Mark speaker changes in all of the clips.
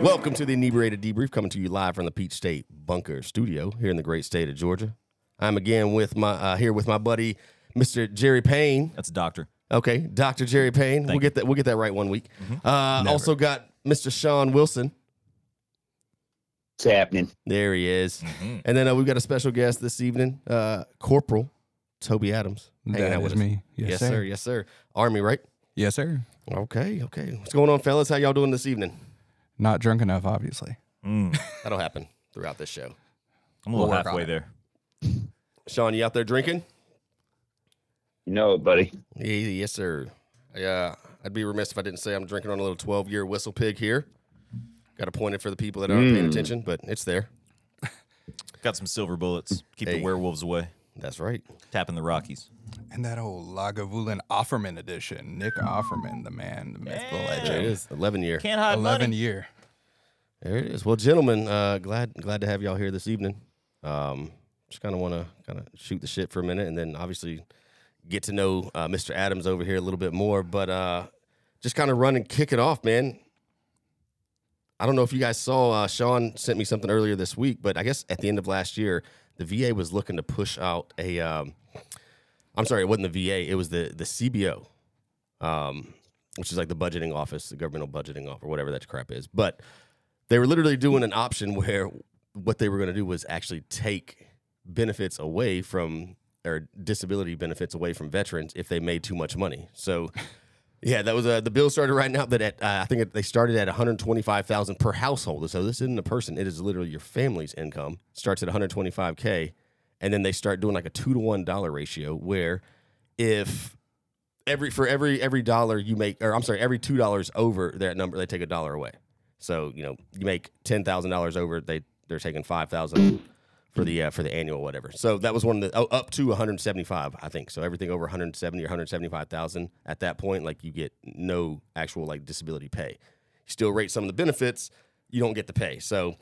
Speaker 1: Welcome to the Inebriated Debrief, coming to you live from the Peach State Bunker Studio here in the great state of Georgia. I'm again with my uh, here with my buddy, Mr. Jerry Payne.
Speaker 2: That's a doctor.
Speaker 1: Okay, Dr. Jerry Payne. we'll get that. We'll get that right one week. Uh, also got Mr. Sean Wilson.
Speaker 3: It's happening.
Speaker 1: There he is. And then uh, we've got a special guest this evening, uh, Corporal Toby Adams. hanging
Speaker 4: That
Speaker 1: out with us.
Speaker 4: is me. Yes,
Speaker 1: yes
Speaker 4: sir.
Speaker 1: sir. Yes, sir. Army, right?
Speaker 4: Yes, sir.
Speaker 1: Okay, okay. What's going on, fellas? How y'all doing this evening?
Speaker 4: Not drunk enough, obviously.
Speaker 1: That'll happen throughout this show.
Speaker 2: I'm a Mm. little
Speaker 4: work on
Speaker 2: halfway
Speaker 4: it.
Speaker 2: there.
Speaker 1: Sean, you out there drinking?
Speaker 3: You know it, buddy.
Speaker 1: Yeah, yes, sir. Yeah, I'd be remiss if I didn't say I'm drinking on a little 12 year whistle pig here. Got to point it for the people that aren't paying attention, but it's there.
Speaker 2: Got some silver bullets. Keep
Speaker 1: Hey.
Speaker 2: the werewolves away.
Speaker 1: That's right.
Speaker 2: Tapping the Rockies.
Speaker 4: And that old Lagavulin Offerman edition. Nick Offerman, the man, the myth, the
Speaker 1: There it
Speaker 4: legend.
Speaker 1: is. 11 year.
Speaker 2: Can't hide
Speaker 4: 11
Speaker 2: money.
Speaker 4: year.
Speaker 1: There it is. Well, gentlemen, uh, glad glad to have y'all here this evening. Um, just kind of want to kind of shoot the shit for a minute, and then obviously get to know uh, Mr. Adams over here a little bit more. But uh, just kind of run and kick it off, man. I don't know if you guys saw. Uh, Sean sent me something earlier this week, but I guess at the end of last year, the VA was looking to push out a. Um, I'm sorry, it wasn't the VA. It was the the CBO um, which is like the budgeting office, the governmental budgeting office, or whatever that crap is. But they were literally doing an option where what they were going to do was actually take benefits away from or disability benefits away from veterans if they made too much money. So. Yeah, that was uh, the bill started right now. That at uh, I think it, they started at one hundred twenty five thousand per household. So this isn't a person; it is literally your family's income starts at one hundred twenty five k, and then they start doing like a two to one dollar ratio where if every for every every dollar you make or I'm sorry, every two dollars over that number, they take a dollar away. So, you know, you make ten thousand dollars over, they they're taking five thousand for the uh, for the annual whatever. So that was one of the oh, up to 175, I think. So everything over 170 or 175,000 at that point, like you get no actual like disability pay. You still rate some of the benefits, you don't get the pay. So,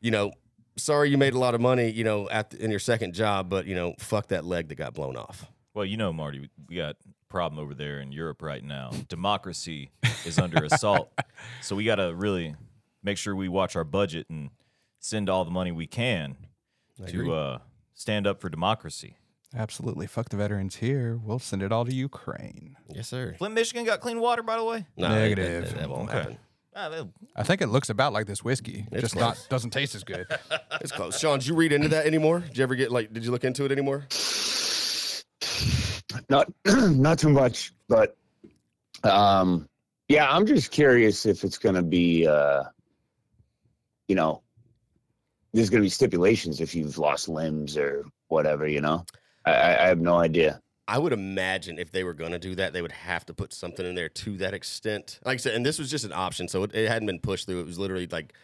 Speaker 1: you know, sorry you made a lot of money, you know, at in your second job, but you know, fuck that leg that got blown off.
Speaker 2: Well, you know, Marty, we- we got a problem over there in Europe right now. Democracy is under assault. So we got to really make sure we watch our budget and send all the money we can to uh, stand up for democracy.
Speaker 4: Absolutely. Fuck the veterans here. We'll send it all to Ukraine.
Speaker 1: Yes, sir.
Speaker 2: Flint, Michigan got clean water, by the way.
Speaker 1: No, that- that-
Speaker 4: Negative.
Speaker 1: That, won't
Speaker 2: Okay.
Speaker 1: happen.
Speaker 2: Ah, that-
Speaker 4: I think it looks about like this whiskey.
Speaker 1: It's
Speaker 4: just
Speaker 1: close.
Speaker 4: not doesn't taste as good.
Speaker 1: It's close. Sean, did you read into that anymore? Did you ever get like? Did you look into it anymore?
Speaker 3: Not not too much, but um, yeah, I'm just curious if it's going to be, uh, you know, there's going to be stipulations if you've lost limbs or whatever. You know, I, I I have no idea.
Speaker 1: I would imagine if they were going to do that, they would have to put something in there to that extent. Like I said, and this was just an option, so it, it hadn't been pushed through. It was literally like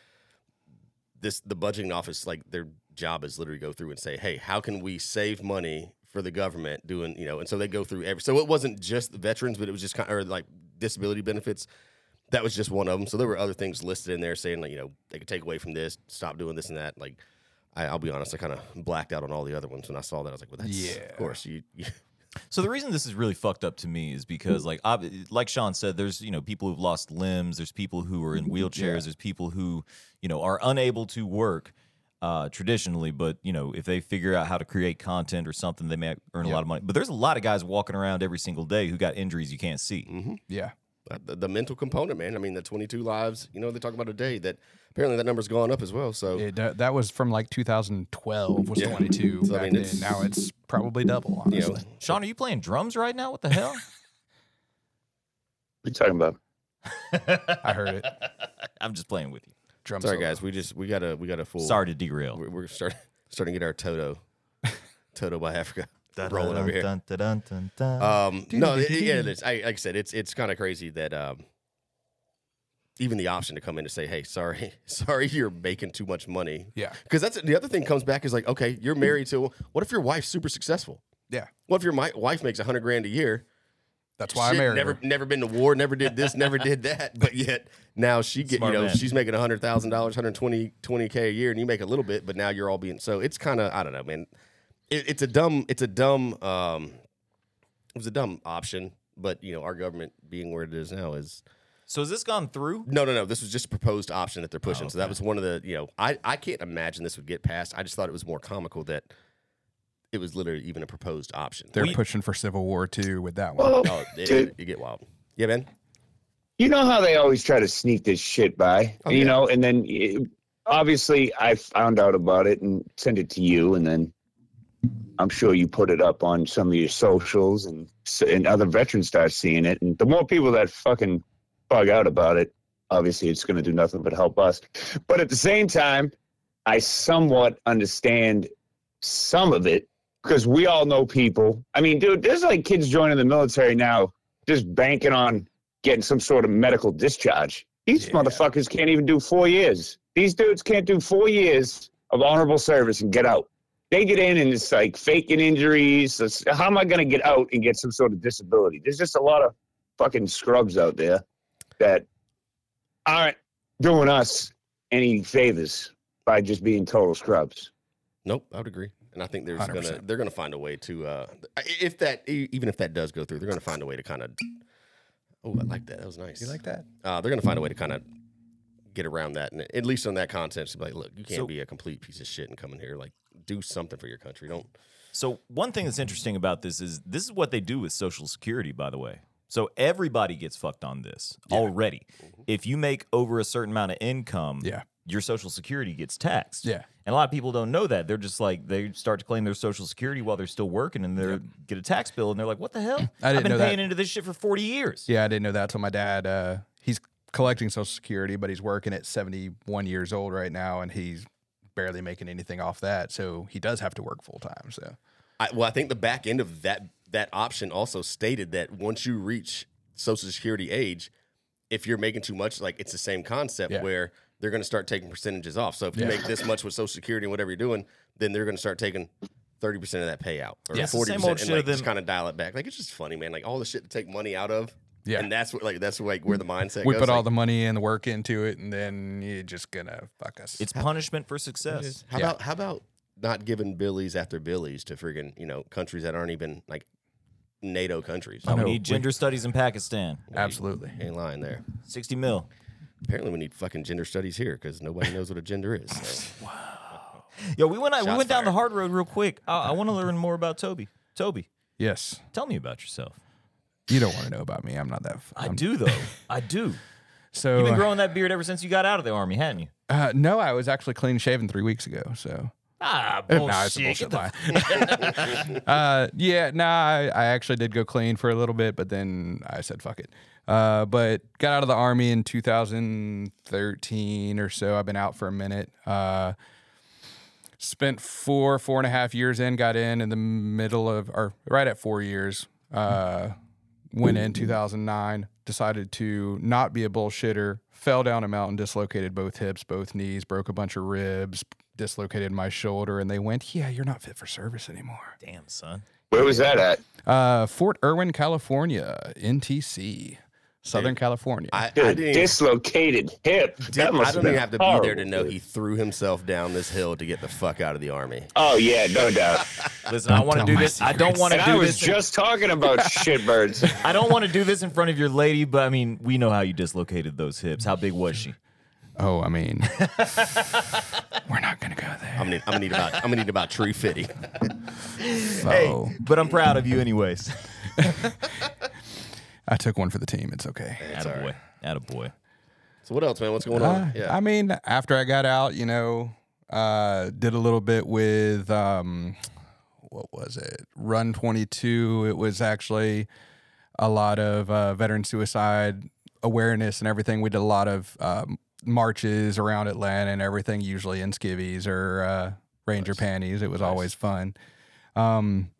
Speaker 1: this: the budgeting office, like their job is literally go through and say, "Hey, how can we save money for the government doing?" You know, and so they go through every. So it wasn't just the veterans, but it was just kind of or like disability benefits. That was just one of them. So there were other things listed in there saying like you know they could take away from this, stop doing this and that. Like I, I'll be honest, I kind of blacked out on all the other ones when I saw that. I was like, well, that's
Speaker 4: Yeah.
Speaker 1: of course you. you
Speaker 2: So the reason this is really fucked up to me is because, like, ob- like Sean said, there's you know people who've lost limbs, there's people who are in wheelchairs, there's people who you know are unable to work uh, traditionally, but you know if they figure out how to create content or something, they may earn a lot of money. But there's a lot of guys walking around every single day who got injuries you can't see.
Speaker 4: yeah.
Speaker 1: Uh, the, the mental component, man. I mean, the 22 lives, you know, they talk about a day that apparently that number's gone up as well. So,
Speaker 4: It, uh, that was from like 2012 was
Speaker 1: Oh. Yeah.
Speaker 4: 22.
Speaker 1: So, I
Speaker 4: back
Speaker 1: mean,
Speaker 4: then.
Speaker 1: it's-
Speaker 4: now it's probably double, honestly.
Speaker 1: you know,
Speaker 2: Sean, are you playing drums right now? What the hell?
Speaker 3: What are you talking about?
Speaker 4: I heard it.
Speaker 2: I'm just playing with you.
Speaker 4: Drum
Speaker 1: sorry
Speaker 4: solo.
Speaker 1: guys, we just, we got a, we got a full,
Speaker 2: Sorry to derail.
Speaker 1: we're, we're starting, starting to get our Toto, Toto by Africa rolling over here.
Speaker 2: Dun, dun, dun, dun, dun.
Speaker 1: Um, no, it, it- yeah, it is. I, like I said, it's, it's kind of crazy that, um, even the option to come in and say, "Hey, sorry, sorry, you're making too much money."
Speaker 4: Yeah.
Speaker 1: because that's the other thing comes back is like, okay, you're married to. What if your wife's super successful?
Speaker 4: Yeah.
Speaker 1: What if your mi- wife makes a hundred grand a year?
Speaker 4: That's why I
Speaker 1: shit,
Speaker 4: married
Speaker 1: never
Speaker 4: her.
Speaker 1: never been to war, never did this, never did that, but yet now she get
Speaker 2: Smart
Speaker 1: you know
Speaker 2: man.
Speaker 1: she's making hundred thousand dollars, hundred twenty twenty k a year, and you make a little bit, but now you're all being so it's kind of I don't know, man. It, it's a dumb it's a dumb um it was a dumb option, but you know our government being where it is now is
Speaker 2: So has this gone through?
Speaker 1: No, no, no. This was just a proposed option that they're pushing. So that
Speaker 2: Oh, okay.
Speaker 1: was one of the, you know, I, I can't imagine this would get passed. I just thought it was more comical that it was literally even a proposed option.
Speaker 4: They're
Speaker 2: We-
Speaker 4: pushing for Civil War too with that one.
Speaker 3: Well,
Speaker 1: oh, it,
Speaker 3: dude.
Speaker 1: you get wild. Yeah, man.
Speaker 3: you know how they always try to sneak this shit by,
Speaker 1: Oh,
Speaker 3: you
Speaker 1: yeah.
Speaker 3: know, and then it- obviously I found out about it and sent it to you, and then I'm sure you put it up on some of your socials, and s- and other veterans start seeing it, and the more people that fucking bug out about it, obviously it's going to do nothing but help us. But at the same time, I somewhat understand some of it because we all know people. I mean, dude, there's like kids joining the military now just banking on getting some sort of medical discharge. These
Speaker 4: Yeah.
Speaker 3: motherfuckers can't even do four years. These dudes can't do four years of honorable service and get out. They get in and it's like faking injuries. It's, how am I going to get out and get some sort of disability? There's just a lot of fucking scrubs out there that aren't doing us any favors by just being total scrubs.
Speaker 1: Nope, I would agree. And I think there's gonna
Speaker 4: 100%.
Speaker 1: they're gonna find a way to uh, if that e- even if that does go through, they're gonna find a way to kind of. Oh, I like that. That was nice.
Speaker 4: You like that?
Speaker 1: Uh, they're gonna find a way to kind of get around that, and at least on that content, to be like, look, you can't
Speaker 2: So-
Speaker 1: be a complete piece of shit and come in here like do something for your country. Don't
Speaker 2: So one thing that's interesting about this is this is what they do with Social Security, by the way. So everybody gets fucked on this already. If you make over a certain amount of income,
Speaker 4: Mm-hmm. Yeah.
Speaker 2: your Social Security gets taxed.
Speaker 4: Yeah.
Speaker 2: And a lot of people don't know that. They're just like they start to claim their social security while they're still working and they are get a tax bill and they're like, What the hell?
Speaker 4: I didn't
Speaker 2: have been
Speaker 4: know that.
Speaker 2: paying into this shit for forty years.
Speaker 4: Yeah, I didn't know that till my dad. Uh, he's collecting Social Security, but he's working at 71 years old right now, and he's barely making anything off that. So he does have to work full time. So
Speaker 1: I, well, I think the back end of that that option also stated that once you reach Social Security age, if you're making too much, like it's the same concept
Speaker 4: Yeah.
Speaker 1: where they're going to start taking percentages off. So if you
Speaker 4: Yeah.
Speaker 1: make this much with Social Security and whatever you're doing, then they're going to start taking. Thirty percent of that payout, or
Speaker 4: Yeah,
Speaker 2: it's the
Speaker 1: forty
Speaker 2: same old
Speaker 1: percent, and
Speaker 2: shit
Speaker 1: like, just
Speaker 2: them-
Speaker 1: kind of dial it back. Like it's just funny, man. Like all the shit to take money out of,
Speaker 4: Yeah.
Speaker 1: And that's what, like, that's like where the mindset.
Speaker 4: we
Speaker 1: goes.
Speaker 4: put all
Speaker 1: Like,
Speaker 4: the money and the work into it, and then you're just gonna fuck us.
Speaker 2: It's punishment for success.
Speaker 1: How
Speaker 4: Yeah.
Speaker 1: about how about not giving billies after billies to friggin' you know countries that aren't even like NATO countries?
Speaker 4: I
Speaker 2: we
Speaker 4: know.
Speaker 2: need gender studies in Pakistan.
Speaker 4: absolutely.
Speaker 1: Ain't lying there.
Speaker 2: Sixty mil.
Speaker 1: Apparently, we need fucking gender studies here because nobody knows what a gender is. so.
Speaker 2: Yo, we went we
Speaker 1: Shots
Speaker 2: went down the
Speaker 1: fired.
Speaker 2: hard road real quick. I, I want to learn more about Toby. Toby,
Speaker 4: Yes,
Speaker 2: tell me about yourself.
Speaker 4: you don't want to know about me. I'm not that. f-
Speaker 2: I
Speaker 4: I'm-
Speaker 2: do though. I do.
Speaker 4: So
Speaker 2: You've been
Speaker 4: uh,
Speaker 2: growing that beard ever since you got out of the army, hadn't you?
Speaker 4: uh, no, I was actually clean shaven three weeks ago. So
Speaker 2: Ah, bullshit.
Speaker 4: Nah, it's a
Speaker 2: Get
Speaker 4: bullshit
Speaker 2: the
Speaker 4: lie. uh, yeah, nah, I, I actually did go clean for a little bit, but then I said fuck it. Uh, but got out of the army in 2013 or so. I've been out for a minute. Uh, spent four, four and a half years in, got in in the middle of, or right at four years. Uh, went in 2009, decided to not be a bullshitter, fell down a mountain, dislocated both hips, both knees, broke a bunch of ribs, dislocated my shoulder, and they went, Yeah, you're not fit for service anymore.
Speaker 2: Damn, son.
Speaker 3: Where was that at?
Speaker 4: Uh, Fort Irwin, California, NTC, Southern California.
Speaker 1: I, I
Speaker 3: Dude,
Speaker 1: didn't. Even,
Speaker 3: dislocated hip.
Speaker 1: did-
Speaker 3: that must
Speaker 1: I don't
Speaker 3: been
Speaker 1: even have to be there
Speaker 3: horrible,
Speaker 1: to know
Speaker 3: dude.
Speaker 1: he threw himself down this hill to get the fuck out of the army.
Speaker 3: Oh yeah, no doubt.
Speaker 2: Listen, I want to
Speaker 4: tell
Speaker 2: do
Speaker 4: my
Speaker 2: this. I don't want to
Speaker 3: and I
Speaker 2: do
Speaker 3: was
Speaker 2: this. in-
Speaker 3: just talking about shitbirds.
Speaker 2: I don't want to do this in front of your lady, but I mean, we know how you dislocated those hips. How big was she?
Speaker 4: oh, I mean, we're not going to go there.
Speaker 1: I'm gonna, need, I'm gonna need about I'm gonna need about tree fitty.
Speaker 4: Oh,
Speaker 2: But I'm proud of you, anyways.
Speaker 4: I took one for the team. It's okay.
Speaker 2: Attaboy. Attaboy.
Speaker 1: So what else, man? What's going on?
Speaker 4: Uh,
Speaker 1: yeah,
Speaker 4: I mean, after I got out, you know, uh, did a little bit with um, what was it? Run 22. It was actually a lot of uh, veteran suicide awareness and everything. We did a lot of um, marches around Atlanta and everything, usually in skivvies or uh, ranger panties. It was always fun. Um,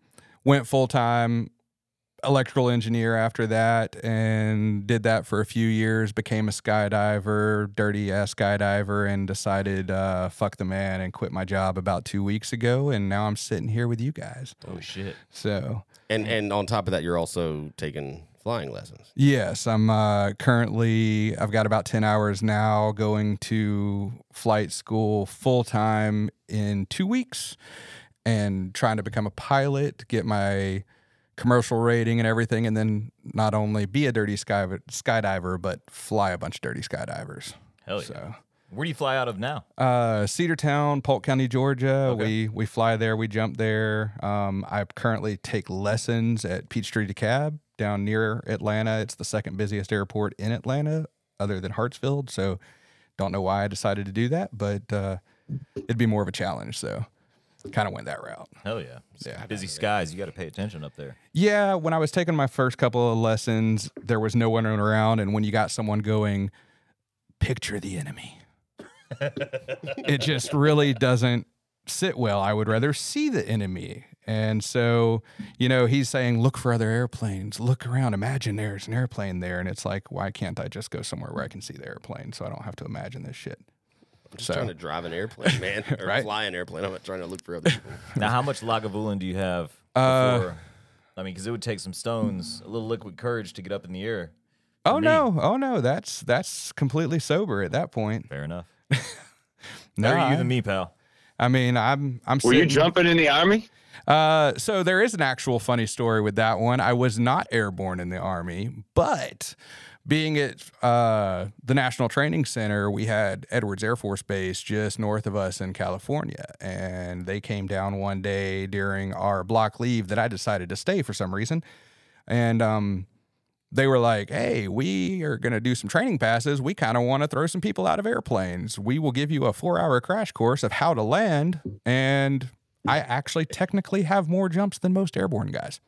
Speaker 4: went full time electrical engineer after that and did that for a few years became a skydiver dirty ass skydiver and decided uh, fuck the man and quit my job about two weeks ago and now i'm sitting here with you guys
Speaker 2: Oh, shit.
Speaker 4: so
Speaker 1: and and on top of that, you're also taking flying lessons.
Speaker 4: yes i'm uh, currently i've got about 10 hours now going to flight school full time in two weeks and trying to become a pilot get my commercial rating and everything, and then not only be a dirty sky skydiver, but fly a bunch of dirty skydivers.
Speaker 2: Hell yeah.
Speaker 4: So
Speaker 2: Where do you fly out of now?
Speaker 4: uh, Cedartown, Polk County, Georgia.
Speaker 2: Okay.
Speaker 4: We we fly there. We jump there. Um, I currently take lessons at Peachtree DeKalb down near Atlanta. It's the second busiest airport in Atlanta, other than Hartsfield. So, don't know why I decided to do that, but uh, it'd be more of a challenge. So, kind of went that route.
Speaker 2: Hell yeah.
Speaker 4: Yeah.
Speaker 2: Busy skies. You got to pay attention up there.
Speaker 4: Yeah, when I was taking my first couple of lessons, there was no one around, and when you got someone going, picture the enemy. it just really doesn't sit well. I would rather see the enemy. And so, you know, he's saying, look for other airplanes, look around, imagine there's an airplane there. And it's like, why can't I just go somewhere where I can see the airplane so I don't have to imagine this shit?
Speaker 1: I'm just
Speaker 4: So-
Speaker 1: trying to drive an airplane, man, or
Speaker 4: Right.
Speaker 1: fly an airplane. I'm not trying to look for other people.
Speaker 2: Now, how much Lagavulin do you have?
Speaker 4: Uh,
Speaker 2: before- I mean, because it would take some stones, a little liquid courage to get up in the air.
Speaker 4: Oh
Speaker 2: me.
Speaker 4: no, oh no, that's that's completely sober at that point.
Speaker 2: Fair enough.
Speaker 4: No,
Speaker 2: Better you
Speaker 4: I,
Speaker 2: than me, pal.
Speaker 4: I mean, I'm I'm
Speaker 3: Were you
Speaker 4: sitting-
Speaker 3: jumping in the army?
Speaker 4: Uh, so there is an actual funny story with that one. I was not airborne in the army, but being at uh, the National Training Center, we had Edwards Air Force Base just north of us in California, and they came down one day during our block leave that I decided to stay for some reason, and um. They were like, hey, we are going to do some training passes. We kind of want to throw some people out of airplanes. We will give you a four hour crash course of how to land and I actually technically have more jumps than most airborne guys.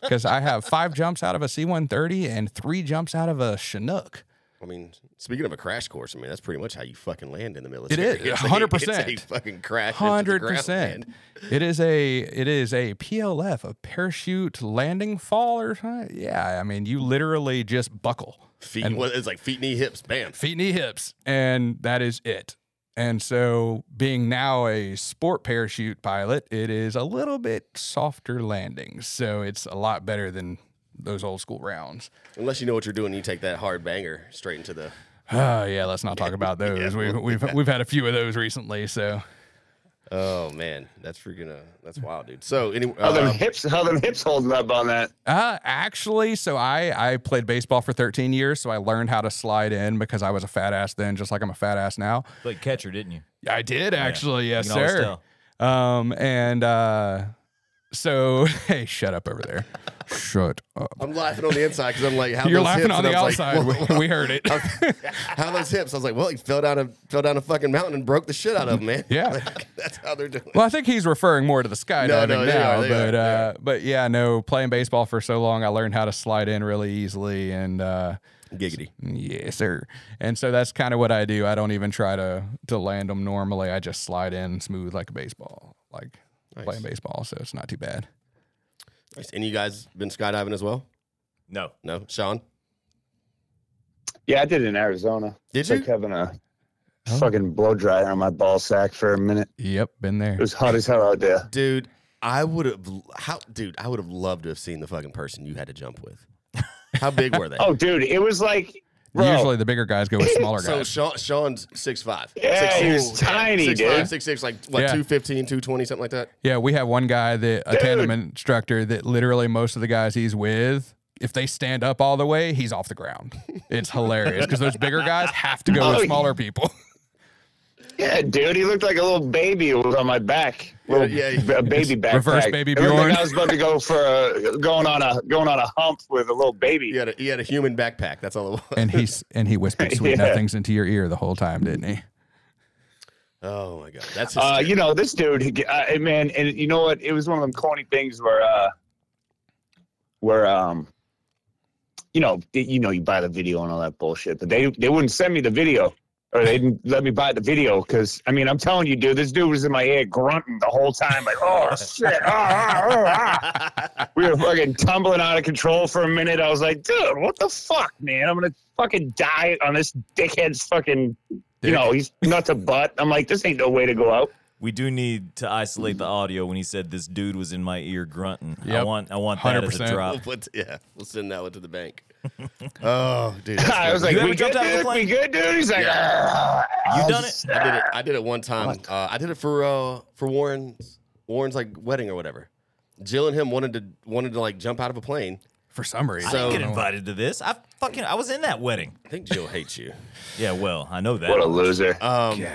Speaker 4: Because I have five jumps out of a C 130 and three jumps out of a Chinook.
Speaker 1: I mean, speaking of a crash course, I mean that's pretty much how you fucking land in the
Speaker 4: It
Speaker 1: military.
Speaker 4: is,
Speaker 1: It's a-
Speaker 4: 100%.
Speaker 1: It's a fucking crash. into the
Speaker 4: Hundred
Speaker 1: ground,
Speaker 4: percent.
Speaker 1: man.
Speaker 4: It is a it is a PLF, a parachute landing fall or something. Yeah, I mean you literally just buckle.
Speaker 1: Feet. well, it's like feet, knee, hips. Bam.
Speaker 4: feet, knee, hips, and that is it. And so, being now a sport parachute pilot, it is a little bit softer landings, so it's a lot better than those old school rounds.
Speaker 1: Unless you know what you're doing, you take that hard banger straight into the.
Speaker 4: Oh yeah, let's not talk about those. We've we've we've had a few of those recently, so
Speaker 1: Oh man, that's freaking. Uh, that's wild, dude. So anyway,
Speaker 3: How them
Speaker 1: uh,
Speaker 3: hips? How them hips holding up on that?
Speaker 4: Uh, actually, so I I played baseball for 13 years, so I learned how to slide in because I was a fat ass then, just like I'm a fat ass now.
Speaker 2: Like catcher, didn't you?
Speaker 4: I did actually, yes
Speaker 2: you can always
Speaker 4: sir.
Speaker 2: tell.
Speaker 4: Um, and uh, so hey, shut up over there. shut up.
Speaker 1: I'm laughing on the inside because I'm like, how
Speaker 4: You're
Speaker 1: those
Speaker 4: laughing
Speaker 1: hips?
Speaker 4: on
Speaker 1: And
Speaker 4: the
Speaker 1: I was
Speaker 4: outside.
Speaker 1: Like,
Speaker 4: We- we heard it.
Speaker 1: how those hips? I was like, well, he fell down a fell down a fucking mountain and broke the shit out of him, man.
Speaker 4: Yeah.
Speaker 1: Like, that's how they're doing.
Speaker 4: Well, I think he's referring more to the skydiving
Speaker 1: No, no, they
Speaker 4: now,
Speaker 1: are, they
Speaker 4: but
Speaker 1: are,
Speaker 4: uh, but yeah, no, playing baseball for so long, I learned how to slide in really easily, and uh,
Speaker 1: Giggity.
Speaker 4: yes, sir. And so that's kind of what I do. I don't even try to to land them normally. I just slide in smooth like a baseball, like
Speaker 1: Nice.
Speaker 4: playing baseball. So it's not too bad.
Speaker 1: Nice. Any of you guys been skydiving as well?
Speaker 2: No.
Speaker 1: No, Sean.
Speaker 3: Yeah, I did in Arizona.
Speaker 1: Did
Speaker 3: It's
Speaker 1: you?
Speaker 3: like having a fucking blow dryer on my ball sack for a minute.
Speaker 4: Yep, been there.
Speaker 3: It was hot as hell out there.
Speaker 1: dude. I would have how, dude. I would have loved to have seen the fucking person you had to jump with. How big were they?
Speaker 3: Oh, dude, it was like, bro,
Speaker 4: Usually the bigger guys go with smaller
Speaker 1: so
Speaker 4: guys.
Speaker 1: Sean, Sean's six five.
Speaker 3: Yeah, he was tiny, dude.
Speaker 1: like what
Speaker 4: Yeah.
Speaker 1: 215, 220, something like that.
Speaker 4: Yeah, we have one guy that a
Speaker 3: Dude.
Speaker 4: tandem instructor that literally most of the guys he's with. If they stand up all the way, he's off the ground. It's hilarious because those bigger guys have to go
Speaker 3: Oh,
Speaker 4: with
Speaker 3: yeah.
Speaker 4: smaller people.
Speaker 3: yeah, dude, he looked like a little baby who was on my back. Little
Speaker 1: Yeah,
Speaker 3: yeah,
Speaker 1: yeah.
Speaker 3: a baby backpack.
Speaker 4: reverse baby
Speaker 3: It looked like
Speaker 4: Bjorn.
Speaker 3: I was about to go for a, going on a going on a hump with a little baby.
Speaker 1: He had a, he had a human backpack. That's all it was.
Speaker 4: And he's and he whispered sweet
Speaker 3: Yeah.
Speaker 4: nothings into your ear the whole time, didn't he?
Speaker 1: Oh my god, that's
Speaker 3: Uh,
Speaker 1: hysterical.
Speaker 3: you know, this dude, he- I, man, and you know what? It was one of them corny things where, uh, where, um, you know, y- you know, you buy the video and all that bullshit, but they they wouldn't send me the video, or they didn't let me buy the video because I mean, I'm telling you, dude, this dude was in my ear grunting the whole time, like, oh shit, ah, ah, ah, ah." we were fucking tumbling out of control for a minute. I was like, dude, what the fuck, man? I'm gonna fucking die on this dickhead's fucking. You
Speaker 4: Dick.
Speaker 3: know, he's nuts a butt. I'm like, this ain't no way to go out.
Speaker 2: We do need to isolate the audio when he said this dude was in my ear grunting. I
Speaker 4: Yep.
Speaker 2: want I want that as
Speaker 4: 100%.
Speaker 2: a
Speaker 1: we'll
Speaker 2: drop.
Speaker 1: put, yeah, we'll send that one to the bank. oh, dude, that's
Speaker 3: I was
Speaker 1: good.
Speaker 3: like,
Speaker 2: You
Speaker 3: "We
Speaker 2: ever
Speaker 3: good,
Speaker 2: jumped out of a
Speaker 3: dude? We
Speaker 2: plane?"
Speaker 3: good, dude?" He's like,
Speaker 2: You
Speaker 3: "Ah."
Speaker 2: done it?
Speaker 1: I did it. I did it one time. Uh, I did it for uh, for Warren's Warren's like wedding or whatever. Jill and him wanted to wanted to like jump out of a plane.
Speaker 4: for some reason.
Speaker 2: I didn't
Speaker 1: So-
Speaker 2: get invited to this. I fucking I was in that wedding.
Speaker 1: I think Jill hates you.
Speaker 2: Yeah, well, I know that.
Speaker 3: What a loser.
Speaker 4: Uh,
Speaker 1: Um,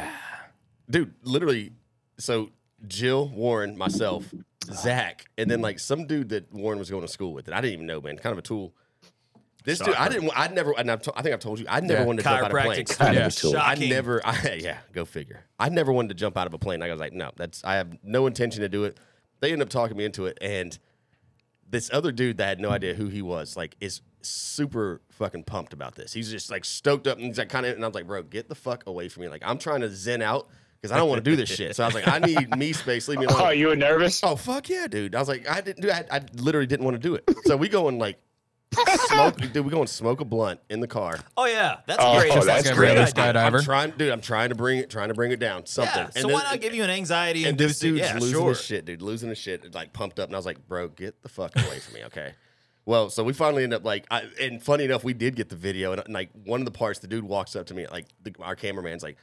Speaker 1: dude, literally. So Jill, Warren, myself, Zach, and then like some dude that Warren was going to school with that I didn't even know, man. Kind of a tool. This dude, I
Speaker 2: Shocker.
Speaker 1: didn't. I never. And I've to, I think I've told you, I never
Speaker 4: Yeah.
Speaker 1: wanted to jump out of
Speaker 2: Chiropractic.
Speaker 1: planes.
Speaker 3: Kind of
Speaker 4: Yeah.
Speaker 3: a tool.
Speaker 1: I
Speaker 2: Shocking.
Speaker 1: never. I, yeah, go figure. I never wanted to jump out of a plane. I was like, no, that's. I have no intention to do it. They end up talking me into it, and this other dude that had no idea who he was, like, is super fucking pumped about this. He's just like stoked up, and he's like kind of. And I was like, bro, get the fuck away from me. Like, I'm trying to zen out because I don't want to do this shit. So I was like, I need me space. Leave me alone.
Speaker 3: Oh, you were nervous?
Speaker 1: Oh fuck yeah, dude! I was like, I didn't do. I, I literally didn't want to do it. So we go and like smoke, dude. We go and smoke a blunt in the car.
Speaker 2: Oh yeah, that's
Speaker 3: Oh,
Speaker 2: great.
Speaker 3: that's
Speaker 2: that's
Speaker 4: like
Speaker 2: a
Speaker 4: a
Speaker 2: great
Speaker 4: regular
Speaker 2: idea.
Speaker 4: skydive.
Speaker 1: I'm
Speaker 4: Diver.
Speaker 1: trying, dude. I'm trying to bring it, trying to bring it down, something.
Speaker 2: Yeah. So why not give you an anxiety
Speaker 1: And this dude's
Speaker 2: yeah,
Speaker 1: losing
Speaker 2: sure.
Speaker 1: his shit, dude. Losing his shit, like pumped up, and I was like, "Bro, get the fuck away from me, okay?" Well, so we finally end up like, I, and funny enough, we did get the video, and, and, like one of the parts, the dude walks up to me, like the, our cameraman's like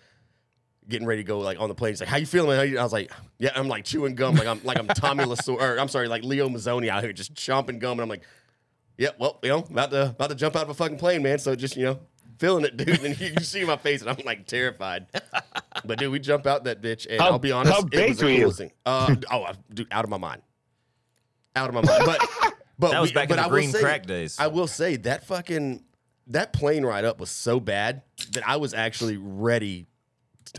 Speaker 1: getting ready to go like on the plane. He's like, "How you feeling?" How you-" I was like, "Yeah, I'm like chewing gum, like I'm like I'm Tommy Lasorda, or I'm sorry, like Leo Mazzoni out here just chomping gum," and I'm like, "Yeah, well, you know, about to about to jump out of a fucking plane, man." So just you know, feeling it, dude, and you, you see my face, and I'm like terrified. But dude, we jump out that bitch, and
Speaker 3: How-
Speaker 1: I'll be honest,
Speaker 3: how
Speaker 1: it
Speaker 3: big
Speaker 1: was the
Speaker 3: were you?
Speaker 1: coolest thing. Uh, oh, I- dude, out of my mind, out of my mind. But but
Speaker 2: That was
Speaker 1: we-
Speaker 2: back
Speaker 1: but I
Speaker 2: in the
Speaker 1: will
Speaker 2: green
Speaker 1: say-
Speaker 2: crack days.
Speaker 1: I will say that fucking that plane ride up was so bad that I was actually ready.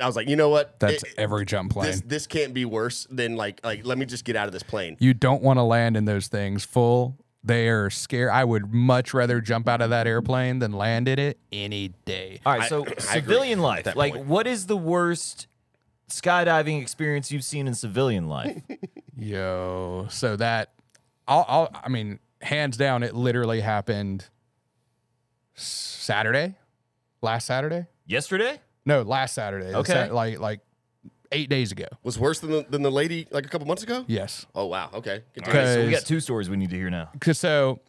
Speaker 1: I was like, you know what?
Speaker 4: That's
Speaker 1: It-
Speaker 4: every jump plane.
Speaker 1: this this can't be worse than like like let me just get out of this plane.
Speaker 4: you don't want to land in those things full. They are scary. I would much rather jump out of that airplane than land in it any day.
Speaker 2: All right, so
Speaker 1: I agree
Speaker 2: civilian
Speaker 1: at
Speaker 2: life.
Speaker 1: that
Speaker 2: Like,
Speaker 1: point.
Speaker 2: what is the worst skydiving experience you've seen in civilian life?
Speaker 4: Yo, so that, I'll, I'll, I mean, hands down, it literally happened Saturday, last Saturday.
Speaker 2: Yesterday?
Speaker 4: No, last Saturday. The
Speaker 2: Okay.
Speaker 4: Sat- like like eight days ago.
Speaker 1: Was worse than the, than the lady like a couple months ago.
Speaker 4: Yes.
Speaker 1: Oh wow. Okay.
Speaker 2: All right, so we
Speaker 4: Because-
Speaker 2: got two stories we need to hear now.
Speaker 4: 'Cause So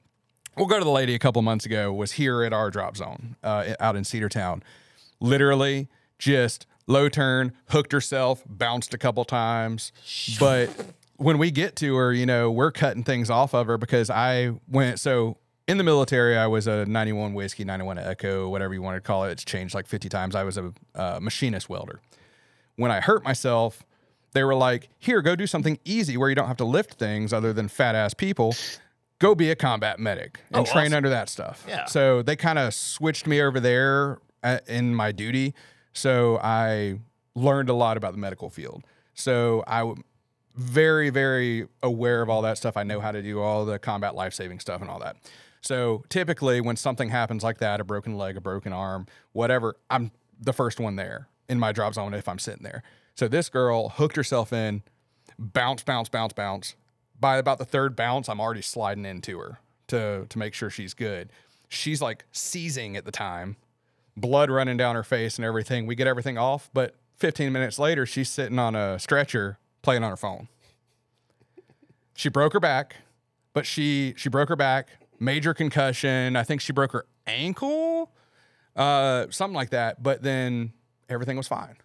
Speaker 4: we'll go to the lady a couple months ago was here at our drop zone uh, out in Cedartown. Literally just low turn, hooked herself, bounced a couple times. But when we get to her, you know, we're cutting things off of her because I went so in the military, I was a 91 whiskey, 91 echo, whatever you want to call it. It's changed like 50 times. I was a uh, machinist welder. when I hurt myself, they were like, here, go do something easy where you don't have to lift things other than fat ass people. Go be a combat medic and
Speaker 2: Oh,
Speaker 4: train
Speaker 2: awesome.
Speaker 4: under that stuff.
Speaker 2: Yeah.
Speaker 4: So they kind of switched me over there uh in my duty. So I learned a lot about the medical field. So I w- very, very aware of all that stuff. I know how to do all the combat life saving stuff and all that. So typically, when something happens like that, a broken leg, a broken arm, whatever, I'm the first one there in my drop zone if I'm sitting there. So this girl hooked herself in, bounce, bounce, bounce, bounce. By about the third bounce, I'm already sliding into her to to make sure she's good. She's like seizing at the time, blood running down her face and everything. We get everything off, but 15 minutes later, she's sitting on a stretcher playing on her phone. She broke her back, but she she broke her back, major concussion. I think she broke her ankle, uh, something like that. But then everything was fine,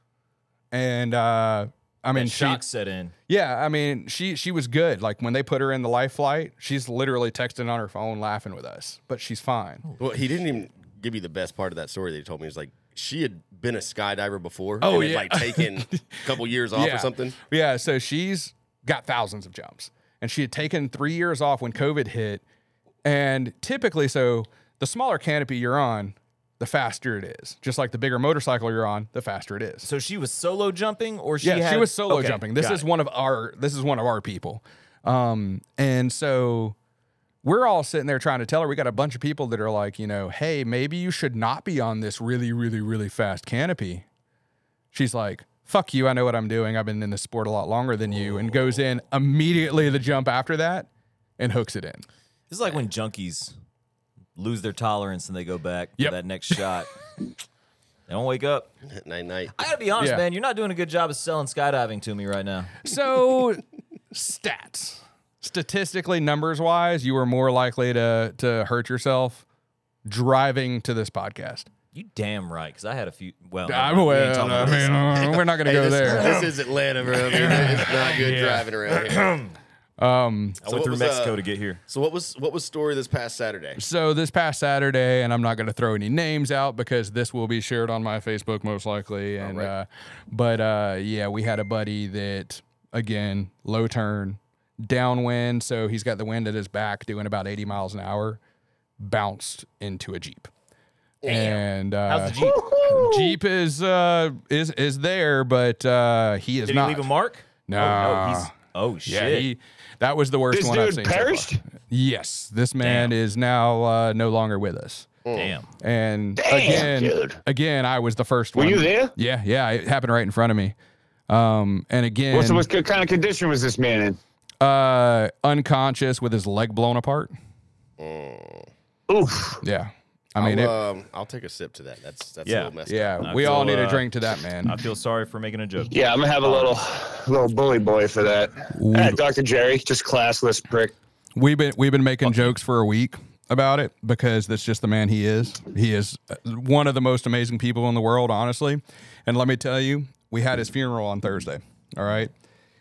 Speaker 4: and uh, I mean,
Speaker 2: And
Speaker 4: she,
Speaker 2: shock set in.
Speaker 4: yeah, I mean, she she was good. Like when they put her in the life flight, she's literally texting on her phone, laughing with us. But she's fine.
Speaker 1: Well, he didn't even give you the best part of that story that he told me. He's like, she had been a skydiver before.
Speaker 4: Oh,
Speaker 1: and had,
Speaker 4: yeah.
Speaker 1: like taken a couple years off
Speaker 4: Yeah.
Speaker 1: or something.
Speaker 4: Yeah, so she's got thousands of jumps, and she had taken three years off when COVID hit. And typically, so the smaller canopy you're on, the faster it is. Just like the bigger motorcycle you're on, the faster it is.
Speaker 2: So she was solo jumping, or she
Speaker 4: yeah, she
Speaker 2: had-
Speaker 4: was solo
Speaker 2: Okay,
Speaker 4: jumping. This
Speaker 2: got
Speaker 4: is
Speaker 2: it.
Speaker 4: one of our this is one of our people. Um, and so we're all sitting there trying to tell her we got a bunch of people that are like, you know, hey, maybe you should not be on this really, really, really fast canopy. She's like, fuck you, I know what I'm doing. I've been in this sport a lot longer than you, and goes in immediately the jump after that and hooks it in.
Speaker 2: This is like when junkies lose their tolerance and they go back
Speaker 4: Yep.
Speaker 2: for that next shot. they don't wake up.
Speaker 1: Night night.
Speaker 2: I gotta be honest,
Speaker 4: Yeah.
Speaker 2: man. You're not doing a good job of selling skydiving to me right now.
Speaker 4: So stats. Statistically, numbers wise, you were more likely to to hurt yourself driving to this podcast.
Speaker 2: You damn right, because I had a few. Well,
Speaker 4: I,
Speaker 2: we ain't
Speaker 4: well,
Speaker 2: talking
Speaker 4: I
Speaker 2: about this.
Speaker 4: mean, uh, we're not going to
Speaker 1: Hey,
Speaker 4: go
Speaker 1: this,
Speaker 4: there.
Speaker 1: this is Atlanta, bro. I mean, it's not good driving around here.
Speaker 4: Um,
Speaker 2: I
Speaker 1: So
Speaker 2: went
Speaker 1: what
Speaker 2: through
Speaker 1: was,
Speaker 2: Mexico
Speaker 1: uh,
Speaker 2: to get here.
Speaker 1: So what was what was story this past Saturday?
Speaker 4: so this past Saturday, and I'm not going to throw any names out because this will be shared on my Facebook most likely. And
Speaker 1: right.
Speaker 4: uh, but uh, yeah, we had a buddy that again low turn, downwind, so he's got the wind at his back, doing about 80 miles an hour, bounced into a jeep. And uh,
Speaker 2: How's the Jeep?
Speaker 4: Jeep is uh is is there, but uh he is
Speaker 2: Did he
Speaker 4: not.
Speaker 2: leave a mark?
Speaker 4: No,
Speaker 2: Oh, no, he's- oh
Speaker 4: yeah,
Speaker 2: shit.
Speaker 4: he. That was the worst
Speaker 3: This
Speaker 4: one I've
Speaker 3: dude
Speaker 4: seen. so far.
Speaker 3: perished.
Speaker 4: yes, this man is now uh, no longer with us.
Speaker 1: Mm.
Speaker 2: Damn.
Speaker 4: And
Speaker 3: Damn,
Speaker 4: again,
Speaker 3: dude.
Speaker 4: again, I was the first
Speaker 3: Were
Speaker 4: one.
Speaker 3: you there?
Speaker 4: Yeah, yeah, it happened right in front of me. Um, and again,
Speaker 3: What's, what kind of condition was this man in?
Speaker 4: uh, unconscious with his leg blown apart.
Speaker 3: Oof.
Speaker 4: Yeah, I mean, it,
Speaker 1: I'll, um, I'll take a sip to that. That's that's a
Speaker 2: Yeah.
Speaker 1: little messed up.
Speaker 4: yeah,
Speaker 2: I
Speaker 4: we all
Speaker 2: feel,
Speaker 4: need a
Speaker 2: uh,
Speaker 4: drink to that man.
Speaker 2: I feel sorry for making a joke.
Speaker 3: Yeah, I'm gonna
Speaker 4: Um,
Speaker 3: have a little little bully boy for that. All right, Dr. Jerry, just classless prick.
Speaker 4: We've been we've been making jokes for a week about it because that's just the man he is. He is uh, one of the most amazing people in the world, honestly. And let me tell you, we had his funeral on Thursday. All right.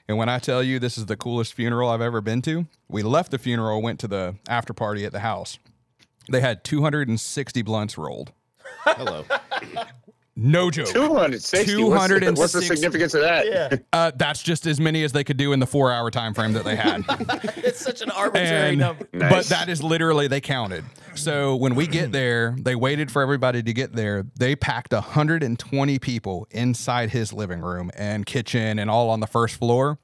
Speaker 4: And when I tell you this is the coolest funeral I've ever been to, we left the funeral, went to the after party at the house. They had 260 blunts rolled.
Speaker 1: Hello.
Speaker 4: No joke.
Speaker 3: 260. What's the- What's, the
Speaker 4: 260.
Speaker 3: significance of that?
Speaker 4: Uh, that's just as many as they could do in the four hour time frame that they had.
Speaker 1: it's such an arbitrary
Speaker 4: And-
Speaker 1: number.
Speaker 4: But
Speaker 3: Nice.
Speaker 4: that is literally they counted. So when we get there, they waited for everybody to get there. They packed 120 people inside his living room and kitchen and all on the first floor.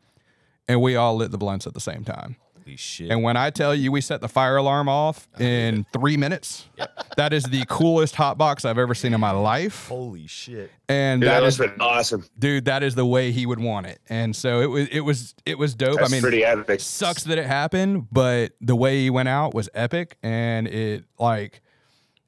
Speaker 4: And we all lit the blunts at the same time.
Speaker 2: Holy shit.
Speaker 4: And when I tell you we set the fire alarm off in three minutes, that is the coolest hot box I've ever seen in my life.
Speaker 2: Holy shit.
Speaker 4: And
Speaker 3: Dude, that
Speaker 4: that
Speaker 3: must
Speaker 4: is,
Speaker 3: have been awesome.
Speaker 4: dude, that is the way he would want it. And so it was, it was, it was dope.
Speaker 3: That's
Speaker 4: I mean,
Speaker 3: pretty epic.
Speaker 4: sucks that it happened, but the way he went out was epic, and it like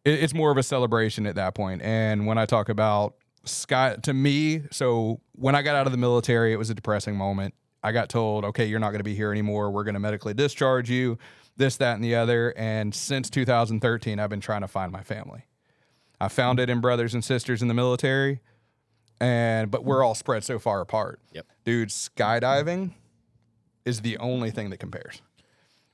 Speaker 4: it, it's more of a celebration at that point. And when I talk about Scott, to me, so when I got out of the military, it was a depressing moment. I got told, okay, you're not going to be here anymore. We're going to medically discharge you, this, that, and the other. And since 2013, I've been trying to find my family. I found it in brothers and sisters in the military, and but we're all spread so far apart.
Speaker 1: Yep.
Speaker 4: Dude, skydiving is the only thing that compares.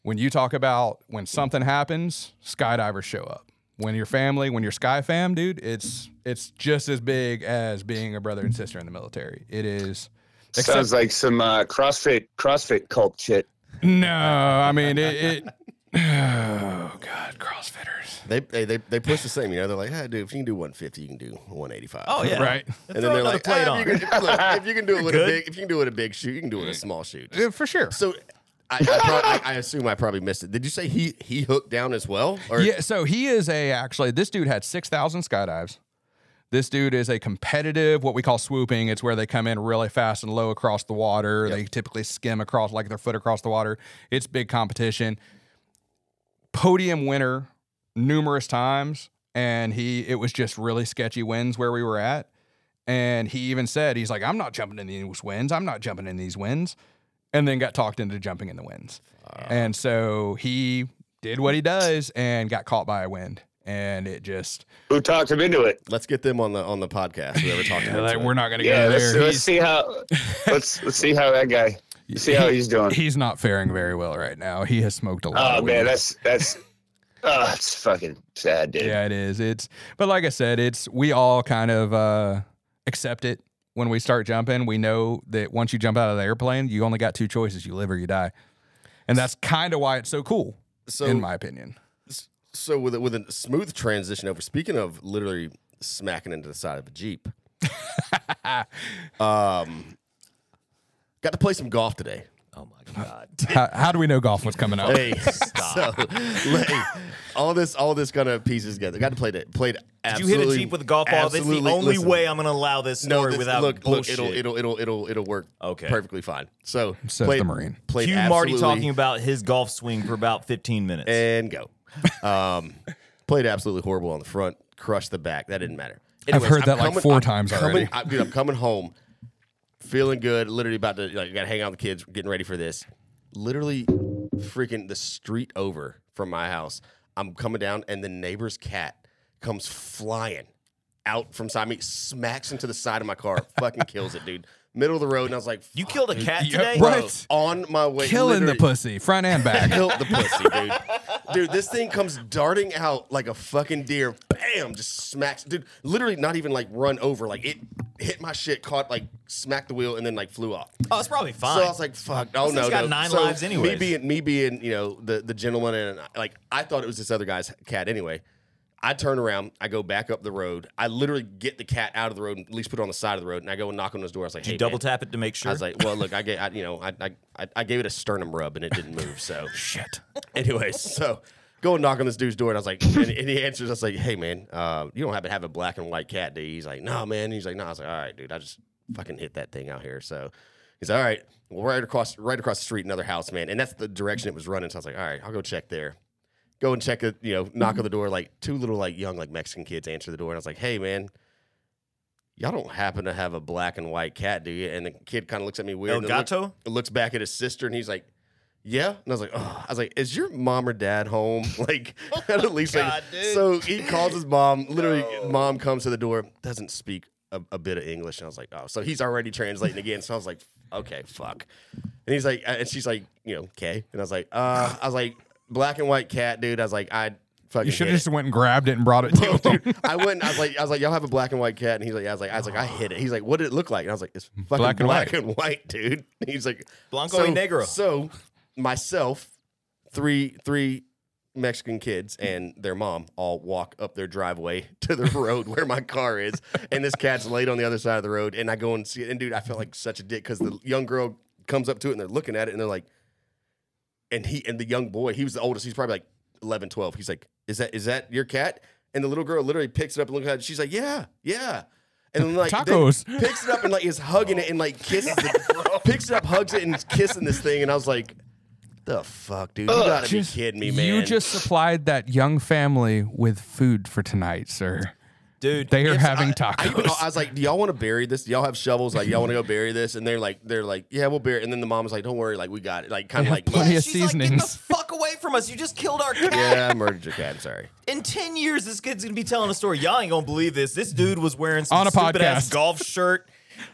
Speaker 4: When you talk about when something happens, skydivers show up. When your family, when you're sky fam, dude, it's it's just as big as being a brother and sister in the military. It is.
Speaker 3: Sounds like some uh, CrossFit CrossFit cult shit.
Speaker 4: No, I mean it. it oh God, CrossFitters,
Speaker 1: They, they they they push the same. You know, they're like, hey, dude, if you can do 150, you can do 185.
Speaker 2: Oh yeah.
Speaker 4: right?
Speaker 1: And then they're like,
Speaker 2: plate
Speaker 1: "Ah,
Speaker 2: on.
Speaker 1: if, you can, look, if you can do it with a
Speaker 2: good.
Speaker 1: big, if you can do it with a big shoot, you can do it with a small shoot. Just-
Speaker 4: Yeah, Uh, for sure.
Speaker 1: So, I, I, prob- I, I assume I probably missed it. Did you say he he hooked down as well? Or
Speaker 4: Yeah, so he is a actually this dude had 6,000 skydives. This dude is a competitive what we call swooping. It's where they come in really fast and low across the water. They typically skim across like their foot across the water. It's big competition. Podium winner numerous times and he it was just really sketchy winds where we were at. And he even said he's like I'm not jumping in these winds. I'm not jumping in these winds. And then got talked into jumping in the winds. And so he did what he does and got caught by a wind. And it just
Speaker 3: Who talked him into it?
Speaker 1: let's get them on the on the podcast. Whoever talked to
Speaker 4: like
Speaker 1: them.
Speaker 4: we're not gonna
Speaker 3: Yeah,
Speaker 4: go
Speaker 3: let's,
Speaker 4: there.
Speaker 3: let's
Speaker 4: He's,
Speaker 3: see how let's let's see how that guy see how he's doing.
Speaker 4: he's not faring very well right now. He has smoked a lot.
Speaker 3: Oh
Speaker 4: of
Speaker 3: man,
Speaker 4: weed.
Speaker 3: that's that's uh it's fucking sad, dude.
Speaker 4: yeah, it is. It's but like I said, it's we all kind of uh, accept it when we start jumping. We know that once you jump out of the airplane, you only got two choices: you live or you die. And that's kind of why it's so cool,
Speaker 1: so
Speaker 4: in my opinion.
Speaker 1: so with a, with a smooth transition over. Speaking of literally smacking into the side of a jeep, um, got to play some golf today.
Speaker 2: Oh my god.
Speaker 4: How, how do we know golf was coming up?
Speaker 1: Hey, so hey, all this all this kind of pieces together. Got to play it. Played
Speaker 2: Did you hit a
Speaker 1: absolutely-
Speaker 2: jeep with a golf ball? That's the
Speaker 1: absolutely-
Speaker 2: only
Speaker 1: listen.
Speaker 2: way I'm going to allow this story
Speaker 1: this-
Speaker 2: without
Speaker 1: look, look,
Speaker 2: bullshit.
Speaker 1: it'll it'll it'll it'll it'll work
Speaker 2: Okay.
Speaker 1: perfectly fine. So
Speaker 4: Says the Marine.
Speaker 1: played
Speaker 2: Cue Marty
Speaker 1: absolutely-
Speaker 2: talking about his golf swing for about 15 minutes.
Speaker 1: and go. Um, played absolutely horrible on the front, crushed the back. That didn't matter. Anyways,
Speaker 4: heard that like four
Speaker 1: I'm
Speaker 4: times
Speaker 1: coming,
Speaker 4: already.
Speaker 1: I, dude, I'm coming home, feeling good. Literally about to like, got to hang out with the kids, getting ready for this. Literally, freaking the street over from my house. I'm coming down, and the neighbor's cat comes flying out from side me, smacks into the side of my car, fucking kills it, dude. Middle of the road, and I was like,
Speaker 2: You killed a cat
Speaker 4: Yeah,
Speaker 2: today?
Speaker 1: bro,
Speaker 4: Right.
Speaker 1: on my way,
Speaker 4: Killing the
Speaker 1: literally-
Speaker 4: pussy, front and back.
Speaker 1: Killed the pussy, dude. Dude, this thing comes darting out like a fucking deer. Bam! Just smacks. Dude, literally not even like run over. Like it hit my shit, caught like smacked the wheel, and then like flew off.
Speaker 2: Oh, it's probably fine.
Speaker 1: So I was like, "Fuck! Oh
Speaker 2: This
Speaker 1: no!"
Speaker 2: thing's got
Speaker 1: no.
Speaker 2: nine
Speaker 1: So
Speaker 2: lives anyways.
Speaker 1: Me being me being you know the the gentleman and like I thought it was this other guy's cat anyway. I turn around, I go back up the road. I literally get the cat out of the road, and at least put it on the side of the road, and I go and knock on his door. I was like,
Speaker 2: Did
Speaker 1: "Hey,
Speaker 2: you double
Speaker 1: man."
Speaker 2: tap it to make sure?
Speaker 1: I was like, "Well, look, I gave I, you know I, I- I I gave it a sternum rub and it didn't move." So shit. Anyways, so go and knock on this dude's door, and I was like, and, and he answers. I was like, "Hey, man, uh, you don't have to have a black and white cat, do you?" He's like, "No, man." He's like, "No." I was like, "All right, dude, I just fucking hit that thing out here." So he's like, "All right, well, right across right across the street, another house, man," and that's the direction it was running. So I was like, "All right, I'll go check there." Go and check it, you know, knock
Speaker 2: Mm-hmm.
Speaker 1: on the door. Like two little, like young, like Mexican kids answer the door, and I was like, "Hey, man, y'all don't happen to have a black and white cat, do you? And the kid kind of looks at me weird.
Speaker 2: El
Speaker 1: and then look-
Speaker 2: Gato?
Speaker 1: looks back at his sister and he's like, yeah, and I was like, oh, I was like, is your mom or dad home? Like, at least, like-
Speaker 2: Oh God, dude.
Speaker 1: so he calls his mom. Literally, mom comes to the door, doesn't speak a, a bit of English, and I was like, oh, so he's already translating again. So I was like, okay, fuck. And he's like, uh, and she's like, you know, okay. And I was like, uh, I was like, black and white cat, dude. I was like, I fucking.
Speaker 4: You should
Speaker 1: hit
Speaker 4: have
Speaker 1: it.
Speaker 4: just went and grabbed it and brought it to him.
Speaker 1: Dude, I went. And I was like, I was like, y'all have a black and white cat, and he's like, I was like, I was like, I hit it. He's like, what did it look like? And I was like, it's fucking black
Speaker 4: Black
Speaker 1: and,
Speaker 4: and
Speaker 1: white. dude. And he's like,
Speaker 2: Blanco y negro.
Speaker 1: So myself, three three Mexican kids
Speaker 4: Mm.
Speaker 1: and their mom all walk up their driveway to the road where my car is, and this cat's laid on the other side of the road, and I go and see it, and dude, I felt like such a dick because the young girl comes up to it and they're looking at it and they're like, and he and the young boy, he was the oldest, he's probably like 11, 12. He's like, is that is that your cat? And the little girl literally picks it up and looks at it. She's like, yeah, yeah. And then like then
Speaker 4: Tacos.
Speaker 1: picks it up and like is hugging it and like kisses it, picks it up, hugs it, and is kissing this thing. And I was like, the fuck, dude, you gotta
Speaker 4: Just-
Speaker 1: be kidding me, man.
Speaker 4: You just supplied that young family with food for tonight, sir.
Speaker 2: Dude,
Speaker 4: They are
Speaker 1: It's-
Speaker 4: having
Speaker 1: I- I, even-
Speaker 4: tacos.
Speaker 1: I was like, "Do y'all want to bury this? Do y'all have shovels? Like, y'all want to go bury this?" And they're like, "They're like, yeah, we'll bury." it. And then the mom was like, "Don't worry, like, we got it." Like, kind
Speaker 4: They
Speaker 1: of like,
Speaker 4: have plenty
Speaker 2: Yeah,
Speaker 4: of
Speaker 2: she's like, get
Speaker 4: seasonings.
Speaker 2: the fuck away from us. You just killed our cat.
Speaker 1: "Yeah, I murdered your cat. I'm sorry."
Speaker 2: In 10 years, this kid's going to be telling a story. Y'all ain't going to believe this. This dude was wearing some
Speaker 4: On a
Speaker 2: stupid ass
Speaker 4: podcast.
Speaker 2: golf shirt.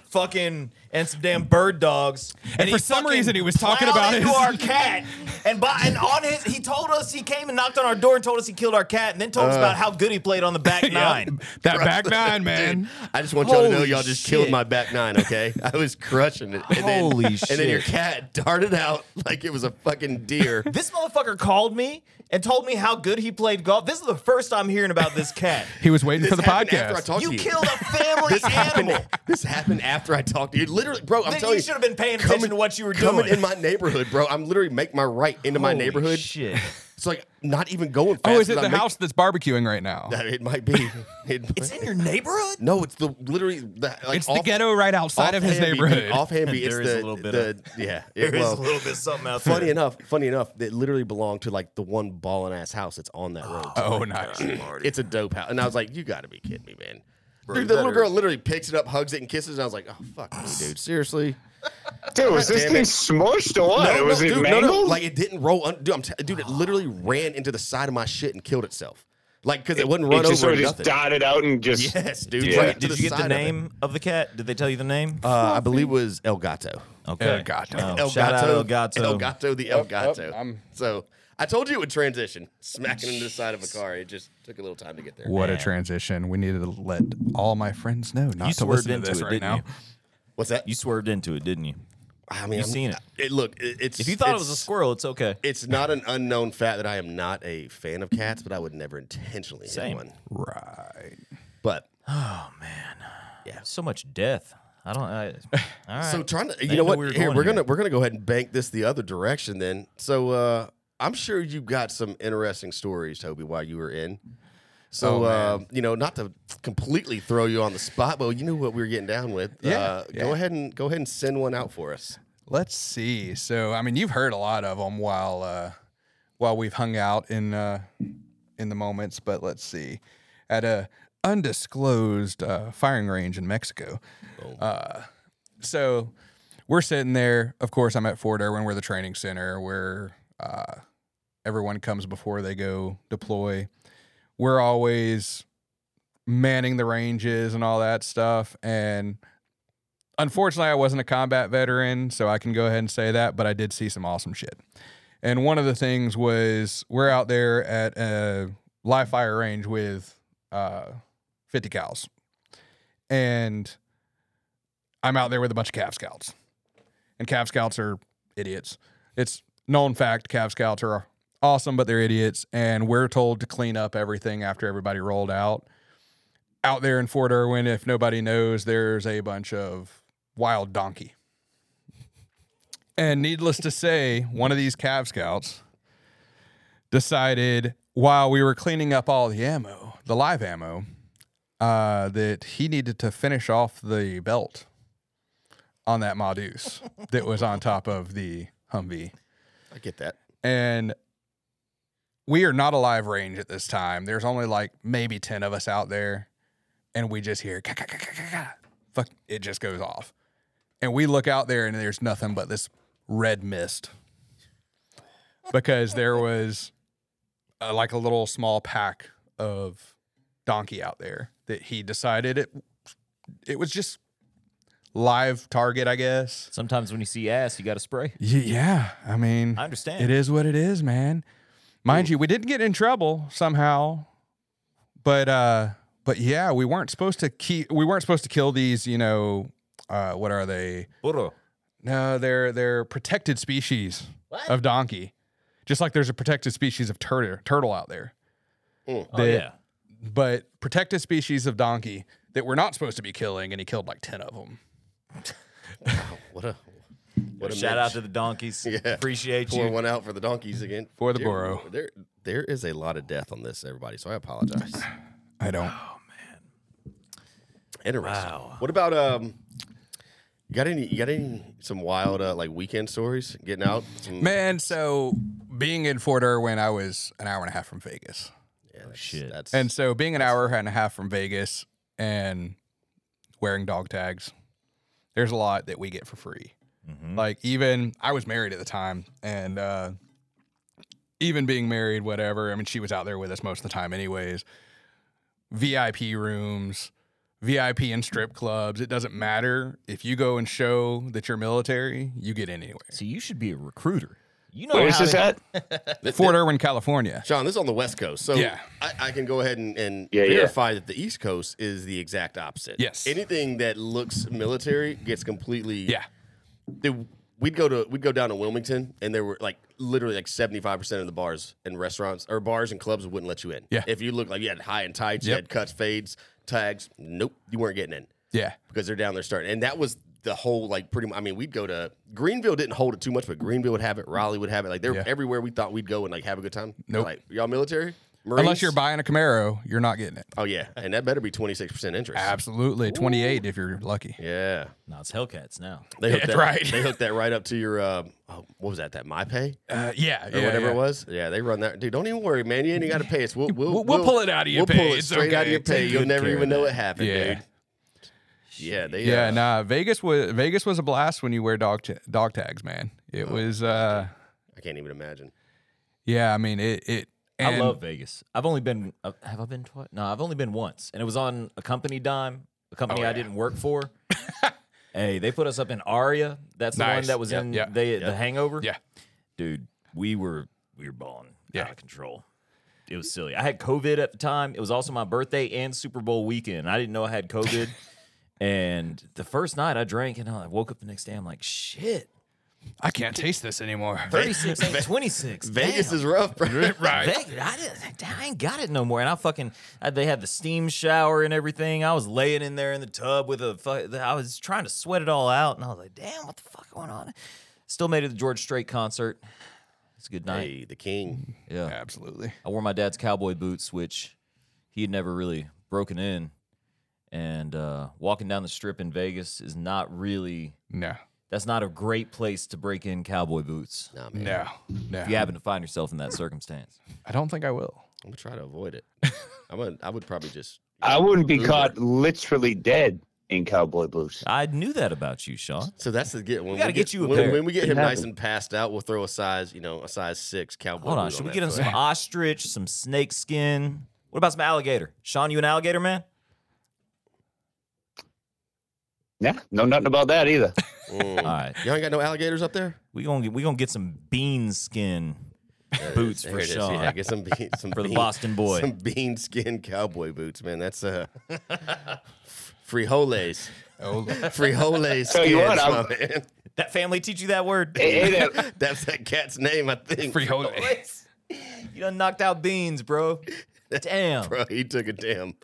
Speaker 2: Fucking and some damn bird dogs, and,
Speaker 4: for some
Speaker 2: fucking
Speaker 4: reason he was talking
Speaker 2: plowed
Speaker 4: about
Speaker 2: into
Speaker 4: his-
Speaker 2: our cat, and by and on his he told us he came and knocked on our door and told us he killed our cat, and then told us
Speaker 1: Uh.
Speaker 2: about how good he played on the back nine.
Speaker 4: That back nine, man.
Speaker 1: I just want y'all to know
Speaker 2: Holy
Speaker 1: y'all just
Speaker 2: shit.
Speaker 1: killed my back nine, okay? I was crushing it. And then,
Speaker 2: Holy
Speaker 1: And then your
Speaker 2: shit.
Speaker 1: cat darted out like it was a fucking deer.
Speaker 2: This motherfucker called me and told me how good he played golf. This is the first I'm hearing about this cat.
Speaker 4: He was waiting
Speaker 1: This
Speaker 4: for the
Speaker 1: happened after I
Speaker 4: podcast.
Speaker 1: talked
Speaker 2: You
Speaker 1: to you.
Speaker 2: killed a family
Speaker 1: this
Speaker 2: animal.
Speaker 1: happened. This happened after I talked to you. Literally, bro. I'm
Speaker 2: Then
Speaker 1: telling
Speaker 2: you
Speaker 1: you,
Speaker 2: should have been paying attention to what you were
Speaker 1: coming
Speaker 2: doing.
Speaker 1: in my neighborhood, bro. I'm literally make my right into my
Speaker 2: Holy
Speaker 1: neighborhood.
Speaker 2: Shit.
Speaker 1: It's like not even going. Fast
Speaker 4: Oh, is it
Speaker 1: 'cause
Speaker 4: the
Speaker 1: I make-
Speaker 4: house that's barbecuing right now?
Speaker 1: it might be. It-
Speaker 2: It's in your neighborhood?
Speaker 1: no, it's the literally the like
Speaker 4: It's the
Speaker 1: off-
Speaker 4: ghetto right outside of his
Speaker 1: offhand be-
Speaker 4: neighborhood.
Speaker 1: Offhand, be, it's
Speaker 2: There
Speaker 1: the,
Speaker 2: is a little bit
Speaker 1: the,
Speaker 2: of-
Speaker 1: yeah.
Speaker 2: There
Speaker 1: It,
Speaker 2: is
Speaker 1: well,
Speaker 2: a little bit something out there.
Speaker 1: funny enough, funny enough, it literally belonged to like the one balling ass house that's on that road.
Speaker 4: Oh, nice.
Speaker 1: It's a dope house, and I was like, you got to be kidding me, man.
Speaker 2: you
Speaker 1: dude, the little
Speaker 2: better-
Speaker 1: girl literally picks it up, hugs it, and kisses. And I was like, "Oh fuck me, dude! Seriously,
Speaker 3: Dude, was this
Speaker 1: Damn
Speaker 3: thing
Speaker 1: it.
Speaker 3: smushed or what?
Speaker 1: No,
Speaker 3: was
Speaker 1: no,
Speaker 3: it
Speaker 1: dude, no,
Speaker 3: mangled?
Speaker 1: no, Like it didn't roll. Un- dude, I'm t- dude, it literally ran into the side of my shit and killed itself. Like because it, wasn't run
Speaker 3: it just
Speaker 1: over.
Speaker 3: sort
Speaker 1: or
Speaker 3: of just
Speaker 1: nothing.
Speaker 3: dotted out and just.
Speaker 1: Yes, dude.
Speaker 3: Yeah.
Speaker 1: right to
Speaker 2: Did you get
Speaker 1: side
Speaker 2: the
Speaker 1: of it.
Speaker 2: name of the cat? Did they tell you the name?
Speaker 1: Uh, I believe it was El Gato.
Speaker 2: okay.
Speaker 4: El Gato.
Speaker 2: Oh,
Speaker 1: El
Speaker 2: shout
Speaker 1: Gato,
Speaker 2: out El Gato.
Speaker 1: El Gato, the El Gato.
Speaker 4: I'm-
Speaker 1: so I told you it would transition, smacking into the side of a car. It just took a little time to get there.
Speaker 4: What a transition. We needed to let all my friends know not
Speaker 2: You
Speaker 4: to
Speaker 2: swerved
Speaker 4: listen to
Speaker 2: into
Speaker 4: this
Speaker 2: it,
Speaker 4: right
Speaker 2: didn't
Speaker 4: now.
Speaker 2: you?
Speaker 1: What's that?
Speaker 2: You swerved into it, didn't you?
Speaker 1: I mean,
Speaker 2: you
Speaker 1: I'm-
Speaker 2: seen it.
Speaker 1: It look. It, it's
Speaker 2: If you thought it
Speaker 1: it's-
Speaker 2: was a squirrel, it's okay.
Speaker 1: It's not an unknown fact that I am not a fan of cats, but I would never intentionally hit
Speaker 2: Same.
Speaker 1: one.
Speaker 4: Right.
Speaker 1: But
Speaker 2: So much death. I don't. I, all right.
Speaker 1: So trying to, you
Speaker 2: didn't
Speaker 1: know
Speaker 2: know
Speaker 1: what?
Speaker 2: we were
Speaker 1: here
Speaker 2: going
Speaker 1: we're
Speaker 2: here.
Speaker 1: gonna we're gonna go ahead and bank this the other direction. Then, so uh, I'm sure you got some interesting stories, Toby, while you were in. So
Speaker 4: Oh,
Speaker 1: uh, you know, not to completely throw you on the spot, but you knew what we were getting down with.
Speaker 4: Yeah,
Speaker 1: uh, Go
Speaker 4: yeah.
Speaker 1: ahead and go ahead and send one out for us.
Speaker 4: Let's see. So, I mean, you've heard a lot of them while uh, while we've hung out in uh, in the moments, but let's see. At a undisclosed uh, firing range in Mexico. Uh, so we're sitting there. Of course, I'm at Fort Irwin. We're the training center where uh, everyone comes before they go deploy. We're always manning the ranges and all that stuff. And unfortunately, I wasn't a combat veteran, so I can go ahead and say that, but I did see some awesome shit. And one of the things was we're out there at a live fire range with uh, 50 cows. And I'm out there with a bunch of calf scouts. And calf scouts are idiots. It's known fact calf scouts are awesome, but they're idiots. And we're told to clean up everything after everybody rolled out. Out there in Fort Irwin, if nobody knows, there's a bunch of wild donkey. And needless to say, one of these calf scouts decided while we were cleaning up all the ammo, the live ammo, uh, that he needed to finish off the belt on that Modus that was on top of the Humvee
Speaker 1: I get that.
Speaker 4: and we are not a live range at this time. There's only like maybe 10 of us out there, and we just hear "Ka, ka, ka, ka, ka, ka." fuck it just goes off. And we look out there and there's nothing but this red mist. Because there was uh like a little small pack of donkey out there that he decided it it was just live target, I guess.
Speaker 2: Sometimes when you see ass, you got to spray.
Speaker 4: Y- Yeah, I mean
Speaker 2: I understand.
Speaker 4: it is what it is, man. Mind you, we didn't get in trouble somehow, but uh, but yeah, we weren't supposed to keep. We weren't supposed to kill these. You know, uh, what are they?
Speaker 2: Burro.
Speaker 4: No, they're they're protected species of donkey. Just like there's a protected species of turtle turtle out there,
Speaker 2: Oh,
Speaker 4: They-
Speaker 2: yeah.
Speaker 4: but protected species of donkey that we're not supposed to be killing, and he killed like ten of them.
Speaker 1: What a what a
Speaker 2: Shout
Speaker 1: mix.
Speaker 2: out to the donkeys.
Speaker 1: Yeah.
Speaker 2: Appreciate
Speaker 1: pour
Speaker 2: you.
Speaker 1: one out for the donkeys again
Speaker 4: For the
Speaker 1: There-
Speaker 4: borough.
Speaker 1: There, there is a lot of death on this, everybody. So I apologize.
Speaker 4: I don't.
Speaker 1: Interesting.
Speaker 2: Wow.
Speaker 1: What about um? You got any? You got any? Some wild uh, like weekend stories? Getting out? Some,
Speaker 4: Man, so being in Fort Irwin, I was an hour and a half from Vegas.
Speaker 1: Yeah, that's-
Speaker 2: shit.
Speaker 1: That's
Speaker 4: And so being an hour and a half from Vegas and wearing dog tags, there's a lot that we get for free.
Speaker 2: Mm-hmm.
Speaker 4: Like even I was married at the time and uh even being married, whatever, I mean she was out there with us most of the time anyways. VIP rooms, VIP and strip clubs, it doesn't matter. If you go and show that you're military, you get in anywhere.
Speaker 2: So you should be a recruiter. You know
Speaker 3: Where's
Speaker 2: how
Speaker 3: this
Speaker 2: to-
Speaker 3: at?
Speaker 1: th-
Speaker 4: Fort Irwin, California.
Speaker 1: Sean, this is on the West Coast, so
Speaker 4: Yeah.
Speaker 1: I, I can go ahead and, and
Speaker 3: Yeah, yeah.
Speaker 1: verify that the East Coast is the exact opposite.
Speaker 4: Yes.
Speaker 1: anything that looks military gets completely.
Speaker 4: Yeah.
Speaker 1: Dude, we'd go to we'd go down to Wilmington, and there were like literally like seventy five percent of the bars and restaurants or bars and clubs wouldn't let you in.
Speaker 4: Yeah.
Speaker 1: if you looked like you had high and tights, you
Speaker 4: Yep.
Speaker 1: had cuts, fades, tags. Nope, you weren't getting in
Speaker 4: Yeah.
Speaker 1: because they're down there starting. And that was the whole like pretty. mu- I mean, we'd go to Greenville didn't hold it too much, but Greenville would have it, Raleigh would have it. Like they're
Speaker 4: Yeah.
Speaker 1: everywhere we thought we'd go and like have a good time. They're
Speaker 4: Nope.
Speaker 1: like y'all military. Marines?
Speaker 4: Unless you're buying a Camaro, you're not getting it.
Speaker 1: Oh yeah, and that better be twenty six percent interest.
Speaker 4: Absolutely. 28 if you're lucky.
Speaker 1: yeah,
Speaker 2: No, it's Hellcats now.
Speaker 1: they hooked
Speaker 4: Yeah,
Speaker 1: that,
Speaker 4: right.
Speaker 1: They hooked that right up to your uh, oh, what was that? That my pay
Speaker 4: Uh, yeah,
Speaker 1: or whatever it was. Yeah, they run that. Dude, don't even worry, man. You ain't got to pay us. We'll we'll,
Speaker 4: We'll- we'll pull it out of your
Speaker 1: we'll
Speaker 4: pay.
Speaker 1: pull it
Speaker 4: It's
Speaker 1: straight out of
Speaker 4: okay.
Speaker 1: your pay.
Speaker 4: Take
Speaker 1: You'll
Speaker 2: good
Speaker 1: never
Speaker 2: care
Speaker 1: even
Speaker 2: of
Speaker 1: know
Speaker 2: that.
Speaker 1: it happened,
Speaker 4: Yeah.
Speaker 1: dude. Yeah, they
Speaker 4: Yeah,
Speaker 1: uh,
Speaker 4: nah. Vegas was Vegas was a blast when you wear dog ta- dog tags, man. It
Speaker 1: Oh,
Speaker 4: was, uh,
Speaker 1: I can't even imagine.
Speaker 4: yeah. I mean, it it. And,
Speaker 2: I love Vegas. I've only been uh, have I been twice? No, I've only been once, and it was on a company dime, a
Speaker 4: Oh,
Speaker 2: company I didn't work for. hey, they put us up in Aria. That's the one
Speaker 4: Nice.
Speaker 2: that was
Speaker 4: Yeah,
Speaker 2: in
Speaker 4: yeah,
Speaker 2: they the Hangover.
Speaker 4: Yeah.
Speaker 2: dude, we were we were balling
Speaker 4: Yeah.
Speaker 2: out of control. It was silly. I had COVID at the time. It was also my birthday and Super Bowl weekend. I didn't know I had COVID. and the first night I drank, and I woke up the next day. I'm like, shit,
Speaker 4: I can't taste this anymore.
Speaker 2: 36 ain't 26.
Speaker 1: Vegas
Speaker 2: damn.
Speaker 1: is rough, bro.
Speaker 4: right.
Speaker 2: They- I, didn't- I ain't got it no more. And I fucking, I, they had the steam shower and everything. I was laying in there in the tub with a, fu- I was trying to sweat it all out. And I was like, damn, what the fuck going on? Still made it to the George Strait concert. It's a good night.
Speaker 1: hey, the king.
Speaker 2: Yeah.
Speaker 4: Absolutely.
Speaker 2: I wore my dad's cowboy boots, which he had never really broken in. And uh, walking down the strip in Vegas is not really,
Speaker 4: No.
Speaker 2: that's not a great place to break in cowboy boots.
Speaker 1: Nah, man.
Speaker 4: No. No.
Speaker 2: If you happen to find yourself in that circumstance.
Speaker 4: I don't think I will.
Speaker 1: I'm gonna try to avoid it. I'm gonna, I would probably just.
Speaker 3: I wouldn't be
Speaker 1: Uber.
Speaker 3: caught literally dead in cowboy boots.
Speaker 2: I knew that about you, Sean.
Speaker 1: So that's the get. When
Speaker 2: gotta
Speaker 1: we
Speaker 2: get you a
Speaker 1: when,
Speaker 2: pair.
Speaker 1: when we get him
Speaker 3: It
Speaker 1: nice
Speaker 3: happened.
Speaker 1: and passed out, we'll throw a size, you know, a size six cowboy.
Speaker 2: Hold on.
Speaker 1: boot
Speaker 2: Should
Speaker 1: on
Speaker 2: we
Speaker 1: that
Speaker 2: get him
Speaker 1: foot.
Speaker 2: some ostrich, some snake skin? What about some alligator? Sean, you an alligator man?
Speaker 3: Yeah, know nothing about that either.
Speaker 1: Mm.
Speaker 2: All right,
Speaker 1: Y'all ain't got no alligators up there?
Speaker 2: we gonna get, we gonna get some bean skin
Speaker 1: There it
Speaker 2: Boots
Speaker 1: is.
Speaker 2: for
Speaker 1: There it is.
Speaker 2: Sean.
Speaker 1: Yeah, get some bean, some
Speaker 2: for the
Speaker 1: bean-
Speaker 2: Boston boy.
Speaker 1: Some bean skin cowboy boots, man. That's uh, frijoles,
Speaker 4: Oh,
Speaker 1: frijoles.
Speaker 3: Tell you what,
Speaker 1: skins,
Speaker 3: I'm-
Speaker 1: my man.
Speaker 2: that family teach you that word.
Speaker 3: It- it ain't-
Speaker 1: That's that cat's name, I think.
Speaker 4: frijoles.
Speaker 2: You done knocked out beans, bro. Damn.
Speaker 1: Bro, he took a damn.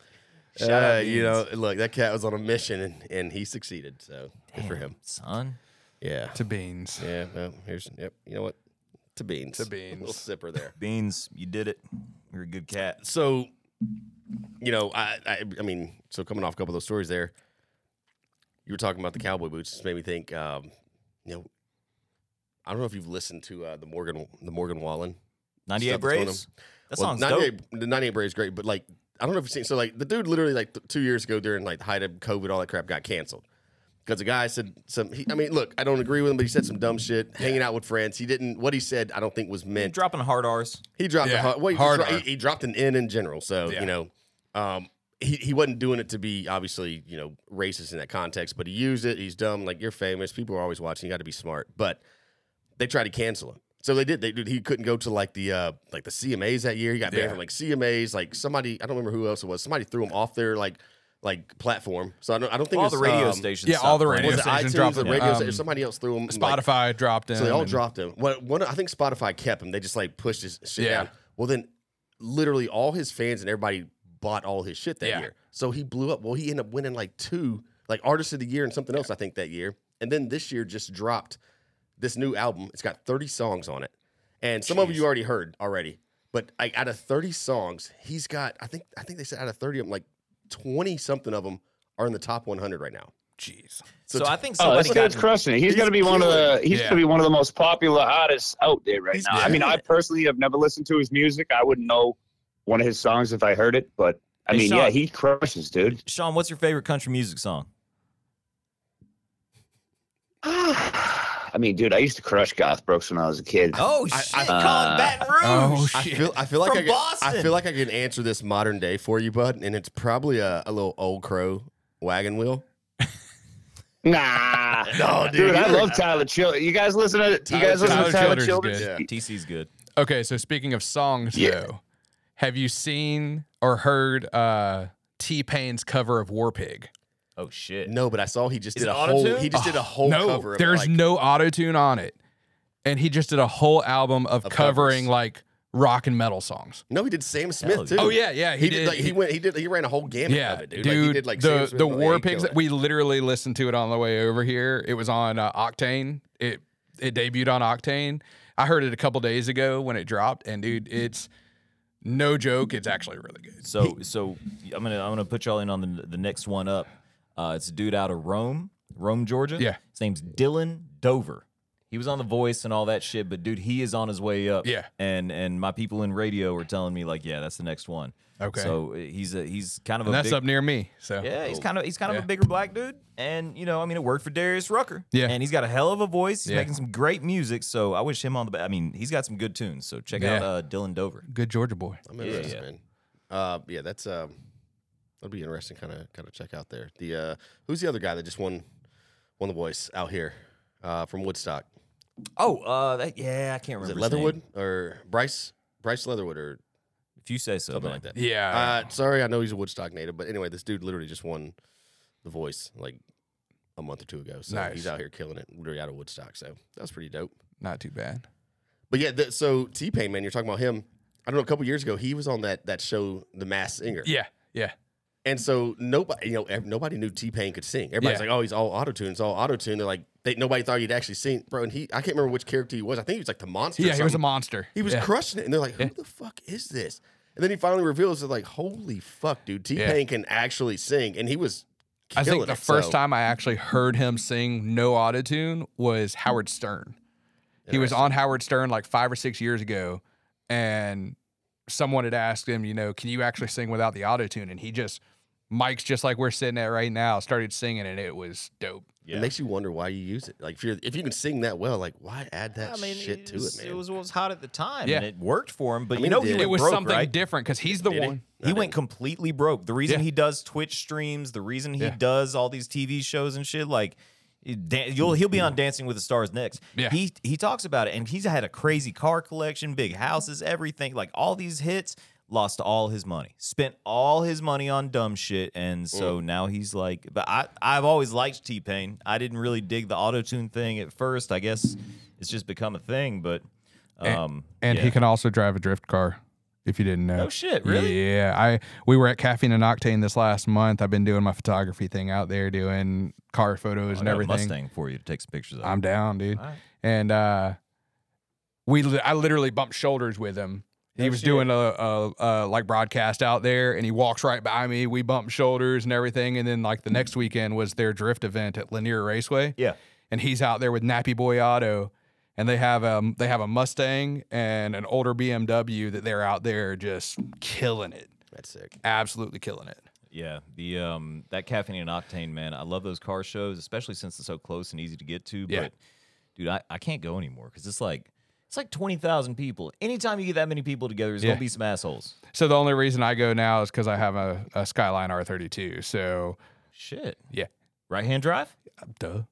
Speaker 2: Shout out
Speaker 1: Uh, you know,
Speaker 2: Beans.
Speaker 1: look, that cat was on a mission and, and he succeeded. So good for
Speaker 2: Damn,
Speaker 1: him.
Speaker 2: son.
Speaker 1: Yeah.
Speaker 4: to beans.
Speaker 1: Yeah. Well, here's yep. You know what? To beans.
Speaker 4: To
Speaker 1: A little
Speaker 4: beans.
Speaker 1: sipper there.
Speaker 2: Beans, you did it. You're a good cat.
Speaker 1: So, you know, I, I I mean, so coming off a couple of those stories there, you were talking about the cowboy boots. Just made me think. Um, you know, I don't know if you've listened to uh, the Morgan the Morgan Wallen
Speaker 2: 98
Speaker 1: Stuff that's going
Speaker 2: Braves. That
Speaker 1: Well,
Speaker 2: song's dope.
Speaker 1: 98, The 98 Braves great, but like I don't know if you've seen. So like the dude literally like th- two years ago during like the height of COVID, all that crap got canceled because a guy said some. He, I mean, look, I don't agree with him, but he said some dumb shit. Hanging out with friends, he didn't. What he said, I don't think was meant.
Speaker 2: Dropping hard R's.
Speaker 1: He dropped
Speaker 4: Yeah,
Speaker 1: a hard, well, he,
Speaker 4: hard
Speaker 1: dro-
Speaker 4: R.
Speaker 1: he, he dropped an N in general. So,
Speaker 4: Yeah.
Speaker 1: you know, um, he, he wasn't doing it to be obviously, you know, racist in that context, but he used it. He's dumb. Like, you're famous. People are always watching. You got to be smart. But they tried to cancel him. So they did. They did. He couldn't go to like the uh, like the CMAs that year. He got banned
Speaker 4: Yeah.
Speaker 1: from like CMAs. Like somebody, I don't remember who else it was. Somebody threw him off their like like platform. So I don't. I don't think
Speaker 2: All
Speaker 1: it was,
Speaker 2: the radio
Speaker 1: um,
Speaker 2: stations.
Speaker 4: Yeah,
Speaker 2: stopped
Speaker 4: all the
Speaker 2: playing
Speaker 4: radio
Speaker 1: Was it
Speaker 2: it.
Speaker 4: stations
Speaker 1: iTunes
Speaker 4: dropped
Speaker 1: or
Speaker 4: him.
Speaker 1: radio?
Speaker 4: Um,
Speaker 1: station? somebody else threw him. like-
Speaker 4: Spotify dropped him.
Speaker 1: so they all
Speaker 4: and-
Speaker 1: dropped him. What, one, I think Spotify kept him. They just like pushed his shit
Speaker 4: Yeah.
Speaker 1: down. Well, then literally all his fans and everybody bought all his shit that
Speaker 4: Yeah.
Speaker 1: year. So he blew up. Well, he ended up winning like two, like Artist of the Year and something else, I think, that year. And then this year just dropped this new album. It's got 30 songs on it. And some of
Speaker 2: Jeez.
Speaker 1: you already heard already. But like out of 30 songs, he's got, I think, I think they said out of 30 of them, like 20 something of them are in the top 100 right now.
Speaker 4: Jeez.
Speaker 2: So I think
Speaker 3: Oh,
Speaker 2: somebody
Speaker 3: this
Speaker 2: got
Speaker 3: dude's crushing it. He's, gonna be one of the he's
Speaker 4: Yeah.
Speaker 3: gonna be one of the most popular artists out there right
Speaker 1: He's
Speaker 3: now. I mean,
Speaker 1: killing
Speaker 3: I
Speaker 1: it.
Speaker 3: personally have never listened to his music. I wouldn't know one of his songs if I heard it, but I
Speaker 2: Hey,
Speaker 3: mean,
Speaker 2: Sean.
Speaker 3: yeah, he crushes, dude.
Speaker 2: Sean, what's your favorite country music song?
Speaker 3: I mean, dude, I used to crush goth brooks when I was a kid.
Speaker 2: Oh
Speaker 1: I-
Speaker 2: shit,
Speaker 3: I-
Speaker 2: calling
Speaker 3: Uh,
Speaker 2: Baton
Speaker 4: Oh
Speaker 2: Rouge.
Speaker 1: I
Speaker 4: shit.
Speaker 1: feel I feel like
Speaker 2: From
Speaker 1: I, can, I
Speaker 2: Boston.
Speaker 1: feel like I can answer this modern day for you, bud, and it's probably a, a little old crow wagon wheel.
Speaker 3: Nah,
Speaker 1: No,
Speaker 3: dude, I
Speaker 1: you're-
Speaker 3: love Tyler Childers. You guys listen to you
Speaker 1: Tyler
Speaker 3: guys listen
Speaker 4: Childers.
Speaker 3: to
Speaker 4: Tyler
Speaker 3: Tyler
Speaker 4: Childers is
Speaker 3: Childers.
Speaker 4: good.
Speaker 1: Yeah.
Speaker 2: TC's good.
Speaker 4: Okay, so speaking of songs,
Speaker 3: Yeah.
Speaker 4: though, have you seen or heard uh, T Pain's cover of War Pig?
Speaker 2: Oh shit.
Speaker 1: No, but I saw he just
Speaker 2: Is
Speaker 1: did a
Speaker 2: it
Speaker 1: whole
Speaker 2: auto-tune?
Speaker 1: he just did a whole
Speaker 4: Oh, no,
Speaker 1: cover. Of
Speaker 4: there's
Speaker 1: like,
Speaker 4: no auto tune on it, and he just did a whole album of,
Speaker 1: Of covers.
Speaker 4: covering like rock and metal songs.
Speaker 1: no, he did Sam Smith too.
Speaker 2: yeah.
Speaker 4: Oh yeah, yeah,
Speaker 1: he, did. like, he, went. He did. He ran a whole gamut
Speaker 4: yeah,
Speaker 1: of it, dude.
Speaker 4: dude.
Speaker 1: like, he did like Sam
Speaker 4: the
Speaker 1: Smith
Speaker 4: the
Speaker 1: on
Speaker 4: War
Speaker 1: Ain't
Speaker 4: Pigs.
Speaker 1: Killin' It.
Speaker 4: We literally listened to it on the way over here. It was on uh, Octane. It it debuted on Octane. I heard it a couple days ago when it dropped, and dude, it's no joke. It's actually really good.
Speaker 2: So so I'm gonna I'm gonna put y'all in on the the next one up. Uh, it's a dude out of Rome, Rome, Georgia.
Speaker 4: Yeah.
Speaker 2: His name's Dylan Dover. He was on The Voice and all that shit, but dude, he is on his way up.
Speaker 4: Yeah.
Speaker 2: And and my people in radio were telling me like, yeah, that's the next one.
Speaker 4: Okay.
Speaker 2: So uh, he's a he's kind of
Speaker 4: And
Speaker 2: a
Speaker 4: that's
Speaker 2: big,
Speaker 4: up near me. So
Speaker 2: Yeah, he's kind of he's kind
Speaker 4: Yeah.
Speaker 2: of a bigger black dude, and you know, I mean, it worked for Darius Rucker.
Speaker 4: Yeah.
Speaker 2: and he's got a hell of a voice. He's
Speaker 4: Yeah.
Speaker 2: making some great music. So I wish him on the. ba- I mean, he's got some good tunes. So check out
Speaker 4: Yeah.
Speaker 2: uh, Dylan Dover.
Speaker 4: good Georgia boy.
Speaker 1: I'm interested,
Speaker 2: yeah.
Speaker 1: man. Uh, yeah, that's um, that'll be interesting. Kind of kind of check out there. The uh, who's the other guy that just won won the voice out here uh, from Woodstock?
Speaker 2: Oh, uh, that, yeah, I can't
Speaker 1: Is it
Speaker 2: remember. his name.
Speaker 1: Leatherwood or Bryce? Bryce Leatherwood or
Speaker 2: If you say so,
Speaker 1: something
Speaker 2: man.
Speaker 1: like that.
Speaker 4: Yeah.
Speaker 1: Uh, sorry, I know he's a Woodstock native, but anyway, this dude literally just won The Voice like a month or two ago. So
Speaker 4: Nice.
Speaker 1: he's out here killing it, literally out of Woodstock. So that was pretty dope.
Speaker 4: not too bad.
Speaker 1: But yeah, th- so T Pain, man, you're talking about him. I don't know. A couple years ago, he was on that that show, The Masked Singer.
Speaker 4: Yeah. Yeah.
Speaker 1: And so nobody, you know, ev- nobody knew T Pain could sing. Everybody's
Speaker 4: Yeah.
Speaker 1: like, "Oh, he's all auto tune. It's all auto tune." They're like, they, nobody thought he'd actually sing, bro. And he, I can't remember which character he was. I think he was like the monster. or
Speaker 4: Yeah. He was a
Speaker 1: something.
Speaker 4: monster.
Speaker 1: He was
Speaker 4: Yeah.
Speaker 1: crushing it, and they're like, "Who the fuck is this?" And then he finally reveals it, like, "Holy fuck, dude! T
Speaker 4: Yeah.
Speaker 1: Pain can actually sing," and he was.
Speaker 4: I think
Speaker 1: killing
Speaker 4: the
Speaker 1: it,
Speaker 4: first
Speaker 1: so-
Speaker 4: time I actually heard him sing no autotune was Howard Stern. He was on Howard Stern like five or six years ago, and someone had asked him, you know, can you actually sing without the autotune? And he just mics just like we're sitting at right now started singing and it was dope.
Speaker 1: It makes you wonder why you use it. Like if you're if you can sing that well, like why add that
Speaker 2: I mean,
Speaker 1: shit to
Speaker 2: was-
Speaker 1: it, man?
Speaker 2: was what was hot at the time,
Speaker 4: Yeah.
Speaker 2: and it worked for him. But
Speaker 1: I
Speaker 2: you
Speaker 1: mean,
Speaker 2: know,
Speaker 1: it
Speaker 2: Oh, he
Speaker 1: did.
Speaker 2: went
Speaker 4: It was
Speaker 2: broke,
Speaker 4: something
Speaker 2: right?
Speaker 4: different because he's the
Speaker 1: Did he?
Speaker 4: one.
Speaker 1: I
Speaker 2: He went completely broke. The reason
Speaker 4: Yeah.
Speaker 2: he does Twitch streams, the reason he
Speaker 4: Yeah.
Speaker 2: does all these TV shows and shit, like it- dan- you'll he'll be on Dancing with the Stars next.
Speaker 4: Yeah.
Speaker 2: He he talks about it, and he's had a crazy car collection, big houses, everything. Like all these hits, lost all his money, spent all his money on dumb shit, and
Speaker 4: Mm.
Speaker 2: so now he's like. But I I've always liked T Pain. I didn't really dig the auto tune thing at first. I guess it's just become a thing, but. Um,
Speaker 4: And he
Speaker 2: yeah.
Speaker 4: can also drive a drift car if you didn't know.
Speaker 2: Oh shit! Really?
Speaker 4: Yeah, I we were at Caffeine and Octane this last month. I've been doing my photography thing out there, doing car photos
Speaker 2: Oh, I
Speaker 4: and
Speaker 2: got a
Speaker 4: everything.
Speaker 2: Mustang for you to take some pictures of.
Speaker 4: I'm down, dude.
Speaker 2: All right.
Speaker 4: And uh, we, li- I literally bumped shoulders with him. He
Speaker 2: No
Speaker 4: was
Speaker 2: shit.
Speaker 4: doing a, a, a like broadcast out there, and he walks right by me. We bumped shoulders and everything. And then like the next weekend was their drift event at Lanier Raceway.
Speaker 2: Yeah.
Speaker 4: and he's out there with Nappy Boy Auto, and they have a they have a Mustang and an older BMW that they're out there just killing it,
Speaker 1: That's sick.
Speaker 4: absolutely killing it.
Speaker 2: Yeah, the um that caffeine and octane, man. I love those car shows, especially since it's so close and easy to get to.
Speaker 4: Yeah.
Speaker 2: But dude, I, I can't go anymore because it's like it's like twenty thousand people. Anytime you get that many people together, there's
Speaker 4: Yeah.
Speaker 2: gonna be some assholes.
Speaker 4: So the only reason I go now is because I have a, a Skyline R32. So
Speaker 2: Shit.
Speaker 4: Yeah.
Speaker 2: Right hand drive.
Speaker 4: duh.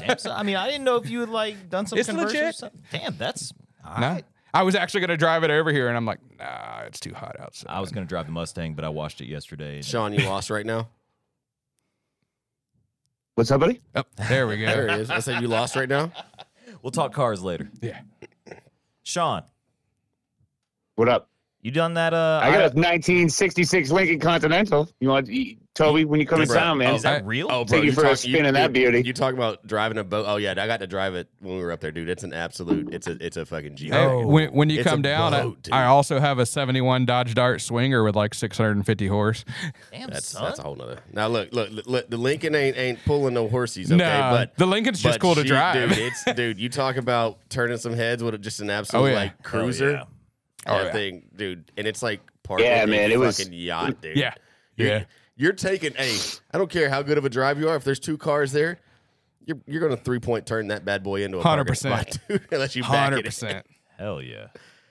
Speaker 2: Damn, son. I mean, I didn't know if you had like done some
Speaker 4: It's
Speaker 2: conversion or
Speaker 4: legit.
Speaker 2: something. Damn, that's.
Speaker 4: No. I was actually gonna drive it over here, and I'm like, nah, it's too hot outside.
Speaker 2: I was gonna drive the Mustang, but I watched it yesterday. and-
Speaker 1: Sean, you lost right now.
Speaker 3: What's up, buddy?
Speaker 4: Oh, there we
Speaker 1: There
Speaker 4: go.
Speaker 1: it is. I said you lost right now.
Speaker 2: We'll talk cars later.
Speaker 4: yeah.
Speaker 2: Sean,
Speaker 3: What up?
Speaker 2: you done that? Uh,
Speaker 3: I got a
Speaker 2: Ida-
Speaker 3: 1966 Lincoln Continental. You want Toby when you come in
Speaker 1: Bro,
Speaker 3: town, man?
Speaker 2: Is that real?
Speaker 1: Oh,
Speaker 3: Take you for a
Speaker 1: talk-
Speaker 3: spin in that beauty.
Speaker 1: You talk about driving a boat. Oh yeah, I got to drive it when we were up there, dude. It's an absolute. It's a. It's a fucking Jeep.
Speaker 4: Hey,
Speaker 2: Oh.
Speaker 4: when, when you
Speaker 1: It's a
Speaker 4: come down, I-
Speaker 1: boat, dude.
Speaker 4: I, also have a 71 Dodge Dart Swinger with like 650 horse.
Speaker 2: Damn,
Speaker 1: That's
Speaker 2: son.
Speaker 1: that's a whole nother. Now look, look, look, look, the Lincoln ain't ain't pulling no horsies. Okay,
Speaker 4: Nah,
Speaker 1: but
Speaker 4: the Lincoln's just
Speaker 1: but
Speaker 4: cool to
Speaker 1: she-
Speaker 4: drive.
Speaker 1: dude. It's dude. You talk about turning some heads with just an absolute
Speaker 4: Oh, yeah. Oh,
Speaker 1: like
Speaker 2: Hell
Speaker 1: cruiser.
Speaker 2: yeah.
Speaker 1: That
Speaker 4: yeah.
Speaker 1: thing, dude. And it's like part
Speaker 3: Yeah,
Speaker 1: of a
Speaker 3: man, it was-
Speaker 1: fucking yacht, dude.
Speaker 4: Yeah.
Speaker 1: You're,
Speaker 4: Yeah.
Speaker 1: You're taking. Hey, I don't care how good of a drive you are. If there's two cars there. You're, you're going to three point turn that bad boy into a parking
Speaker 4: 100%.
Speaker 1: spot, dude, unless you back it.
Speaker 4: 100%.
Speaker 2: Hell yeah.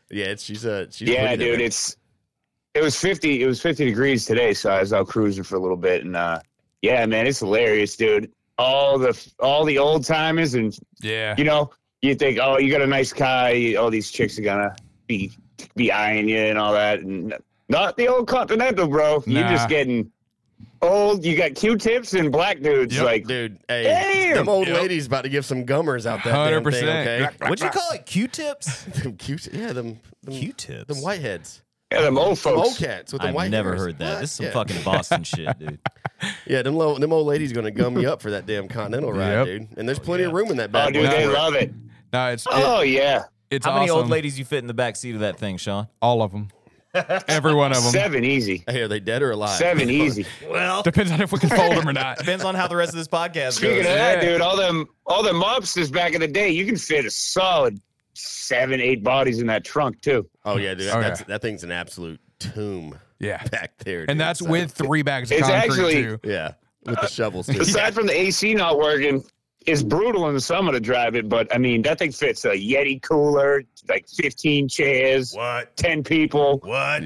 Speaker 1: Yeah, it's, she's a she's
Speaker 3: yeah,
Speaker 1: pretty there,
Speaker 3: dude,
Speaker 1: man.
Speaker 3: it's it was 50. It was 50 degrees today, so I was out cruising for a little bit, and uh, yeah, man, it's hilarious, dude. All the all the old timers, and
Speaker 4: Yeah.
Speaker 3: you know, you think, oh, you got a nice car. You, all these chicks are gonna be be eyeing you and all that, and not the old Continental, bro. You're
Speaker 4: Nah.
Speaker 3: just getting old. You got Q-tips and black dudes,
Speaker 4: Yep.
Speaker 3: like
Speaker 1: dude. Hey,
Speaker 3: Damn!
Speaker 1: them old
Speaker 4: Yep.
Speaker 1: ladies about to give some gummers out that damn thing.
Speaker 4: 100%.
Speaker 1: Okay,
Speaker 2: What'd you call it? Q-tips.
Speaker 1: them cute, yeah, them, them
Speaker 2: Q-tips.
Speaker 1: them whiteheads,
Speaker 3: yeah, them old
Speaker 1: them
Speaker 3: folks. Oh,
Speaker 1: old cats with the
Speaker 2: I've
Speaker 1: white.
Speaker 2: never
Speaker 1: hairs.
Speaker 2: heard that.
Speaker 1: What?
Speaker 2: This is some
Speaker 1: yeah.
Speaker 2: fucking Boston shit, dude.
Speaker 1: Yeah, them, low, them old ladies gonna gum you up for that damn continental ride,
Speaker 4: Yep.
Speaker 1: dude. And there's plenty of room in that
Speaker 3: Oh,
Speaker 1: bad
Speaker 3: dude,
Speaker 1: boy.
Speaker 3: they
Speaker 1: for it.
Speaker 3: love it.
Speaker 4: No, it's,
Speaker 3: Oh
Speaker 4: it,
Speaker 3: yeah,
Speaker 4: it's
Speaker 2: How many old
Speaker 4: awesome.
Speaker 2: ladies you fit in the back seat of that thing, Sean?
Speaker 4: All of them. Every one of them.
Speaker 3: seven easy,
Speaker 1: Hey, are they dead or alive?
Speaker 3: seven easy.
Speaker 2: Well,
Speaker 4: Depends on if we can fold them or not.
Speaker 2: depends on how the rest of this podcast
Speaker 3: Speaking of
Speaker 2: goes.
Speaker 3: that,
Speaker 4: Yeah.
Speaker 3: dude, all them all them mobsters back in the day, you can fit a solid seven, eight bodies in that trunk too.
Speaker 1: Oh yeah, dude.
Speaker 4: Oh,
Speaker 1: that's,
Speaker 4: yeah.
Speaker 1: That thing's an absolute tomb
Speaker 4: Yeah.
Speaker 1: back there. dude.
Speaker 4: And that's
Speaker 1: So-
Speaker 4: with three bags of
Speaker 3: It's
Speaker 4: concrete
Speaker 3: actually-
Speaker 4: too.
Speaker 1: yeah, with the shovels. Too.
Speaker 3: Aside from the AC not working, it's brutal in the summer to drive it, but I mean that thing fits a Yeti cooler, like fifteen chairs,
Speaker 2: What?
Speaker 3: ten people.
Speaker 2: What?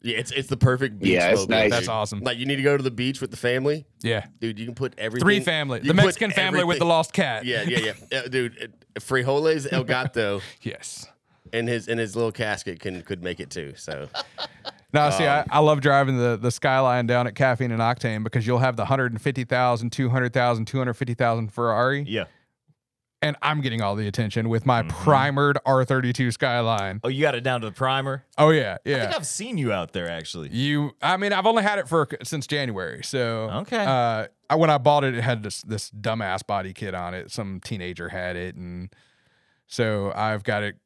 Speaker 1: Yeah, it's it's the perfect beach.
Speaker 3: Yeah, it's
Speaker 1: mobile,
Speaker 3: nice.
Speaker 1: dude.
Speaker 4: That's awesome.
Speaker 1: Like you need to go to the beach with the family,
Speaker 4: Yeah.
Speaker 1: dude. You can put everything.
Speaker 4: Three family.
Speaker 1: you
Speaker 4: The
Speaker 1: can put
Speaker 4: Mexican family with the
Speaker 1: everything-
Speaker 4: lost cat.
Speaker 1: Yeah, yeah, yeah, Uh, dude. uh, Frijoles El Gato
Speaker 4: Yes.
Speaker 1: and his and his little casket can could make it too. So
Speaker 4: No, see,
Speaker 2: Um,
Speaker 4: I, I love driving the, the skyline down at Caffeine and Octane because you'll have the 150,000, 200,000, 250,000 Ferrari.
Speaker 2: Yeah.
Speaker 4: And I'm getting all the attention with
Speaker 2: Mm-hmm.
Speaker 4: my primered R32 Skyline.
Speaker 2: Oh, you got it down to the primer.
Speaker 4: Oh, yeah.
Speaker 2: I think
Speaker 4: Yeah.
Speaker 2: I've seen you out there actually.
Speaker 4: You, I mean, I've only had it for since January. So,
Speaker 2: Okay.
Speaker 4: Uh, I, when I bought it, it had this, this dumbass body kit on it. Some teenager had it. And so I've got it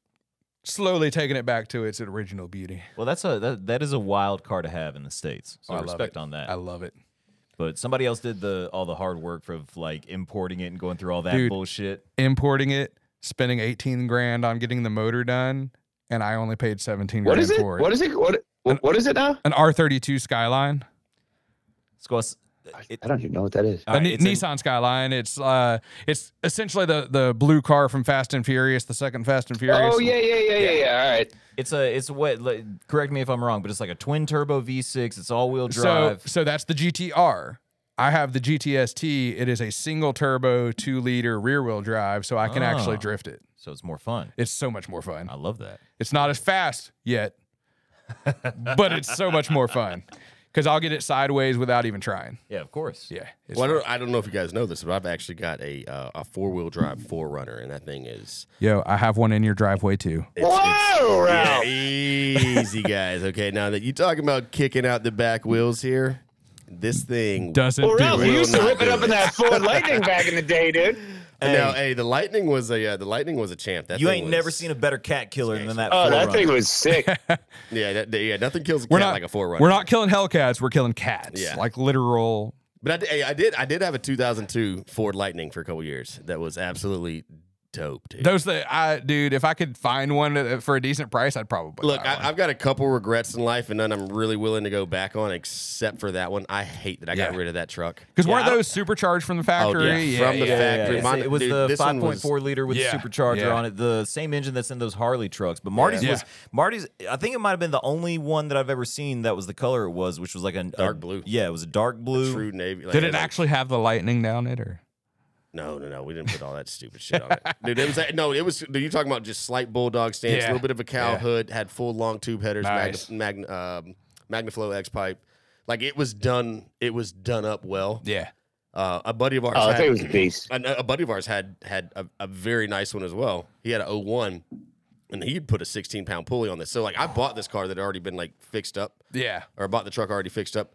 Speaker 4: slowly taking it back to its original beauty.
Speaker 2: Well, that's a that, that is a wild car to have in the states. So
Speaker 4: Oh, I love
Speaker 2: respect
Speaker 4: it.
Speaker 2: on that.
Speaker 4: I love it.
Speaker 2: but somebody else did the all the hard work of like importing it and going through all that
Speaker 4: Dude.
Speaker 2: bullshit.
Speaker 4: importing it, spending 18 grand on getting the motor done, and I only paid 17
Speaker 3: What
Speaker 4: grand
Speaker 3: is it?
Speaker 4: for it.
Speaker 3: What is it? What what is it now?
Speaker 4: An R32 Skyline.
Speaker 2: Squas.
Speaker 3: I,
Speaker 2: It,
Speaker 3: I don't even know what that is.
Speaker 2: all
Speaker 4: The
Speaker 2: right,
Speaker 4: Ni-
Speaker 2: it's in-
Speaker 4: Nissan Skyline. It's uh, it's essentially the the blue car from Fast and Furious, the second Fast and Furious.
Speaker 3: Oh yeah, yeah, yeah, yeah, yeah. All right.
Speaker 2: It's a it's what like, correct me if I'm wrong, but it's like a twin turbo V6. It's all wheel
Speaker 4: So
Speaker 2: drive.
Speaker 4: so that's the GTR. I have the GTST. It is a single turbo, two liter rear wheel drive, so I can actually
Speaker 2: Ah.
Speaker 4: drift it.
Speaker 2: So it's more fun.
Speaker 4: It's so much more fun.
Speaker 2: I love that.
Speaker 4: It's not as fast yet, but it's so much more fun because I'll get it sideways without even trying.
Speaker 2: Yeah, of course.
Speaker 4: Yeah. it's
Speaker 1: Well, I
Speaker 4: fun.
Speaker 1: don't, I don't know if you guys know this, but I've actually got a uh, a four wheel drive Forerunner, and that thing is
Speaker 4: Yo, I have one in your driveway too.
Speaker 1: it's, it's-
Speaker 3: Whoa,
Speaker 1: yeah,
Speaker 3: Ralph.
Speaker 1: easy guys. Okay, now that you talking about kicking out the back wheels here, this thing
Speaker 4: Doesn't
Speaker 3: Well,
Speaker 4: do
Speaker 3: Ralph,
Speaker 4: it.
Speaker 3: we
Speaker 1: Will
Speaker 3: used to
Speaker 1: not
Speaker 3: whip it
Speaker 1: do
Speaker 3: up in
Speaker 1: it.
Speaker 3: that Ford Lightning back in the day, dude.
Speaker 1: And now, hey, the lightning was a uh, the lightning was a champ. That
Speaker 2: You
Speaker 1: thing
Speaker 2: ain't
Speaker 1: was-
Speaker 2: never seen a better cat killer than that.
Speaker 3: Oh, that
Speaker 2: Forerunner.
Speaker 3: thing was sick.
Speaker 1: Yeah, that, yeah. Nothing kills a
Speaker 4: We're
Speaker 1: cat
Speaker 4: not
Speaker 1: like a forerunner.
Speaker 4: We're not killing Hellcats. We're killing cats.
Speaker 1: Yeah.
Speaker 4: Like literal.
Speaker 1: But I did, hey, I did I did have a 2002 Ford Lightning for a couple years. That was absolutely dope, dude.
Speaker 4: Those that I, dude, if I could find one at- for a decent price, I'd probably
Speaker 1: Look,
Speaker 4: buy one.
Speaker 1: I, I've got a couple regrets in life, and none I'm really willing to go back on, except for that one. I hate that I got
Speaker 4: Yeah.
Speaker 1: rid of that truck.
Speaker 4: Because
Speaker 2: Yeah,
Speaker 4: weren't
Speaker 2: I don't-
Speaker 4: those supercharged from the factory?
Speaker 1: Oh, From the
Speaker 2: Yeah,
Speaker 1: factory.
Speaker 2: it's-
Speaker 1: Mine-
Speaker 2: it was
Speaker 1: dude,
Speaker 2: the
Speaker 1: this one was-
Speaker 2: 5.4 liter with
Speaker 4: Yeah,
Speaker 2: the supercharger
Speaker 4: yeah.
Speaker 2: on it, the same engine that's in those Harley trucks. But Marty's
Speaker 4: Yeah.
Speaker 2: was Marty's. I think it might have been the only one that I've ever seen that was the color it was, which was like a
Speaker 1: Dark
Speaker 2: a-
Speaker 1: blue.
Speaker 2: Yeah, it was a dark blue.
Speaker 1: True Navy. like,
Speaker 4: Did
Speaker 1: was
Speaker 4: it
Speaker 1: like-
Speaker 4: actually have the lightning down it or?
Speaker 1: No, no, no. We didn't put all that stupid shit on it, dude. It was no. It was. Dude, you talking about just slight bulldog stance,
Speaker 4: Yeah.
Speaker 1: a little bit of a cow
Speaker 4: Yeah.
Speaker 1: hood, had full long tube headers,
Speaker 4: Nice.
Speaker 1: magna, magna, um, Magnaflow X pipe. Like it was done. It was done up well.
Speaker 4: Yeah.
Speaker 1: Uh, a buddy of ours.
Speaker 3: Oh, that
Speaker 1: had-
Speaker 3: thing was a beast.
Speaker 1: a, a buddy of ours had had a, a very nice one as well. He had a 01 and he'd put a 16 pound pulley on this. So like I bought this car that had already been like fixed up
Speaker 4: Yeah.
Speaker 1: or bought the truck already fixed up.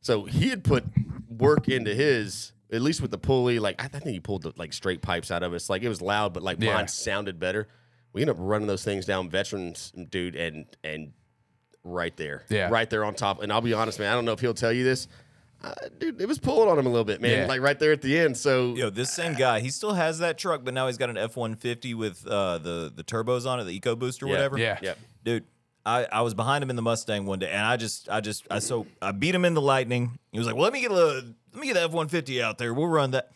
Speaker 1: So he had put work into his at least with the pulley. Like I think he pulled the like straight pipes out of it. It's like it was loud, but like
Speaker 4: Yeah.
Speaker 1: mine sounded better. We ended up running those things down, veterans, dude, and and right there,
Speaker 4: Yeah.
Speaker 1: right there on top. And I'll be honest, man, I don't know if he'll tell you this, uh, dude. It was pulling on him a little bit, man,
Speaker 4: Yeah.
Speaker 1: like right there at the end. So
Speaker 2: Yo, this same guy, he still has that truck, but now he's got an F one fifty with uh, the the turbos on it, the EcoBoost or
Speaker 1: Yeah,
Speaker 2: whatever.
Speaker 4: Yeah.
Speaker 1: Yep.
Speaker 2: dude. I, I was behind him in the Mustang one day, and I just I just I so I beat him in the Lightning. He was like, "Well, let me get a let me get the F one fifty out there. We'll run that."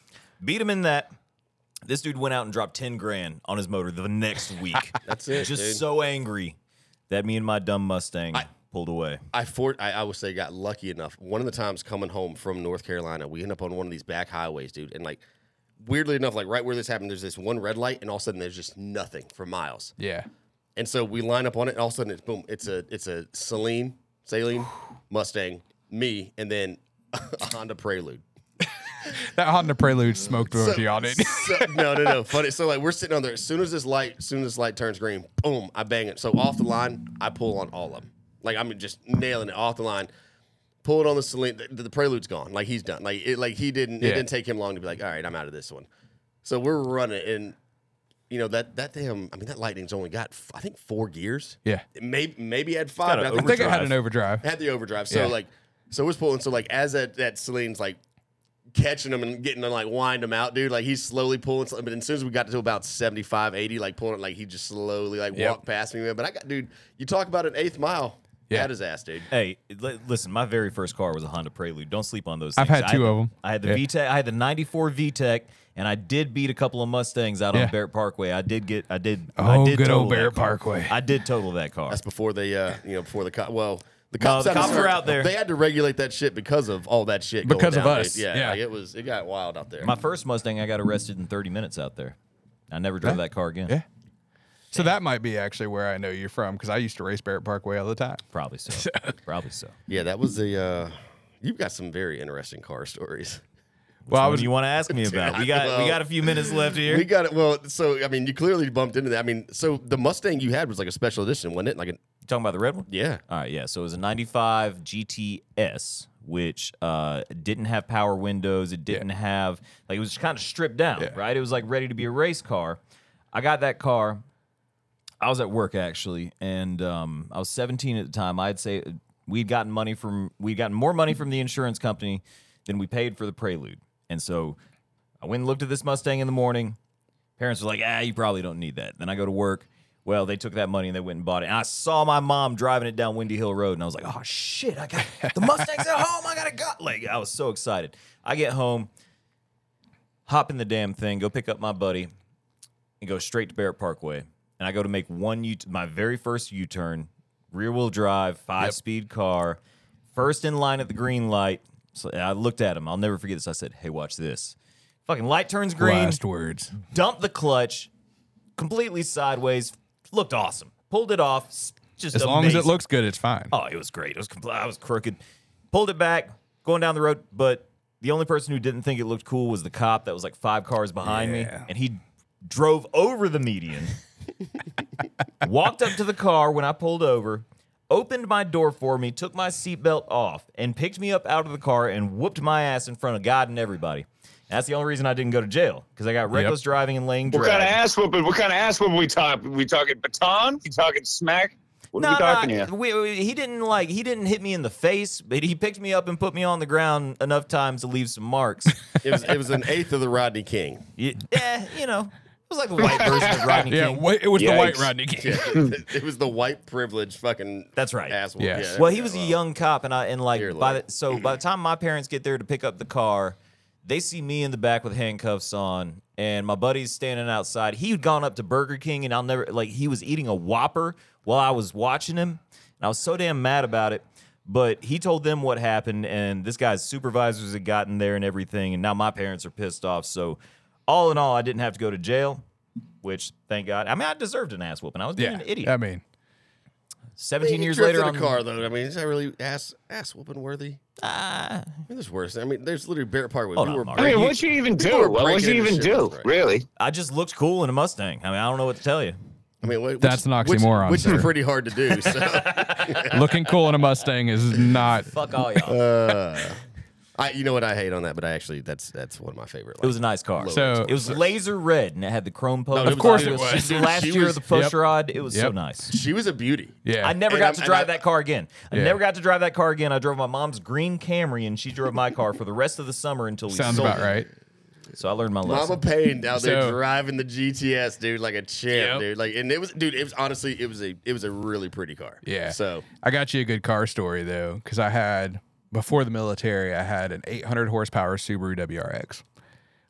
Speaker 2: Beat him in that. This dude went out and dropped ten grand on his motor the next week.
Speaker 1: That's it,
Speaker 2: Just
Speaker 1: dude.
Speaker 2: so angry that me and my dumb Mustang pulled away.
Speaker 1: I for I, I would say got lucky enough. One of the times coming home from North Carolina, we end up on one of these back highways, dude, and like weirdly enough, like right where this happened, there's this one red light, and all of a sudden there's just nothing for miles.
Speaker 4: Yeah.
Speaker 1: And so we line up on it, and all of a sudden it's boom, it's a it's a Celine, Saline, Mustang, me, and then a Honda Prelude.
Speaker 4: That Honda Prelude smoked
Speaker 1: So-
Speaker 4: emoji on it.
Speaker 1: so- no, no, no. Funny. So like we're sitting on there. As soon as this light, as soon as this light turns green, boom, I bang it. So off the line, I pull on all of them. Like I'm just nailing it off the line. Pull it on the Celine. The, the prelude's gone. Like he's done. Like it. Like he didn't. It
Speaker 4: Yeah.
Speaker 1: didn't take him long to be like, all right, I'm out of this one. So we're running, and you know that that damn. I mean, that lightning's only got f- I think four gears.
Speaker 4: Yeah.
Speaker 1: Maybe maybe had five. but
Speaker 2: got a
Speaker 1: I think
Speaker 4: I think it had
Speaker 2: Overdrive.
Speaker 4: an overdrive.
Speaker 1: had the overdrive. So
Speaker 4: Yeah.
Speaker 1: like, so it's pulling. So like, as that that Celine's like catching him and getting to like wind him out, dude. Like he's slowly pulling. But as soon as we got to about 75, 80, like pulling, it, like he just slowly like
Speaker 4: Yep.
Speaker 1: walked past me. man. But I got, dude. You talk about an eighth mile.
Speaker 4: Yeah.
Speaker 1: Had his ass, dude.
Speaker 2: Hey, li- listen, my very first car was a Honda Prelude. Don't sleep on those. Things.
Speaker 4: I've had
Speaker 2: I
Speaker 4: two
Speaker 2: the-
Speaker 4: of 'em.
Speaker 2: I had the
Speaker 4: Yeah.
Speaker 2: VTEC. I had the '94 VTEC, and I did beat a couple of Mustangs out
Speaker 4: Yeah.
Speaker 2: on Barrett Parkway. I did get. I did.
Speaker 4: Oh,
Speaker 2: I did
Speaker 4: good
Speaker 2: total
Speaker 4: old
Speaker 2: that
Speaker 4: Barrett
Speaker 2: car.
Speaker 4: Parkway.
Speaker 2: I did total that car.
Speaker 1: That's before they, uh, you know, before the cop. Well, the cops,
Speaker 2: the
Speaker 1: had to
Speaker 2: cops
Speaker 1: start-
Speaker 2: were out there.
Speaker 1: They had to regulate that shit because of all that shit. going
Speaker 4: Because of
Speaker 1: down,
Speaker 4: us.
Speaker 1: dude. Yeah,
Speaker 4: Yeah.
Speaker 1: like, it was. It got wild out there.
Speaker 2: my first Mustang, I got arrested in 30 minutes out there. I never drove that car again.
Speaker 4: Yeah. So that might be actually where I know you're from because I used to race Barrett Parkway all the time.
Speaker 2: Probably so. Probably so.
Speaker 1: yeah, that was the. Uh, you've got some very interesting car stories.
Speaker 4: Well, I
Speaker 2: What
Speaker 4: was
Speaker 2: do you want to ask me about? We got
Speaker 1: Well,
Speaker 2: we got a few minutes left here.
Speaker 1: We got it. Well, so I mean, you clearly bumped into that. I mean, so the Mustang you had was like a special edition, wasn't it? Like, a,
Speaker 2: talking about the red one?
Speaker 1: yeah,
Speaker 2: All right, yeah. So it was a 95 GTS, which uh, didn't have power windows. It didn't have, like, it was kind of stripped down, right? It was like ready to be a race car. I got that car. I was at work actually, and um, I was 17 at the time. I'd say uh, we'd gotten money from, we'd gotten more money from the insurance company than we paid for the Prelude. And so I went and looked at this Mustang in the morning. Parents were like, ah, you probably don't need that. Then I go to work. Well, they took that money and they went and bought it. And I saw my mom driving it down Windy Hill Road, and I was like, "Oh shit! I got the Mustang's at home. I got a gut leg." I was so excited. I get home, hop in the damn thing, go pick up my buddy, and go straight to Barrett Parkway. And I go to make one U, my very first U turn, rear wheel drive, five speed car, first in line at the green light. So I looked at him. I'll never forget this. I said, "Hey, watch this." Fucking light turns green
Speaker 4: Last words.
Speaker 2: dumped the clutch completely sideways. Looked awesome. Pulled it off. s- Just
Speaker 4: As long as it
Speaker 2: amazing.
Speaker 4: looks good, it's fine.
Speaker 2: Oh, it was great. It was compl- I was crooked. Pulled it back, going down the road. But the only person who didn't think it looked cool was the cop that was like five cars behind me,
Speaker 4: Yeah.
Speaker 2: and he drove over the median. walked up to the car when I pulled over. Opened my door for me, took my seatbelt off, and picked me up out of the car and whooped my ass in front of God and everybody. that's the only reason I didn't go to jail because I got reckless driving and laying
Speaker 3: What
Speaker 2: drag.
Speaker 3: kind of ass whooping? What kind of ass whooping we talk? We talking baton? We talking smack? What are we talking here?
Speaker 2: we- we- he didn't like he didn't hit me in the face, but he picked me up and put me on the ground enough times to leave some marks.
Speaker 1: It was it was an eighth of the Rodney King.
Speaker 2: Y- yeah, you know, it was like the white version of Rodney
Speaker 4: yeah,
Speaker 2: King.
Speaker 4: wa- it was the white
Speaker 3: Yikes.
Speaker 4: Rodney King.
Speaker 1: Yeah, it was the white privilege fucking
Speaker 2: That's right.
Speaker 1: asshole.
Speaker 4: Yes.
Speaker 1: Yeah,
Speaker 2: well, he was
Speaker 1: well, mm-hmm.
Speaker 2: a young cop, and I and like
Speaker 1: Dear
Speaker 2: by
Speaker 1: Lord.
Speaker 2: the, so by the time my parents get there to pick up the car, they see me in the back with handcuffs on, and my buddy's standing outside. He had gone up to Burger King, and I'll never like he was eating a Whopper while I was watching him, and I was so damn mad about it. But he told them what happened, and this guy's supervisors had gotten there and everything, and now my parents are pissed off. So, all in all, I didn't have to go to jail, which thank God. I mean, I deserved an ass whooping. I was being
Speaker 4: Yeah,
Speaker 2: an idiot.
Speaker 4: I mean,
Speaker 1: I mean,
Speaker 2: Seventeen
Speaker 1: he
Speaker 2: years
Speaker 1: drifted
Speaker 2: later,
Speaker 1: a
Speaker 2: on
Speaker 1: car though. I mean, is that really ass ass whooping worthy?
Speaker 2: Ah.
Speaker 1: I mean, there's worse. I mean, there's literally Barrett Parkway.
Speaker 2: Hold
Speaker 1: we
Speaker 2: on,
Speaker 1: were
Speaker 2: Mark.
Speaker 3: I mean,
Speaker 1: breaking-
Speaker 3: what you even
Speaker 1: people
Speaker 3: do?
Speaker 1: were
Speaker 3: What would
Speaker 1: breaking
Speaker 3: you
Speaker 1: into
Speaker 3: even
Speaker 1: shit,
Speaker 3: do?
Speaker 1: that's right.
Speaker 3: Really?
Speaker 2: I just looked cool in a Mustang. I mean, I don't know what to tell you.
Speaker 1: I mean, what- which-
Speaker 4: That's an
Speaker 1: which-
Speaker 4: oxymoron,
Speaker 1: which,
Speaker 4: sir.
Speaker 1: is pretty hard to do. So.
Speaker 4: looking cool in a Mustang is not.
Speaker 2: Fuck all y'all.
Speaker 1: Uh, I, you know what I hate on that, but I actually that's that's one of my favorite.
Speaker 2: it was a nice car.
Speaker 4: So
Speaker 2: it was laser red and it had the chrome post.
Speaker 1: it
Speaker 4: Of was course nice. it
Speaker 2: just
Speaker 1: was.
Speaker 2: the last
Speaker 1: She
Speaker 2: year
Speaker 1: was-
Speaker 2: of the push
Speaker 4: Yep.
Speaker 2: rod. It was so
Speaker 4: Yep.
Speaker 2: nice.
Speaker 1: she was a beauty.
Speaker 4: Yeah,
Speaker 2: I never
Speaker 1: And
Speaker 2: got
Speaker 1: I'm-
Speaker 2: to
Speaker 1: and
Speaker 2: drive
Speaker 1: I-
Speaker 2: that car again. I
Speaker 4: Yeah.
Speaker 2: never got to drive that car again. I drove my mom's green Camry and she drove my car for the rest of the summer until we
Speaker 4: sounds
Speaker 2: sold
Speaker 4: about
Speaker 2: it.
Speaker 4: right.
Speaker 2: So I learned my lesson.
Speaker 1: Mama Payne down there
Speaker 4: So-
Speaker 1: driving the GTS, dude, like a champ,
Speaker 4: Yep.
Speaker 1: dude. Like, and it was, dude, it was honestly, it was a, it was a really pretty car.
Speaker 4: Yeah.
Speaker 1: So
Speaker 4: I got you a good car story though, because I had before the military, I had an 800 horsepower Subaru WRX,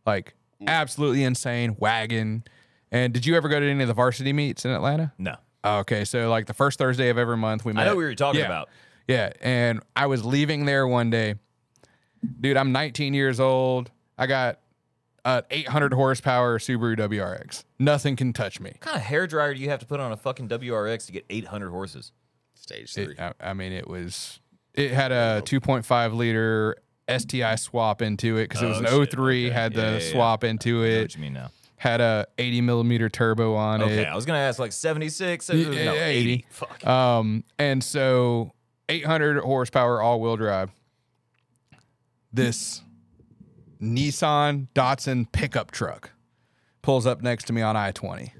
Speaker 4: like absolutely insane wagon. And did you ever go to any of the varsity meets in Atlanta?
Speaker 2: no,
Speaker 4: Okay, so like the first Thursday of every month, we met.
Speaker 2: I know we were talking
Speaker 4: Yeah.
Speaker 2: about.
Speaker 4: Yeah, and I was leaving there one day. Dude, I'm 19 years old. I got an 800 horsepower Subaru WRX. Nothing can touch me.
Speaker 2: What kind of hair dryer do you have to put on a fucking WRX to get 800 horses?
Speaker 1: stage three.
Speaker 4: It, uh, I, I mean, it was. It had a 2.5 liter STI swap into it because it was
Speaker 2: Oh,
Speaker 4: an
Speaker 2: shit,
Speaker 4: 03.
Speaker 2: okay.
Speaker 4: Had the
Speaker 2: Yeah, yeah, yeah.
Speaker 4: swap into
Speaker 2: I know
Speaker 4: it.
Speaker 2: what you mean now?
Speaker 4: Had a 80 millimeter turbo on
Speaker 2: Okay,
Speaker 4: it.
Speaker 2: I was gonna ask like 76, no,
Speaker 4: Yeah,
Speaker 2: 80.
Speaker 4: yeah, 80.
Speaker 2: Fuck.
Speaker 4: Um, and so 800 horsepower all wheel drive. This Nissan Datsun pickup truck pulls up next to me on I 20.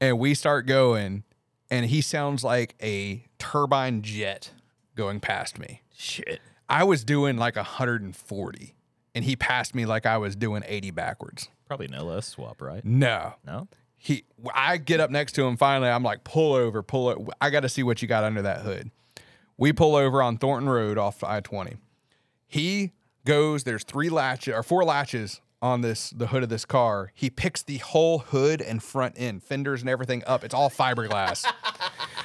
Speaker 4: And we start going, and he sounds like a turbine jet going past me.
Speaker 2: Shit.
Speaker 4: I was doing like 140, and he passed me like I was doing 80 backwards.
Speaker 2: Probably an LS swap, right?
Speaker 4: No
Speaker 2: No.
Speaker 4: he I get up next to him finally. I'm like, pull over, pull it. I got to see what you got under that hood. We pull over on Thornton Road off I 20. He goes, there's three latches or four latches on this the hood of this car. He picks the whole hood and front end, fenders and everything up. It's all fiberglass.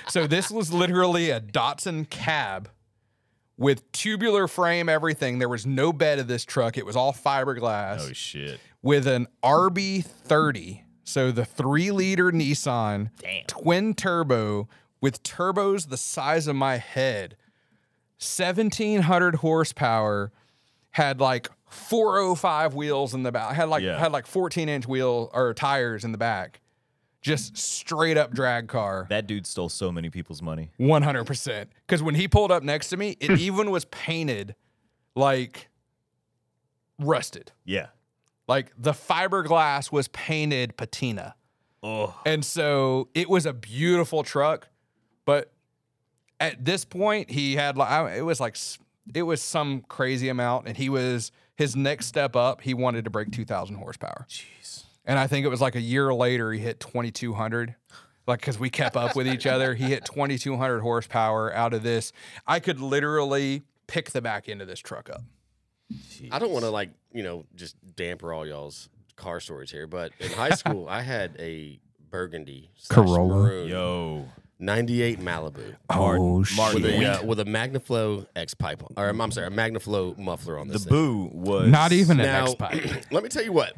Speaker 4: so this was literally a Datsun cab with tubular frame, everything. There was no bed of this truck. It was all fiberglass
Speaker 2: Oh shit.
Speaker 4: with an RB30. So the three liter Nissan
Speaker 2: Damn.
Speaker 4: twin turbo with turbos the size of my head, 1700 horsepower, had like 405 wheels in the back, had like,
Speaker 2: Yeah.
Speaker 4: had like 14 inch wheel or tires in the back. Just straight up drag car,
Speaker 2: That dude stole so many people's money.
Speaker 4: 100%. Because when he pulled up next to me, it even was painted like rusted.
Speaker 2: Yeah.
Speaker 4: Like the fiberglass was painted patina.
Speaker 2: Oh.
Speaker 4: And so it was a beautiful truck, but at this point he had like I- it was like s- it was some crazy amount and he was his next step up, he wanted to break 2000 horsepower.
Speaker 2: Jeez.
Speaker 4: And I think it was like a year later he hit 2200. like because we kept up with each other. He hit 2,200 horsepower out of this. I could literally pick the back end of this truck up.
Speaker 1: I don't want to like you know just damper all y'all's car stories here, but in high school I had a burgundy slash
Speaker 4: Corolla.
Speaker 1: maroon
Speaker 2: Yo,
Speaker 1: '98 Malibu
Speaker 4: Oh
Speaker 1: with a uh, with a Magnaflow X pipe, or I'm sorry, a Magnaflow muffler on
Speaker 2: the
Speaker 1: this.
Speaker 2: boo was
Speaker 4: Not even
Speaker 1: thing.
Speaker 4: an
Speaker 1: Now,
Speaker 4: X pipe.
Speaker 1: let me tell you what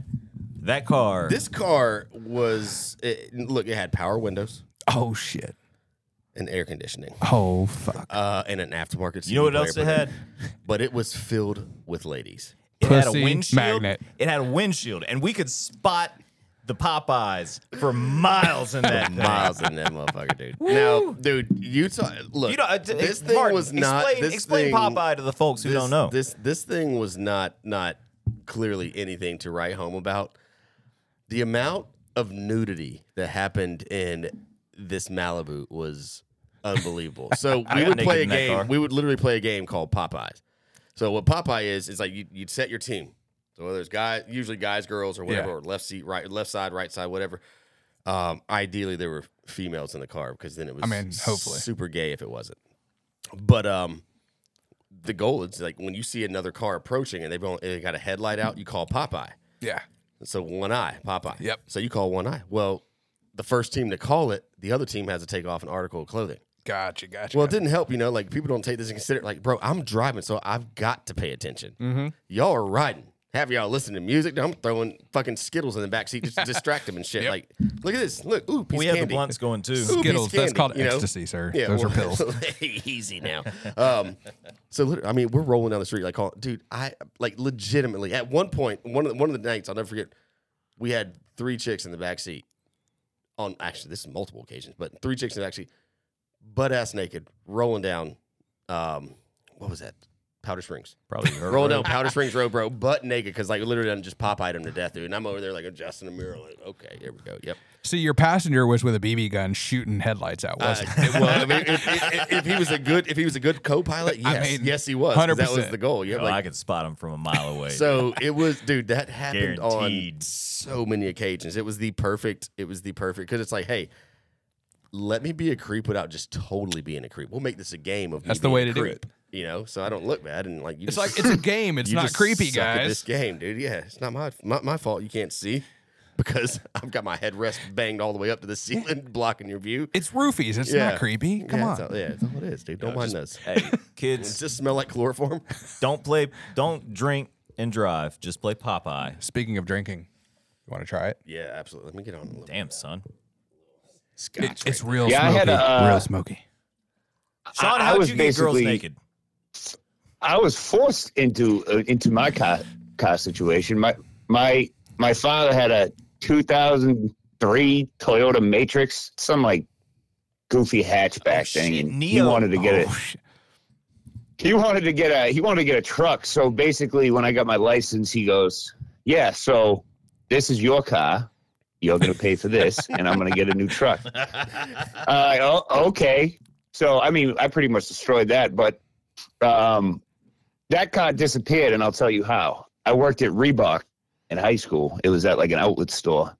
Speaker 2: that car.
Speaker 1: this car was. It, look, it had power windows
Speaker 4: Oh shit.
Speaker 1: and air conditioning,
Speaker 4: Oh fuck.
Speaker 1: uh, and an aftermarket.
Speaker 2: you know what
Speaker 1: CD
Speaker 2: else it
Speaker 1: player,
Speaker 2: had?
Speaker 1: But, but it was filled with ladies.
Speaker 2: It had a
Speaker 4: Pussy
Speaker 2: windshield.
Speaker 4: magnet.
Speaker 2: It had a windshield, and we could spot the Popeyes for miles in that. thing.
Speaker 1: miles in that motherfucker, dude. Now, dude, Utah. Look,
Speaker 2: You know, uh,
Speaker 1: this
Speaker 2: uh,
Speaker 1: thing
Speaker 2: Martin,
Speaker 1: was not.
Speaker 2: Explain,
Speaker 1: this
Speaker 2: explain
Speaker 1: thing,
Speaker 2: Popeye to the folks who
Speaker 1: this,
Speaker 2: don't know.
Speaker 1: This this thing was not not clearly anything to write home about. The amount of nudity that happened in this Malibu was unbelievable. So
Speaker 2: I
Speaker 1: we
Speaker 2: got
Speaker 1: would
Speaker 2: naked
Speaker 1: play a
Speaker 2: in that car.
Speaker 1: game. We would literally play a game called Popeyes. So what Popeye is is like you, you'd set your team. So whether it's guys, usually guys, girls, or whatever,
Speaker 4: Yeah.
Speaker 1: or left seat, right, left side, right side, whatever. Um, ideally, there were females in the car because then it was.
Speaker 4: I mean, hopefully.
Speaker 1: super gay if it wasn't. But um, the goal is like when you see another car approaching and they've only, they got a headlight out, you call Popeye.
Speaker 4: Yeah.
Speaker 1: So one eye, Popeye.
Speaker 4: Yep.
Speaker 1: So you call one eye. Well, the first team to call it, the other team has to take off an article of clothing.
Speaker 4: Gotcha. Gotcha.
Speaker 1: Well, it didn't help, you know. Like people don't take this and consider. Like, bro, I'm driving, so I've got to pay attention.
Speaker 4: Mm-hmm.
Speaker 1: Y'all are riding. Have y'all listening to music? I'm throwing fucking Skittles in the backseat just to distract them and shit.
Speaker 4: Yep.
Speaker 1: Like, look at this. Look, ooh, piece
Speaker 2: we
Speaker 1: of
Speaker 2: have the
Speaker 1: candy.
Speaker 2: blunts going too.
Speaker 1: Ooh, piece of
Speaker 4: Skittles. That's
Speaker 1: candy,
Speaker 4: called
Speaker 1: you know?
Speaker 4: ecstasy, sir. Those are
Speaker 1: well,
Speaker 4: pills.
Speaker 1: easy now. Um, so literally, I mean, we're rolling down the street like, call, dude. I like legitimately at one point, one of the, one of the nights I'll never forget. We had three chicks in the back seat. On actually, this is multiple occasions, but three chicks in the back seat, butt ass naked, rolling down. Um, what was that? Powder Springs.
Speaker 2: Probably her.
Speaker 1: Rolling down Powder Springs Road, bro, butt naked, because like literally done just pop item to death, dude. And I'm over there like adjusting the mirror, like, okay, here we go. Yep.
Speaker 4: See, your passenger was with a BB gun shooting headlights out,
Speaker 1: Uh,
Speaker 4: wasn't
Speaker 1: it- well, I mean, if, if, if he was a good, if he was a good co-pilot,
Speaker 4: I
Speaker 1: yes,
Speaker 4: mean,
Speaker 1: yes, he was. 'cause That was
Speaker 4: 100%.
Speaker 1: the goal. Yeah,
Speaker 2: Oh, I
Speaker 1: like,
Speaker 2: could spot them from a mile away.
Speaker 1: so it was, dude. That happened on
Speaker 2: Guaranteed.
Speaker 1: so many occasions. It was the perfect. It was the perfect because it's like, hey, let me be a creep without just totally being a creep. We'll make this a game of me
Speaker 4: That's the
Speaker 1: being
Speaker 4: way
Speaker 1: a
Speaker 4: to do
Speaker 1: creep, You know, so I don't look bad and like you.
Speaker 4: It's
Speaker 1: just,
Speaker 4: like it's a game. It's
Speaker 1: you
Speaker 4: not
Speaker 1: just
Speaker 4: creepy,
Speaker 1: suck at This
Speaker 4: guys.
Speaker 1: game, dude. Yeah, it's not my, my my fault. You can't see because I've got my headrest banged all the way up to the ceiling, blocking your view.
Speaker 4: It's roofies. It's
Speaker 1: Yeah.
Speaker 4: not creepy. Come
Speaker 1: yeah,
Speaker 4: on.
Speaker 1: It's all, yeah, it's all it is, dude. Don't mind us.
Speaker 2: hey,
Speaker 1: Does
Speaker 2: kids,
Speaker 1: this smell like chloroform?
Speaker 2: don't play, don't drink and drive. Just play Popeye.
Speaker 4: Speaking of drinking, you want to try it?
Speaker 1: Yeah, absolutely. Let me get on a little
Speaker 2: Damn, son.
Speaker 1: scotch. right
Speaker 4: It's real
Speaker 3: Yeah, I
Speaker 4: smoky.
Speaker 3: had a,
Speaker 4: real
Speaker 3: uh,
Speaker 4: smoky.
Speaker 2: Sean,
Speaker 3: I
Speaker 2: how would
Speaker 3: was
Speaker 2: you get girls
Speaker 3: basically-
Speaker 2: naked?
Speaker 3: I was forced into uh, into my car, car situation. My my my father had a 2003 Toyota Matrix, some like goofy hatchback
Speaker 2: Oh, shit,
Speaker 3: thing, and he
Speaker 2: Neo.
Speaker 3: wanted to get it.
Speaker 4: Oh, shit.
Speaker 3: He wanted to get a he wanted to get a truck. So basically, when I got my license, he goes, "Yeah, so this is your car. You're going to pay for this, and I'm going to get a new truck."
Speaker 2: Oh.
Speaker 3: Uh, oh, okay. So I mean, I pretty much destroyed that, but um, that car disappeared, and I'll tell you how. I worked at Reebok in high school. It was at like an outlet store,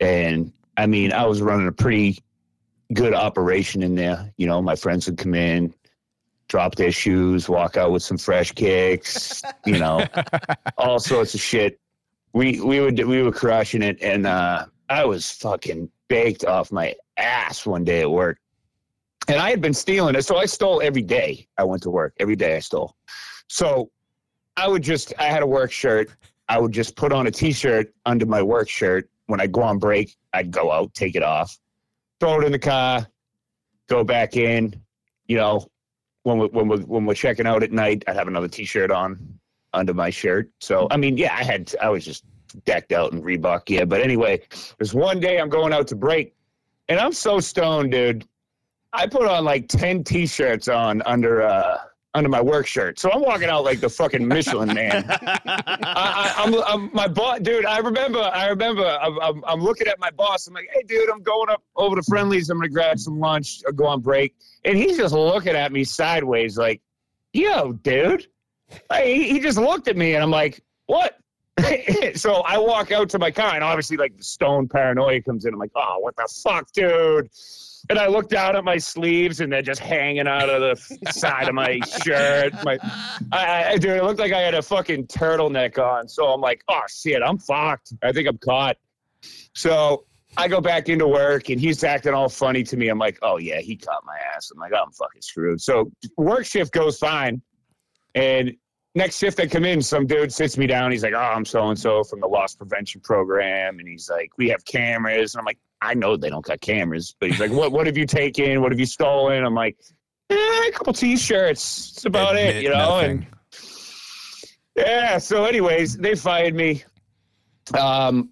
Speaker 3: and I mean, I was running a pretty good operation in there. You know, my friends would come in, drop their shoes, walk out with some fresh kicks, you know, all sorts of shit. We we would we were crushing it, and uh, I was fucking baked off my ass one day at work, and I had been stealing it, so I stole every day. I went to work every day. I stole, so I would just I had a work shirt. I would just put on a t-shirt under my work shirt. When I go on break, I'd go out, take it off, throw it in the car, go back in. You know, when we when we when we're checking out at night, I'd have another T-shirt on under my shirt. So I mean, yeah, I had I was just decked out in Reebok, yeah. But anyway, there's one day I'm going out to break, and I'm so stoned, dude. I put on like ten T-shirts on under uh under my work shirt, so I'm walking out like the fucking Michelin man. I, I, I'm, I'm my boss, dude. I remember. I remember. I'm, I'm, I'm looking at my boss. I'm like, hey, dude, I'm going up over to Friendly's. I'm gonna grab some lunch. I'll go on break, and he's just looking at me sideways, like, yo, dude. Like, he, he just looked at me, and I'm like, what? so I walk out to my car, and obviously, like the stone paranoia comes in. I'm like, oh, what the fuck, dude? And I look down at my sleeves, and they're just hanging out of the f- side of my shirt. My, I, I, dude, it looked like I had a fucking turtleneck on. So I'm like, oh shit, I'm fucked. I think I'm caught. So I go back into work, and he's acting all funny to me. I'm like, oh yeah, he caught my ass. I'm like, I'm fucking screwed. So work shift goes fine, and next shift I come in, some dude sits me down. He's like, "Oh, I'm so and so from the loss prevention program," and he's like, "We have cameras," and I'm like, "I know they don't got cameras," but he's like, "What? What have you taken? What have you stolen?" I'm like, eh, "A couple t-shirts. It's about it, you know." And yeah, so anyways, they fired me. Um,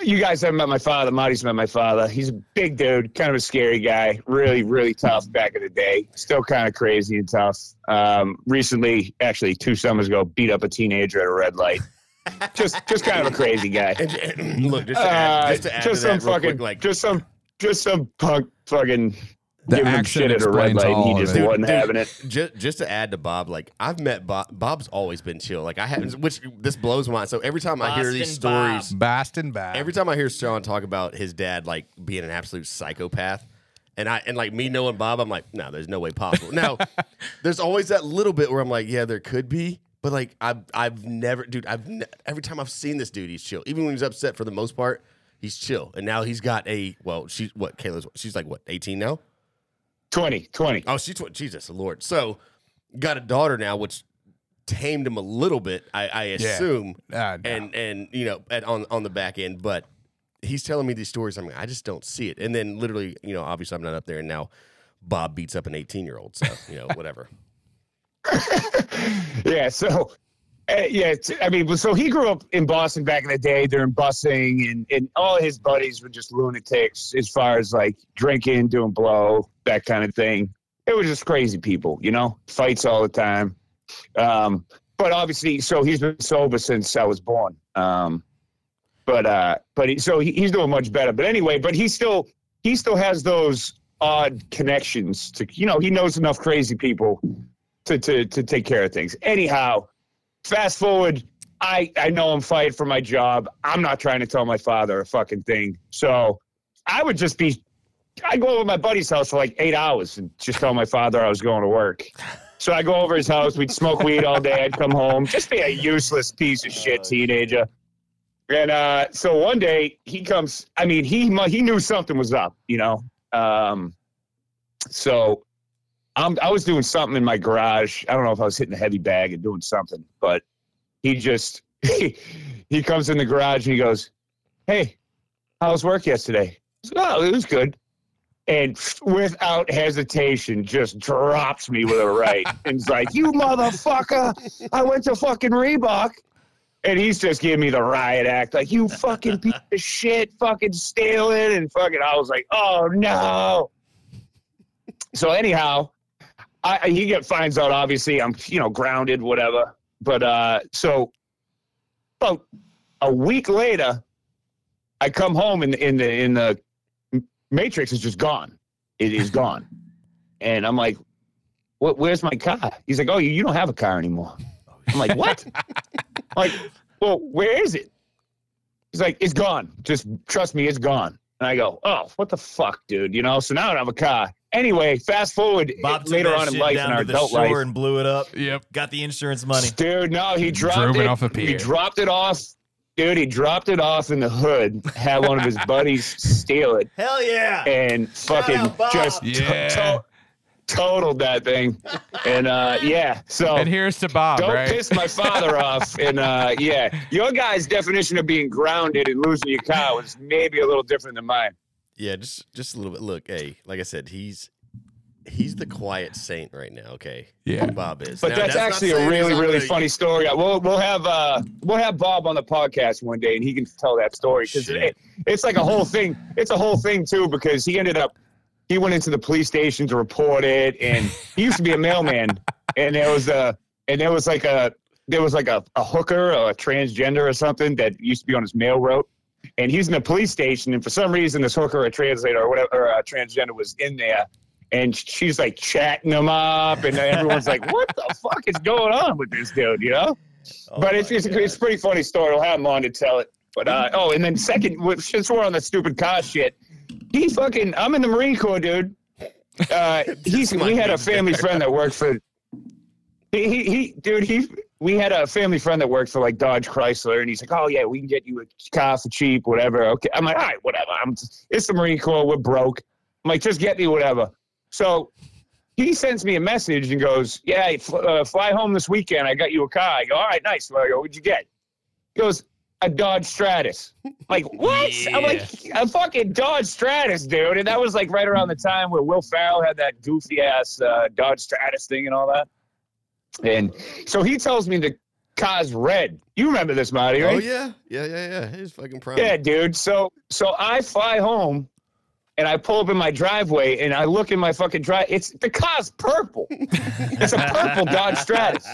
Speaker 3: you guys haven't met my father. Marty's met my father. He's a big dude, kind of a scary guy. Really, really tough back in the day. Still kind of crazy and tough. Um, recently, actually, two summers ago, beat up a teenager at a red light. just, just kind of a crazy guy.
Speaker 1: And, and look, just to add,
Speaker 3: Uh,
Speaker 1: just to add
Speaker 3: just
Speaker 1: to that
Speaker 3: some
Speaker 1: real
Speaker 3: fucking,
Speaker 1: quick, like
Speaker 3: just some, just some punk fucking
Speaker 4: The
Speaker 3: giving him
Speaker 4: accent
Speaker 3: shit at a red
Speaker 4: explains
Speaker 3: light. And he
Speaker 4: all of
Speaker 3: just
Speaker 4: it.
Speaker 3: wasn't
Speaker 1: Dude,
Speaker 3: having it.
Speaker 1: just, just to add to Bob, like I've met Bob. Bob's always been chill. Like I haven't, which this blows my mind. So every time I hear these
Speaker 2: Boston Bob.
Speaker 1: stories,
Speaker 4: Boston bad.
Speaker 1: every time I hear Sean talk about his dad like being an absolute psychopath, and I and like me knowing Bob, I'm like, no, there's no way possible. Now, there's always that little bit where I'm like, yeah, there could be, but like I've I've never, dude, I've ne- every time I've seen this dude, he's chill. Even when he's upset, for the most part, he's chill. And now he's got a well, she's what Kayla's, she's like what 18 now.
Speaker 3: 20, 20.
Speaker 1: Oh, she's tw- Jesus Lord. So got a daughter now, which tamed him a little bit, I, I assume,
Speaker 4: Uh, no.
Speaker 1: and and you know at, on on the back end. But he's telling me these stories. I'm like, I just don't see it. And then literally, you know, obviously I'm not up there, and now Bob beats up an 18 year old. So you know, whatever.
Speaker 3: yeah. So, uh, yeah. it's- I mean, but- so he grew up in Boston back in the day during busing, and, and all his buddies were just lunatics as far as like drinking, doing blow, that kind of thing. It was just crazy people, you know, fights all the time. Um, but obviously, so he's been sober since I was born. Um, but uh, but he, so he, he's doing much better. But anyway, but he still he still has those odd connections to you know he knows enough crazy people to, to, to take care of things. Anyhow, fast forward, I, I know I'm fired for my job. I'm not trying to tell my father a fucking thing. So I would just be, I go over to my buddy's house for like eight hours and just tell my father I was going to work. So I go over his house. We'd smoke weed all day. I'd come home, just be a useless piece of shit teenager. And uh, so one day he comes. I mean, he mu- he knew something was up, you know. Um, so I'm, I was doing something in my garage. I don't know if I was hitting a heavy bag and doing something, but he just he, comes in the garage and he goes, "Hey, how was work yesterday?" I said, oh, it was good. And without hesitation, just drops me with a right and is like, "You motherfucker! I went to fucking Reebok." And he's just giving me the riot act, like you fucking piece of shit, fucking stealing, and fucking. I was like, oh no. So anyhow, I, I- he get finds out. Obviously, I'm you know grounded, whatever. But uh, so about a week later, I come home and in the in the Matrix is just gone. It is gone, and I'm like, "What? Where's my car?" He's like, "Oh, you, you don't have a car anymore." I'm like, "What?" I'm like, well, where is it? He's like, "It's gone. Just trust me, it's gone." And I go, "Oh, what the fuck, dude? You know." So now I don't have a car. Anyway, fast forward
Speaker 2: Bob took
Speaker 3: later
Speaker 2: that
Speaker 3: on in
Speaker 2: shit
Speaker 3: life,
Speaker 2: down
Speaker 3: in our
Speaker 2: to the
Speaker 3: adult
Speaker 2: shore
Speaker 3: life,
Speaker 2: and blew it up.
Speaker 4: Yep.
Speaker 2: Got the insurance money.
Speaker 3: Dude, no, he dropped
Speaker 4: Drove it
Speaker 3: it.
Speaker 4: off a pier.
Speaker 3: He dropped it off. Dude, he dropped it off in the hood. Had one of his buddies steal it
Speaker 2: Hell yeah!
Speaker 3: and fucking
Speaker 2: out, Bob.
Speaker 3: just to-
Speaker 4: Yeah.
Speaker 3: to- totaled that thing. And uh, yeah,
Speaker 1: Oh.
Speaker 3: so
Speaker 4: and here's to Bob,
Speaker 3: don't
Speaker 4: right?
Speaker 3: piss my father off. And uh, yeah, your guy's definition of being grounded and losing your car was maybe a little different than mine.
Speaker 1: Yeah, just just a little bit. Look, hey, like I said, he's he's the quiet saint right now. Okay,
Speaker 4: Yeah.
Speaker 1: Bob is.
Speaker 3: But
Speaker 1: Now,
Speaker 3: that's,
Speaker 1: not
Speaker 3: actually
Speaker 1: saying
Speaker 3: a
Speaker 1: he's
Speaker 3: really,
Speaker 1: not
Speaker 3: really
Speaker 1: gonna-
Speaker 3: funny story. We'll we'll have uh, we'll have Bob on the podcast one day, and he can tell that story because
Speaker 1: Shit.
Speaker 3: it, it's like a whole thing. It's a whole thing too because he ended up he went into the police station to report it, and he used to be a mailman, and there was a and there was like a there was like a, a hooker or a transgender or something that used to be on his mail route. And he was in the police station, and for some reason, this hooker, or translator, or whatever, or a transgender was in there, and she's like chatting him up, and everyone's like, "What the fuck is going on with this dude?" You know?
Speaker 2: Oh
Speaker 3: but it's
Speaker 2: my
Speaker 3: it's,
Speaker 2: God.
Speaker 3: it's a pretty funny story. We'll have him on to tell it. But uh, oh, and then second, with- since we're on the stupid cost shit, he fucking I'm in the Marine Corps, dude. Uh, he's we had a family friend that worked for. He, he, he dude he we had a family friend that worked for like Dodge Chrysler, and he's like, oh yeah, we can get you a car for cheap, whatever. Okay, I'm like, all right, whatever. I'm it's the Marine Corps, we're broke. I'm like, just get me whatever. So he sends me a message and goes, "Yeah, fl- uh, fly home this weekend. I got you a car." I go, "All right, nice." I go, "What'd you get?" He goes, "A Dodge Stratus." I'm like what? I'm like a fucking Dodge Stratus, dude. And that was like right around the time where Will Farrell had that goofy ass uh, Dodge Stratus thing and all that. And so he tells me the car's red. You remember this, Marty? Right?
Speaker 1: Oh yeah, yeah, yeah, yeah. He's fucking prime.
Speaker 3: Yeah, dude. So so I fly home and I pull up in my driveway and I look in my fucking drive. It's the car's purple. it's a purple Dodge Stratus.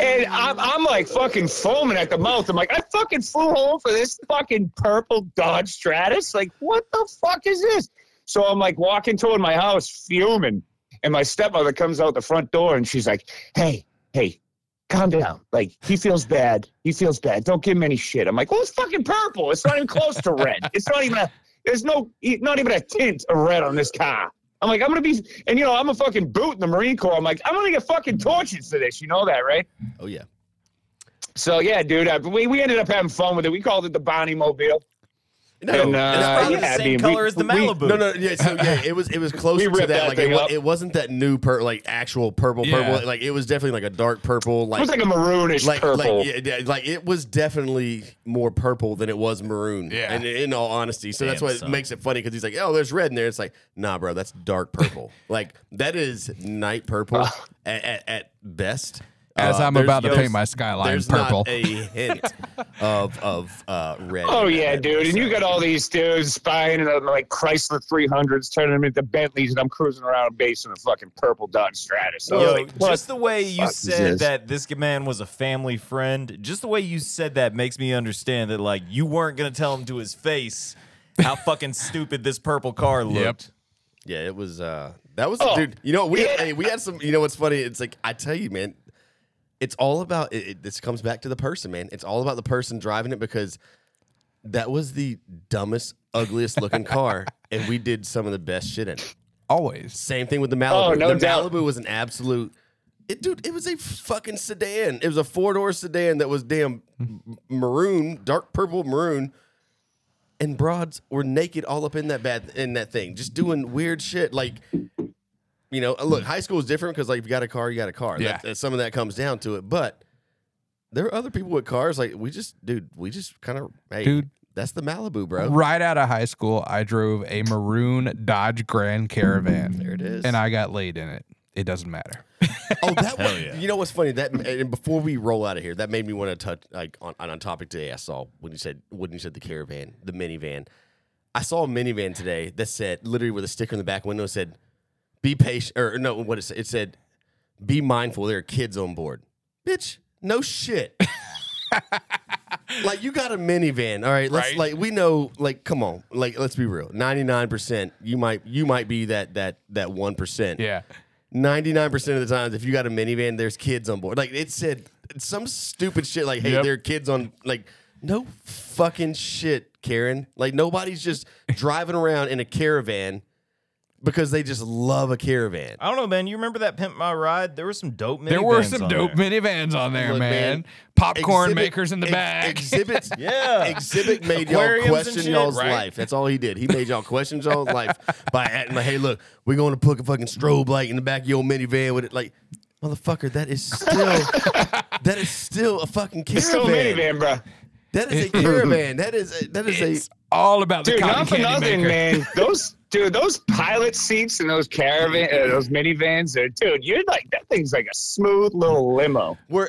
Speaker 3: And I'm, I'm like fucking foaming at the mouth. I'm like, I fucking flew home for this fucking purple Dodge Stratus. Like, what the fuck is this? So I'm like walking toward my house, fuming. And my stepmother comes out the front door and she's like, hey, hey, calm down. Like, he feels bad. He feels bad. Don't give him any shit. I'm like, well, it's fucking purple. It's not even close to red. It's not even a, there's no, e, not even a tint of red on this car. I'm like, I'm going to be, and you know, I'm a fucking boot in the Marine Corps. I'm like, I'm going to get fucking tortured for this. You know that, right?
Speaker 1: Oh yeah.
Speaker 3: So, yeah, dude, I, we, we ended up having fun with it. We called it the Bonnie Mobile.
Speaker 1: No,
Speaker 3: And, uh,
Speaker 2: It's probably
Speaker 3: yeah, I
Speaker 2: the same
Speaker 3: mean, we-
Speaker 2: color as the
Speaker 3: we-
Speaker 2: Malibu.
Speaker 1: No, no, yeah. So yeah, it was it was closer to that.
Speaker 3: ripped that
Speaker 1: like it,
Speaker 3: thing
Speaker 1: wa-
Speaker 3: up.
Speaker 1: it wasn't that new pur- like actual purple
Speaker 4: Yeah.
Speaker 1: purple. Like it was definitely like a dark purple.
Speaker 3: It
Speaker 1: Like
Speaker 3: was like a maroonish
Speaker 1: like
Speaker 3: purple.
Speaker 1: like yeah, yeah, like it was definitely more purple than it was maroon.
Speaker 4: Yeah.
Speaker 1: And in all honesty, so that's
Speaker 2: Damn,
Speaker 1: why it
Speaker 2: son.
Speaker 1: makes it funny because he's like, oh, there's red in there. It's like, nah, bro, that's dark purple. like that is night purple at, at, at best.
Speaker 4: As
Speaker 1: Uh,
Speaker 4: I'm
Speaker 1: there's-
Speaker 4: about to
Speaker 1: yo,
Speaker 4: paint my skyline
Speaker 1: There's
Speaker 4: purple.
Speaker 1: not a hint of of uh, red.
Speaker 3: Oh
Speaker 1: in that
Speaker 3: yeah,
Speaker 1: red
Speaker 3: dude! And you
Speaker 1: so-
Speaker 3: got all these dudes buying it on like Chrysler 300s, turning them into Bentleys, and I'm cruising around based on a fucking purple Dodge Stratus. So
Speaker 2: Yo,
Speaker 3: like, what?
Speaker 2: just the way you
Speaker 3: fuck is
Speaker 2: said
Speaker 3: this?
Speaker 2: that this man was a family friend, just the way you said that makes me understand that like you weren't gonna tell him to his face how fucking stupid this purple car looked.
Speaker 1: Yeah, it was. uh That was,
Speaker 3: Oh,
Speaker 1: dude. You know, we
Speaker 3: yeah.
Speaker 1: hey, we had some. You know what's funny? It's like I tell you, man. It's all about. It, it, this comes back to the person, man. It's all about the person driving it because that was the dumbest, ugliest looking car, and we did some of the best shit in it.
Speaker 4: Always.
Speaker 1: Same thing with the Malibu.
Speaker 3: Oh, no
Speaker 1: the
Speaker 3: doubt.
Speaker 1: Malibu was an absolute. It, dude, it was a fucking sedan. It was a four door sedan that was damn m- maroon, dark purple maroon, and broads were naked all up in that bad in that thing, just doing weird shit. Like, you know, look, high school is different because like if you got a car, you got a car.
Speaker 4: Yeah.
Speaker 1: That- that- some of that comes down to it, but there are other people with cars. Like we just, dude, we just kind of, hey,
Speaker 4: Dude.
Speaker 1: that's the Malibu, bro.
Speaker 4: Right out of high school, I drove a maroon Dodge Grand Caravan.
Speaker 1: There it is.
Speaker 4: And I got laid in it. It doesn't matter.
Speaker 1: Oh, that was,
Speaker 2: yeah.
Speaker 1: you know what's funny that and before we roll out of here, that made me want to touch like on, on a topic today. I saw when you said when you said the caravan, the minivan. I saw a minivan today that said literally with a sticker in the back window said, "Be patient," or no, what it said, it said, "Be mindful." There are kids on board, bitch. No shit. like you got a minivan, all right? Let's
Speaker 4: Right.
Speaker 1: like we know, like come on, like let's be real. Ninety nine percent, you might you might be that that that one percent.
Speaker 4: Yeah.
Speaker 1: 99% of the times if you got a minivan there's kids on board like it said some stupid shit like hey
Speaker 4: Yep.
Speaker 1: there are kids on like no fucking shit karen like nobody's just driving around in a caravan because they just love a caravan
Speaker 2: I don't know, man. You remember that pimp my ride? There were some dope. Minivans
Speaker 4: There were some
Speaker 2: on
Speaker 4: dope
Speaker 2: there.
Speaker 4: minivans on there,
Speaker 1: Look,
Speaker 4: man.
Speaker 1: man,
Speaker 4: Popcorn
Speaker 1: Exhibit-
Speaker 4: makers in the
Speaker 1: ex-
Speaker 4: back.
Speaker 1: exhibits
Speaker 2: Yeah.
Speaker 1: exhibit made
Speaker 2: Aquariums
Speaker 1: y'all
Speaker 2: and
Speaker 1: question
Speaker 2: shit,
Speaker 1: y'all's
Speaker 2: right?
Speaker 1: life that's all he did he made y'all question y'all's life by acting like hey look we're going to put a fucking strobe light in the back of your minivan with it like motherfucker that is still that is still a fucking caravan
Speaker 3: It's still a minivan, bro.
Speaker 1: That is a caravan. That is a, that is
Speaker 4: it's
Speaker 1: a
Speaker 4: all about the
Speaker 3: Dude,
Speaker 4: cotton
Speaker 3: not for
Speaker 4: candy
Speaker 3: nothing,
Speaker 4: maker.
Speaker 3: man. Those dude, those pilot seats and those caravan, uh, those minivans, are, dude, you're like that thing's like a smooth little limo.
Speaker 1: we're.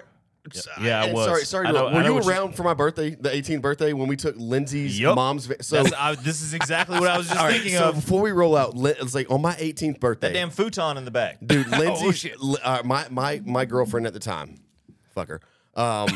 Speaker 2: yeah, I
Speaker 1: and
Speaker 2: was.
Speaker 1: Sorry, sorry.
Speaker 2: I
Speaker 1: to
Speaker 2: know-
Speaker 1: interrupt.
Speaker 2: I know
Speaker 1: were
Speaker 2: what
Speaker 1: you
Speaker 2: you-
Speaker 1: around for my birthday, the 18th birthday, when we took Lindsay's
Speaker 2: Yup.
Speaker 1: mom's? va- So,
Speaker 2: That's, I, this is exactly what I was just
Speaker 1: all right,
Speaker 2: thinking
Speaker 1: so
Speaker 2: of.
Speaker 1: before we roll out, Lin- it's like on my 18th birthday,
Speaker 2: That damn futon in the back.
Speaker 1: dude. Lindsay's
Speaker 4: shit.
Speaker 1: li- uh, my my my girlfriend at the time, fucker. Um,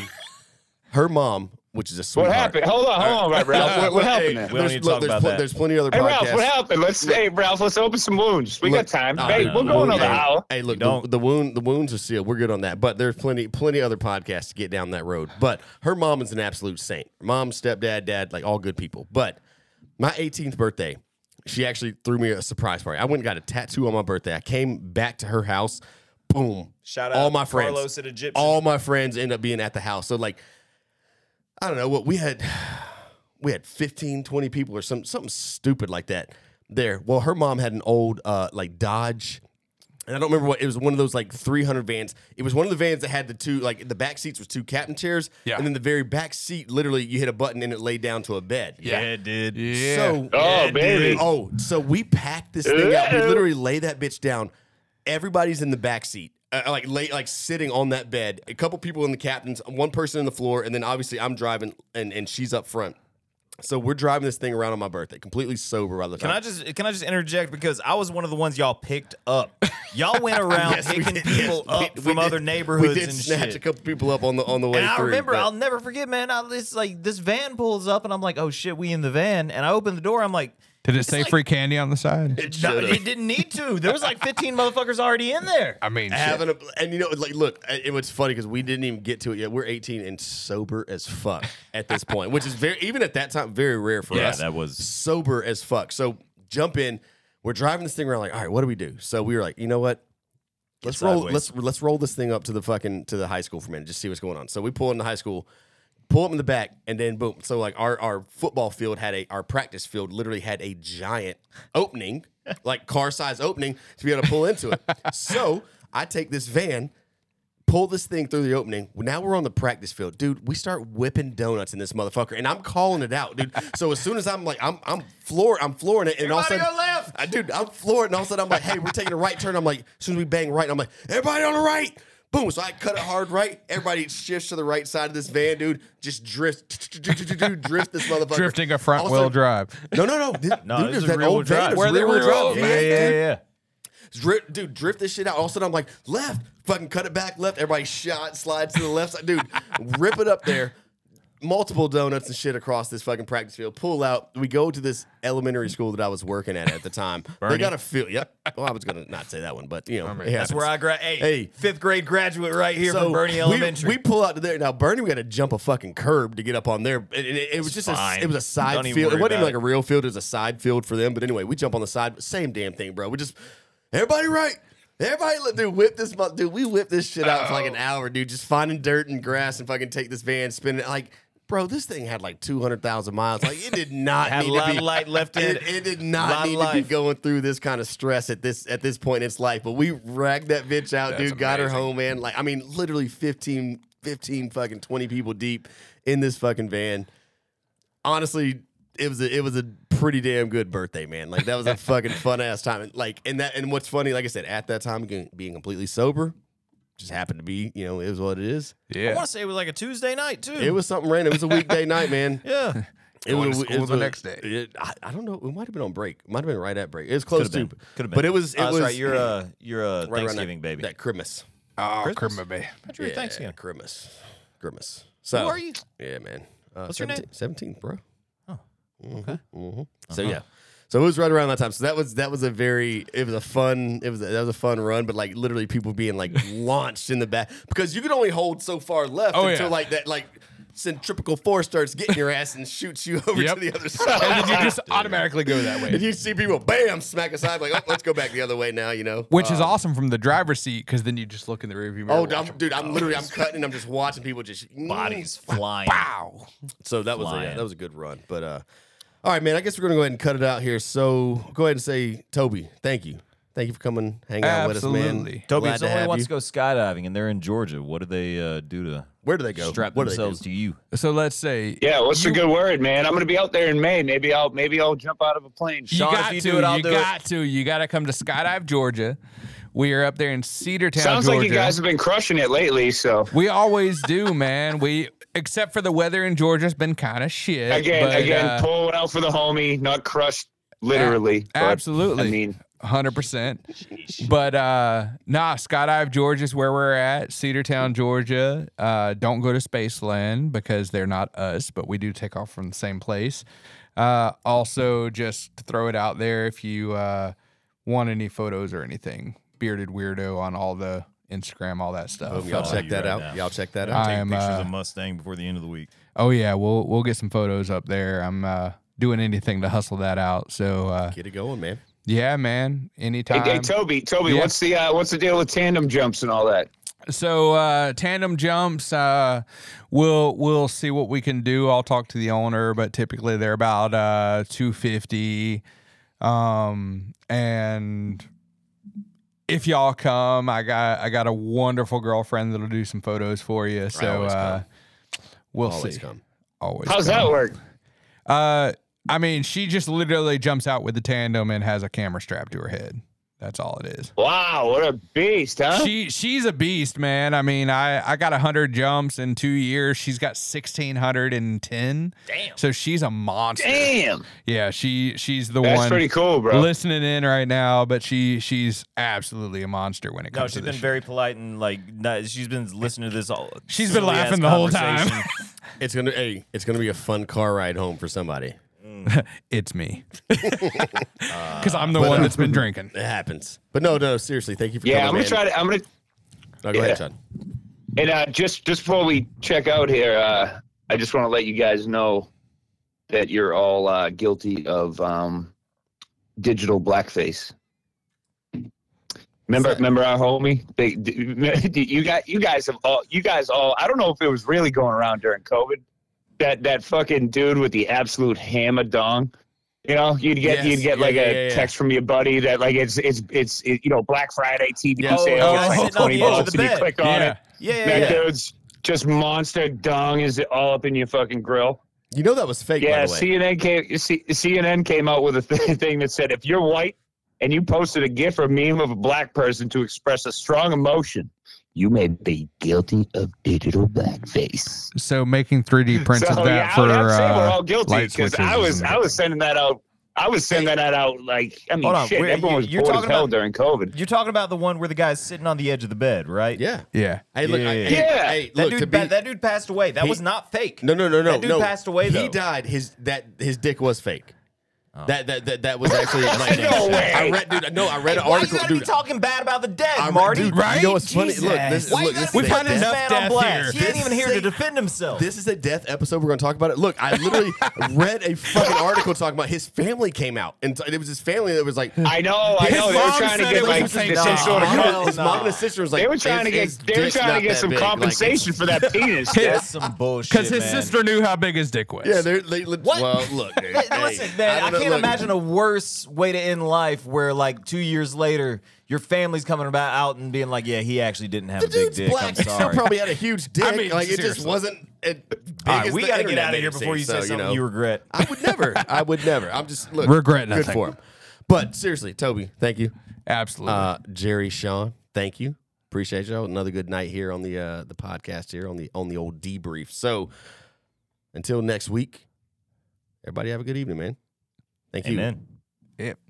Speaker 1: her mom which is a sweetheart.
Speaker 3: What happened? Hold on, hold on, Ralph. What, what
Speaker 1: Hey,
Speaker 3: happened there?
Speaker 2: We don't
Speaker 1: there's-
Speaker 2: need to
Speaker 1: look,
Speaker 2: talk
Speaker 1: there's
Speaker 2: about
Speaker 1: pl-
Speaker 2: that.
Speaker 1: There's plenty of other
Speaker 3: Hey, Ralph, what
Speaker 1: podcasts.
Speaker 3: happened? Let's hey, Ralph, let's open some wounds. We
Speaker 1: Look, Oh,
Speaker 3: got time.
Speaker 1: no,
Speaker 3: hey,
Speaker 2: no,
Speaker 3: we're
Speaker 2: no,
Speaker 3: going
Speaker 2: no.
Speaker 3: another
Speaker 1: hey,
Speaker 3: hour.
Speaker 1: hey, look, the,
Speaker 2: don't.
Speaker 1: the wound the wounds are sealed. We're good on that. But there's plenty plenty other podcasts to get down that road. But her mom is an absolute saint. Mom, stepdad, dad, like all good people. But my 18th birthday, she actually threw me a surprise party. I went and got a tattoo on my birthday. I came back to her house. Boom.
Speaker 2: Shout
Speaker 1: all
Speaker 2: out
Speaker 1: my friends.
Speaker 2: Carlos at Egyptian.
Speaker 1: All my friends end up being at the house. So like I don't know what we had we had 15 20 people or some something stupid like that there well her mom had an old uh like dodge and i don't remember what it was one of those like 300 vans it was one of the vans that had the two like the back seats was two captain chairs
Speaker 4: Yeah.
Speaker 1: and then the very back seat literally you hit a button and it laid down to a bed
Speaker 2: yeah, dude.
Speaker 4: Yeah.
Speaker 1: so
Speaker 3: Oh,
Speaker 2: Yeah,
Speaker 3: baby.
Speaker 2: dude.
Speaker 1: Oh, so we packed this thing out. We
Speaker 3: Ew.
Speaker 1: literally lay that bitch down. Everybody's in the back seat, uh, like lay, like sitting on that bed. A couple people in the captain's, one person in the floor, and then obviously I'm driving, and and she's up front. So we're driving this thing around on my birthday, completely sober by the time.
Speaker 2: Can I just can I just interject because I was one of the ones y'all picked up. Y'all went around
Speaker 1: Yes, we
Speaker 2: picking
Speaker 1: did.
Speaker 2: people
Speaker 1: Yes, we-
Speaker 2: up
Speaker 1: we
Speaker 2: from
Speaker 1: did.
Speaker 2: other neighborhoods
Speaker 1: We did
Speaker 2: and
Speaker 1: snatch
Speaker 2: shit.
Speaker 1: a couple people up on the on the way.
Speaker 2: and I
Speaker 1: through,
Speaker 2: remember,
Speaker 1: but-
Speaker 2: I'll never forget, man. I, it's like this van pulls up, and I'm like, "Oh shit, we in the van." And I open the door, I'm like,
Speaker 4: Did it say
Speaker 2: like-
Speaker 4: free candy on the side?
Speaker 1: It
Speaker 2: "No,
Speaker 1: should've.
Speaker 2: it didn't need to." There was like 15 motherfuckers already in there.
Speaker 4: I mean, shit.
Speaker 1: having a and you know like look uh, it it was funny because we didn't even get to it yet we're 18 and sober as fuck at this point which is very even at that time very rare for
Speaker 2: Yeah,
Speaker 1: us
Speaker 2: that was-
Speaker 1: sober as fuck so jump in we're driving this thing around like all right what do we do so we were like you know what let's roll
Speaker 2: sideways.
Speaker 1: let's let's roll this thing up to the fucking to the high school for a minute just see what's going on so we pull into high school pull up in the back and then boom so like our our football field had a our practice field literally had a giant opening like car size opening to be able to pull into it so i take this van pull this thing through the opening now we're on the practice field dude we start whipping donuts in this motherfucker and i'm calling it out dude so as soon as i'm like i'm i'm floor i'm flooring it and all of a
Speaker 2: Everybody
Speaker 1: sudden
Speaker 2: go left.
Speaker 1: I, dude, I'm floored, and all of a sudden I'm like, "Hey, we're taking a right turn." I'm like, as soon as we bang right, I'm like, "Everybody on the right!" Boom! So I cut it hard right. Everybody shifts to the right side of this van, dude. Just drift, drift this motherfucker.
Speaker 4: Drifting a front
Speaker 1: Also-
Speaker 4: wheel drive.
Speaker 1: No, no, no. This,
Speaker 2: No,
Speaker 1: dude,
Speaker 2: this
Speaker 1: there's
Speaker 2: is
Speaker 1: that
Speaker 2: rear-wheel
Speaker 1: old van.
Speaker 2: drive.
Speaker 1: It's
Speaker 4: Where they
Speaker 1: rear-wheel
Speaker 4: rear-wheel,
Speaker 1: drive.
Speaker 4: man.
Speaker 1: V8, dude.
Speaker 2: yeah.
Speaker 1: Drift, dude, drift this shit out. All of a sudden, I'm like, left, fucking cut it back left. Everybody shot, slides to the left side. Dude, rip it up there. Multiple donuts and shit across this fucking practice field. Pull out. We go to this elementary school that I was working at at the time. They got a field. Yep. Well, I was gonna not say that one, but you know, it
Speaker 2: That's
Speaker 1: happens.
Speaker 2: where I grad. Hey,
Speaker 1: Hey.
Speaker 2: fifth grade graduate right here
Speaker 1: So
Speaker 2: from Bernie
Speaker 1: we-
Speaker 2: Elementary.
Speaker 1: We, pull out to there now. Bernie, we got to jump a fucking curb to get up on there. And It, it- it was just a,
Speaker 2: fine.
Speaker 1: it was a side
Speaker 2: Don't even
Speaker 1: field. It
Speaker 2: worry
Speaker 1: wasn't even
Speaker 2: about
Speaker 1: like a real field. It was a side field for them. But anyway, we jump on the side. Same damn thing, bro. We just everybody right. Everybody, let- dude, whip this, mu- dude. We whip this shit out for
Speaker 2: Oh.
Speaker 1: like an hour, dude. Just finding dirt and grass and fucking take this van, spin it. Like, bro, this thing had like two hundred thousand miles. Like, it did not
Speaker 2: Had
Speaker 1: need
Speaker 2: a
Speaker 1: to
Speaker 2: lot
Speaker 1: be
Speaker 2: of light left in
Speaker 1: it,
Speaker 2: it.
Speaker 1: it did not
Speaker 2: Lot of
Speaker 1: need to be
Speaker 2: life.
Speaker 1: going through this kind of stress at this at this point in its life. But we ragged that bitch out, dude. Got her home, man. Like I mean, literally 15, 15 fucking twenty people deep in this fucking van. Honestly, it was a, it was a pretty damn good birthday, man. Like that was a fucking fun ass time. And, like and that and what's funny, like I said, at that time again, being completely sober. Just happened to be, you know, it was what it is.
Speaker 2: I
Speaker 4: Yeah.
Speaker 2: want to say it was like a Tuesday night too.
Speaker 1: It was something random. It was a weekday night, man.
Speaker 2: Yeah.
Speaker 1: It
Speaker 4: Going
Speaker 1: was
Speaker 4: to
Speaker 1: it
Speaker 4: school
Speaker 1: was
Speaker 4: the
Speaker 1: a-
Speaker 4: next day.
Speaker 1: it- I, I don't know. It might have been on break. Might have been right at break. It was close
Speaker 2: Could've been.
Speaker 1: to.
Speaker 2: Could've been.
Speaker 1: But it was. It
Speaker 2: Oh, that's
Speaker 1: was
Speaker 2: right. You're a you're a
Speaker 1: right around
Speaker 2: Thanksgiving
Speaker 1: that,
Speaker 2: baby.
Speaker 1: That Christmas.
Speaker 4: Oh,
Speaker 2: Christmas?
Speaker 4: Kermit.
Speaker 2: That's your
Speaker 1: yeah,
Speaker 2: Thanksgiving.
Speaker 1: Christmas. Christmas. So
Speaker 2: Who are you?
Speaker 1: Yeah, man. Uh,
Speaker 2: What's your name?
Speaker 1: Seventeenth, bro.
Speaker 2: Oh, Uh-huh.
Speaker 1: okay. So yeah. So it was right around that time. So that was that was a very it was a fun it was a, that was a fun run, but like literally people being like launched in the back because you can only hold so far left
Speaker 4: Oh,
Speaker 1: until
Speaker 4: yeah.
Speaker 1: like that like centrifugal force starts getting your ass and shoots you over
Speaker 4: Yep.
Speaker 1: to the other side.
Speaker 4: And then you just automatically go that
Speaker 1: And
Speaker 4: way.
Speaker 1: you see people, bam, smack aside, like, oh, let's go back the other way now, you know?
Speaker 4: Which is awesome from the driver's seat because then you just look in the rearview mirror.
Speaker 1: uh, Oh,
Speaker 4: watch
Speaker 1: I'm,
Speaker 4: 'em.
Speaker 1: dude, I'm literally, I'm cutting, and I'm just watching people just mm.
Speaker 2: Bodies flying.
Speaker 4: Wow.
Speaker 1: So that was a, yeah,
Speaker 2: flying.
Speaker 1: that was a good run, but uh, all right, man. I guess we're gonna go ahead and cut it out here. So go ahead and say, Toby, thank you, thank you for coming, hang out with us, man.
Speaker 4: Absolutely.
Speaker 2: Toby,
Speaker 1: Glad
Speaker 2: if
Speaker 1: to
Speaker 2: someone
Speaker 1: have
Speaker 2: wants
Speaker 1: you.
Speaker 2: to go skydiving and they're in Georgia, what do they uh, do to
Speaker 1: Where do they go?
Speaker 2: strap
Speaker 1: what do they do?
Speaker 2: themselves to you?
Speaker 4: So let's say
Speaker 3: Yeah, what's
Speaker 4: you,
Speaker 3: a good word, man? I'm gonna be out there in May. Maybe I'll maybe I'll jump out of a plane.
Speaker 4: You
Speaker 2: Sean, if
Speaker 4: got
Speaker 2: you
Speaker 4: to.
Speaker 2: do it, I'll
Speaker 4: you
Speaker 2: do it.
Speaker 4: got to. You got to come to Skydive, Georgia. We are up there in Cedartown,
Speaker 3: Sounds
Speaker 4: Georgia.
Speaker 3: like you guys have been crushing it lately. So
Speaker 4: we always do, man. We except for the weather in Georgia's been kind of shit.
Speaker 3: again,
Speaker 4: but,
Speaker 3: again,
Speaker 4: uh,
Speaker 3: pull it out for the homie, not crushed literally. but,
Speaker 4: absolutely.
Speaker 3: I mean,
Speaker 4: hundred percent. But uh, nah, Skydive Georgia is where we're at. Cedartown, Georgia. Uh, don't go to Spaceland because they're not us, but we do take off from the same place. Uh, also, just to throw it out there if you uh, want any photos or anything. Bearded weirdo on all the Instagram, all that stuff.
Speaker 1: Boom, y'all
Speaker 2: follow
Speaker 1: check
Speaker 2: you
Speaker 1: that
Speaker 2: right
Speaker 1: out.
Speaker 2: now.
Speaker 1: Y'all check that
Speaker 4: I
Speaker 1: out.
Speaker 2: Take
Speaker 4: am,
Speaker 2: pictures
Speaker 4: uh,
Speaker 2: of Mustang before the end of the week.
Speaker 4: Oh yeah, we'll we'll get some photos up there. I'm uh, doing anything to hustle that out. So uh,
Speaker 1: Get it going, man.
Speaker 4: yeah, man.
Speaker 3: Hey,
Speaker 4: Anytime.
Speaker 3: hey Toby, Toby,
Speaker 4: Yeah.
Speaker 3: what's the uh, what's the deal with tandem jumps and all that?
Speaker 4: So uh, tandem jumps, uh, we'll we'll see what we can do. I'll talk to the owner, but typically they're about uh, two fifty. Um, and if y'all come, I got I got a wonderful girlfriend that'll do some photos for you. So
Speaker 1: always
Speaker 4: uh,
Speaker 1: come.
Speaker 4: we'll
Speaker 1: Always
Speaker 4: see.
Speaker 1: come.
Speaker 4: Always.
Speaker 3: How's that
Speaker 4: come.
Speaker 3: work?
Speaker 4: Uh, I mean, she just literally jumps out with the tandem and has a camera strapped to her head. That's all it is.
Speaker 3: Wow, what a beast, huh?
Speaker 4: She she's a beast, man. I mean, I I got hundred jumps in two years. She's got sixteen hundred and ten. Damn. So she's a monster.
Speaker 3: Damn,
Speaker 4: Yeah, she she's the
Speaker 3: that's
Speaker 4: one
Speaker 3: pretty cool, bro.
Speaker 4: listening in right now. But she she's absolutely a monster when it
Speaker 2: No,
Speaker 4: comes
Speaker 2: she's
Speaker 4: to this.
Speaker 2: been very polite and like not, she's been listening to this all.
Speaker 4: She's been
Speaker 2: silly-ass
Speaker 4: laughing the whole time.
Speaker 2: conversation.
Speaker 1: It's gonna hey, it's gonna be a fun car ride home for somebody.
Speaker 4: it's me, because I'm the one that's been drinking.
Speaker 1: It happens. But no, no, seriously, thank you for
Speaker 3: yeah, I'm
Speaker 1: coming.
Speaker 3: gonna try to. I'm gonna
Speaker 1: try to, no, go ahead,
Speaker 3: yeah.
Speaker 1: Sean.
Speaker 3: And uh, just just before we check out here, uh, I just want to let you guys know that you're all uh, guilty of um, digital blackface. Remember, remember our homie. They, d- you got you guys have all you guys all. I don't know if it was really going around during COVID. That that fucking dude with the absolute hammer dong. You know, you'd get
Speaker 1: Yes.
Speaker 3: you'd get
Speaker 1: Yeah,
Speaker 3: like
Speaker 1: yeah,
Speaker 3: a
Speaker 1: yeah, yeah.
Speaker 3: text from your buddy that like it's it's it's it, you know Black Friday TV
Speaker 1: Yes.
Speaker 3: sale.
Speaker 2: Oh,
Speaker 3: it's
Speaker 2: sitting
Speaker 3: like
Speaker 2: on
Speaker 3: twenty
Speaker 2: the edge of
Speaker 3: bucks
Speaker 2: the
Speaker 3: and you
Speaker 2: bed.
Speaker 3: click on
Speaker 4: Yeah.
Speaker 3: it.
Speaker 2: Yeah, yeah,
Speaker 3: That
Speaker 2: yeah.
Speaker 3: dude's just monster dong is all up in your fucking grill.
Speaker 1: You know that was fake,
Speaker 3: Yeah,
Speaker 1: by the way.
Speaker 3: CNN came. C- CNN came out with a th- thing that said if you're white and you posted a gif or meme of a black person to express a strong emotion, you may be guilty of digital blackface.
Speaker 4: So making 3D prints
Speaker 3: so
Speaker 4: of that
Speaker 3: yeah,
Speaker 4: for
Speaker 3: I would have to say we're
Speaker 4: uh,
Speaker 3: all guilty
Speaker 4: light
Speaker 3: because
Speaker 4: switches
Speaker 3: I
Speaker 4: is
Speaker 3: was I
Speaker 4: amazing.
Speaker 3: was sending that out. I was sending that out like I mean
Speaker 2: Hold on,
Speaker 3: shit.
Speaker 2: wait,
Speaker 3: Everyone was
Speaker 2: you- you're
Speaker 3: bored as
Speaker 2: talking
Speaker 3: hell
Speaker 2: about-
Speaker 3: during COVID.
Speaker 2: You're talking about the one where the guy's sitting on the edge of the bed, right?
Speaker 1: Yeah.
Speaker 4: yeah.
Speaker 1: Hey, look, I-
Speaker 2: Yeah.
Speaker 1: hey,
Speaker 3: Yeah.
Speaker 1: hey,
Speaker 2: That
Speaker 1: look, to
Speaker 2: dude,
Speaker 1: be,
Speaker 2: pa- that dude passed away. That
Speaker 1: He-
Speaker 2: was not fake.
Speaker 1: No, no, no, no.
Speaker 2: That dude
Speaker 1: no.
Speaker 2: passed
Speaker 1: He
Speaker 2: away, though.
Speaker 1: died. His that his dick was fake.
Speaker 2: Oh.
Speaker 1: That, that that that was actually like
Speaker 3: No way.
Speaker 1: I read dude no I read an
Speaker 2: Why you
Speaker 1: article
Speaker 2: gotta
Speaker 1: dude
Speaker 2: be talking bad about the dead,
Speaker 1: I read-
Speaker 2: Marty?
Speaker 1: dude,
Speaker 4: Right?
Speaker 1: you know what's funny look
Speaker 2: Jesus.
Speaker 1: this
Speaker 2: Why you
Speaker 1: look
Speaker 2: gotta
Speaker 1: this
Speaker 2: put
Speaker 4: We've
Speaker 1: is
Speaker 4: had
Speaker 1: a-
Speaker 2: this
Speaker 4: enough
Speaker 2: man
Speaker 4: death
Speaker 2: on blast.
Speaker 4: here.
Speaker 2: He ain't even here to
Speaker 1: This-
Speaker 2: defend himself.
Speaker 1: This is a death episode we're going to talk about it. Look, I literally read a fucking article talking about his family came out, and it was his family that was like, "Ah,
Speaker 3: I know, I
Speaker 4: His
Speaker 3: know. They were
Speaker 4: mom
Speaker 3: trying to
Speaker 4: said it
Speaker 3: get
Speaker 4: was
Speaker 3: like
Speaker 4: the same
Speaker 3: some
Speaker 2: thing.
Speaker 3: sort of
Speaker 2: No,
Speaker 3: comp-
Speaker 2: no,
Speaker 1: his
Speaker 2: no.
Speaker 1: mom and his sister was like,
Speaker 3: They were trying to
Speaker 1: "His- his
Speaker 3: get they were
Speaker 1: dick's
Speaker 3: trying
Speaker 1: not
Speaker 3: to get
Speaker 1: that
Speaker 3: some
Speaker 1: big." Like,
Speaker 3: compensation for that penis.
Speaker 2: That's some bullshit.
Speaker 4: Because his
Speaker 2: man.
Speaker 4: sister knew how big his dick was.
Speaker 1: yeah, they're, they what?
Speaker 2: What?
Speaker 1: Well, look, dude,
Speaker 2: Li-
Speaker 1: hey,
Speaker 2: Listen, man, I,
Speaker 1: don't know,
Speaker 2: can't
Speaker 1: look,
Speaker 2: imagine a worse way to end life where, like, two years later, your family's coming about out and being like, "Yeah, he actually didn't have
Speaker 1: The
Speaker 2: a big
Speaker 1: dude's
Speaker 2: dick."
Speaker 1: black.
Speaker 2: I'm
Speaker 1: He still
Speaker 2: sorry.
Speaker 1: probably had a huge dick.
Speaker 4: I mean,
Speaker 1: like it just
Speaker 4: seriously.
Speaker 1: wasn't. It, big
Speaker 2: All right,
Speaker 1: as
Speaker 2: we
Speaker 1: the
Speaker 2: got to get
Speaker 1: internet
Speaker 2: out of
Speaker 1: made
Speaker 2: here
Speaker 1: it
Speaker 2: before
Speaker 1: seem,
Speaker 2: you say
Speaker 1: so,
Speaker 2: something
Speaker 1: know.
Speaker 2: you regret.
Speaker 1: I would never. I would never. I'm just look
Speaker 4: Regret
Speaker 1: Good
Speaker 4: nothing.
Speaker 1: for him. But seriously, Toby, thank you.
Speaker 4: Absolutely.
Speaker 1: Uh, Jerry, Sean, thank you. Appreciate y'all. Another good night here on the uh, the podcast here on the on the old debrief. So until next week, everybody have a good evening, man. Thank you.
Speaker 2: Amen.
Speaker 4: Yep.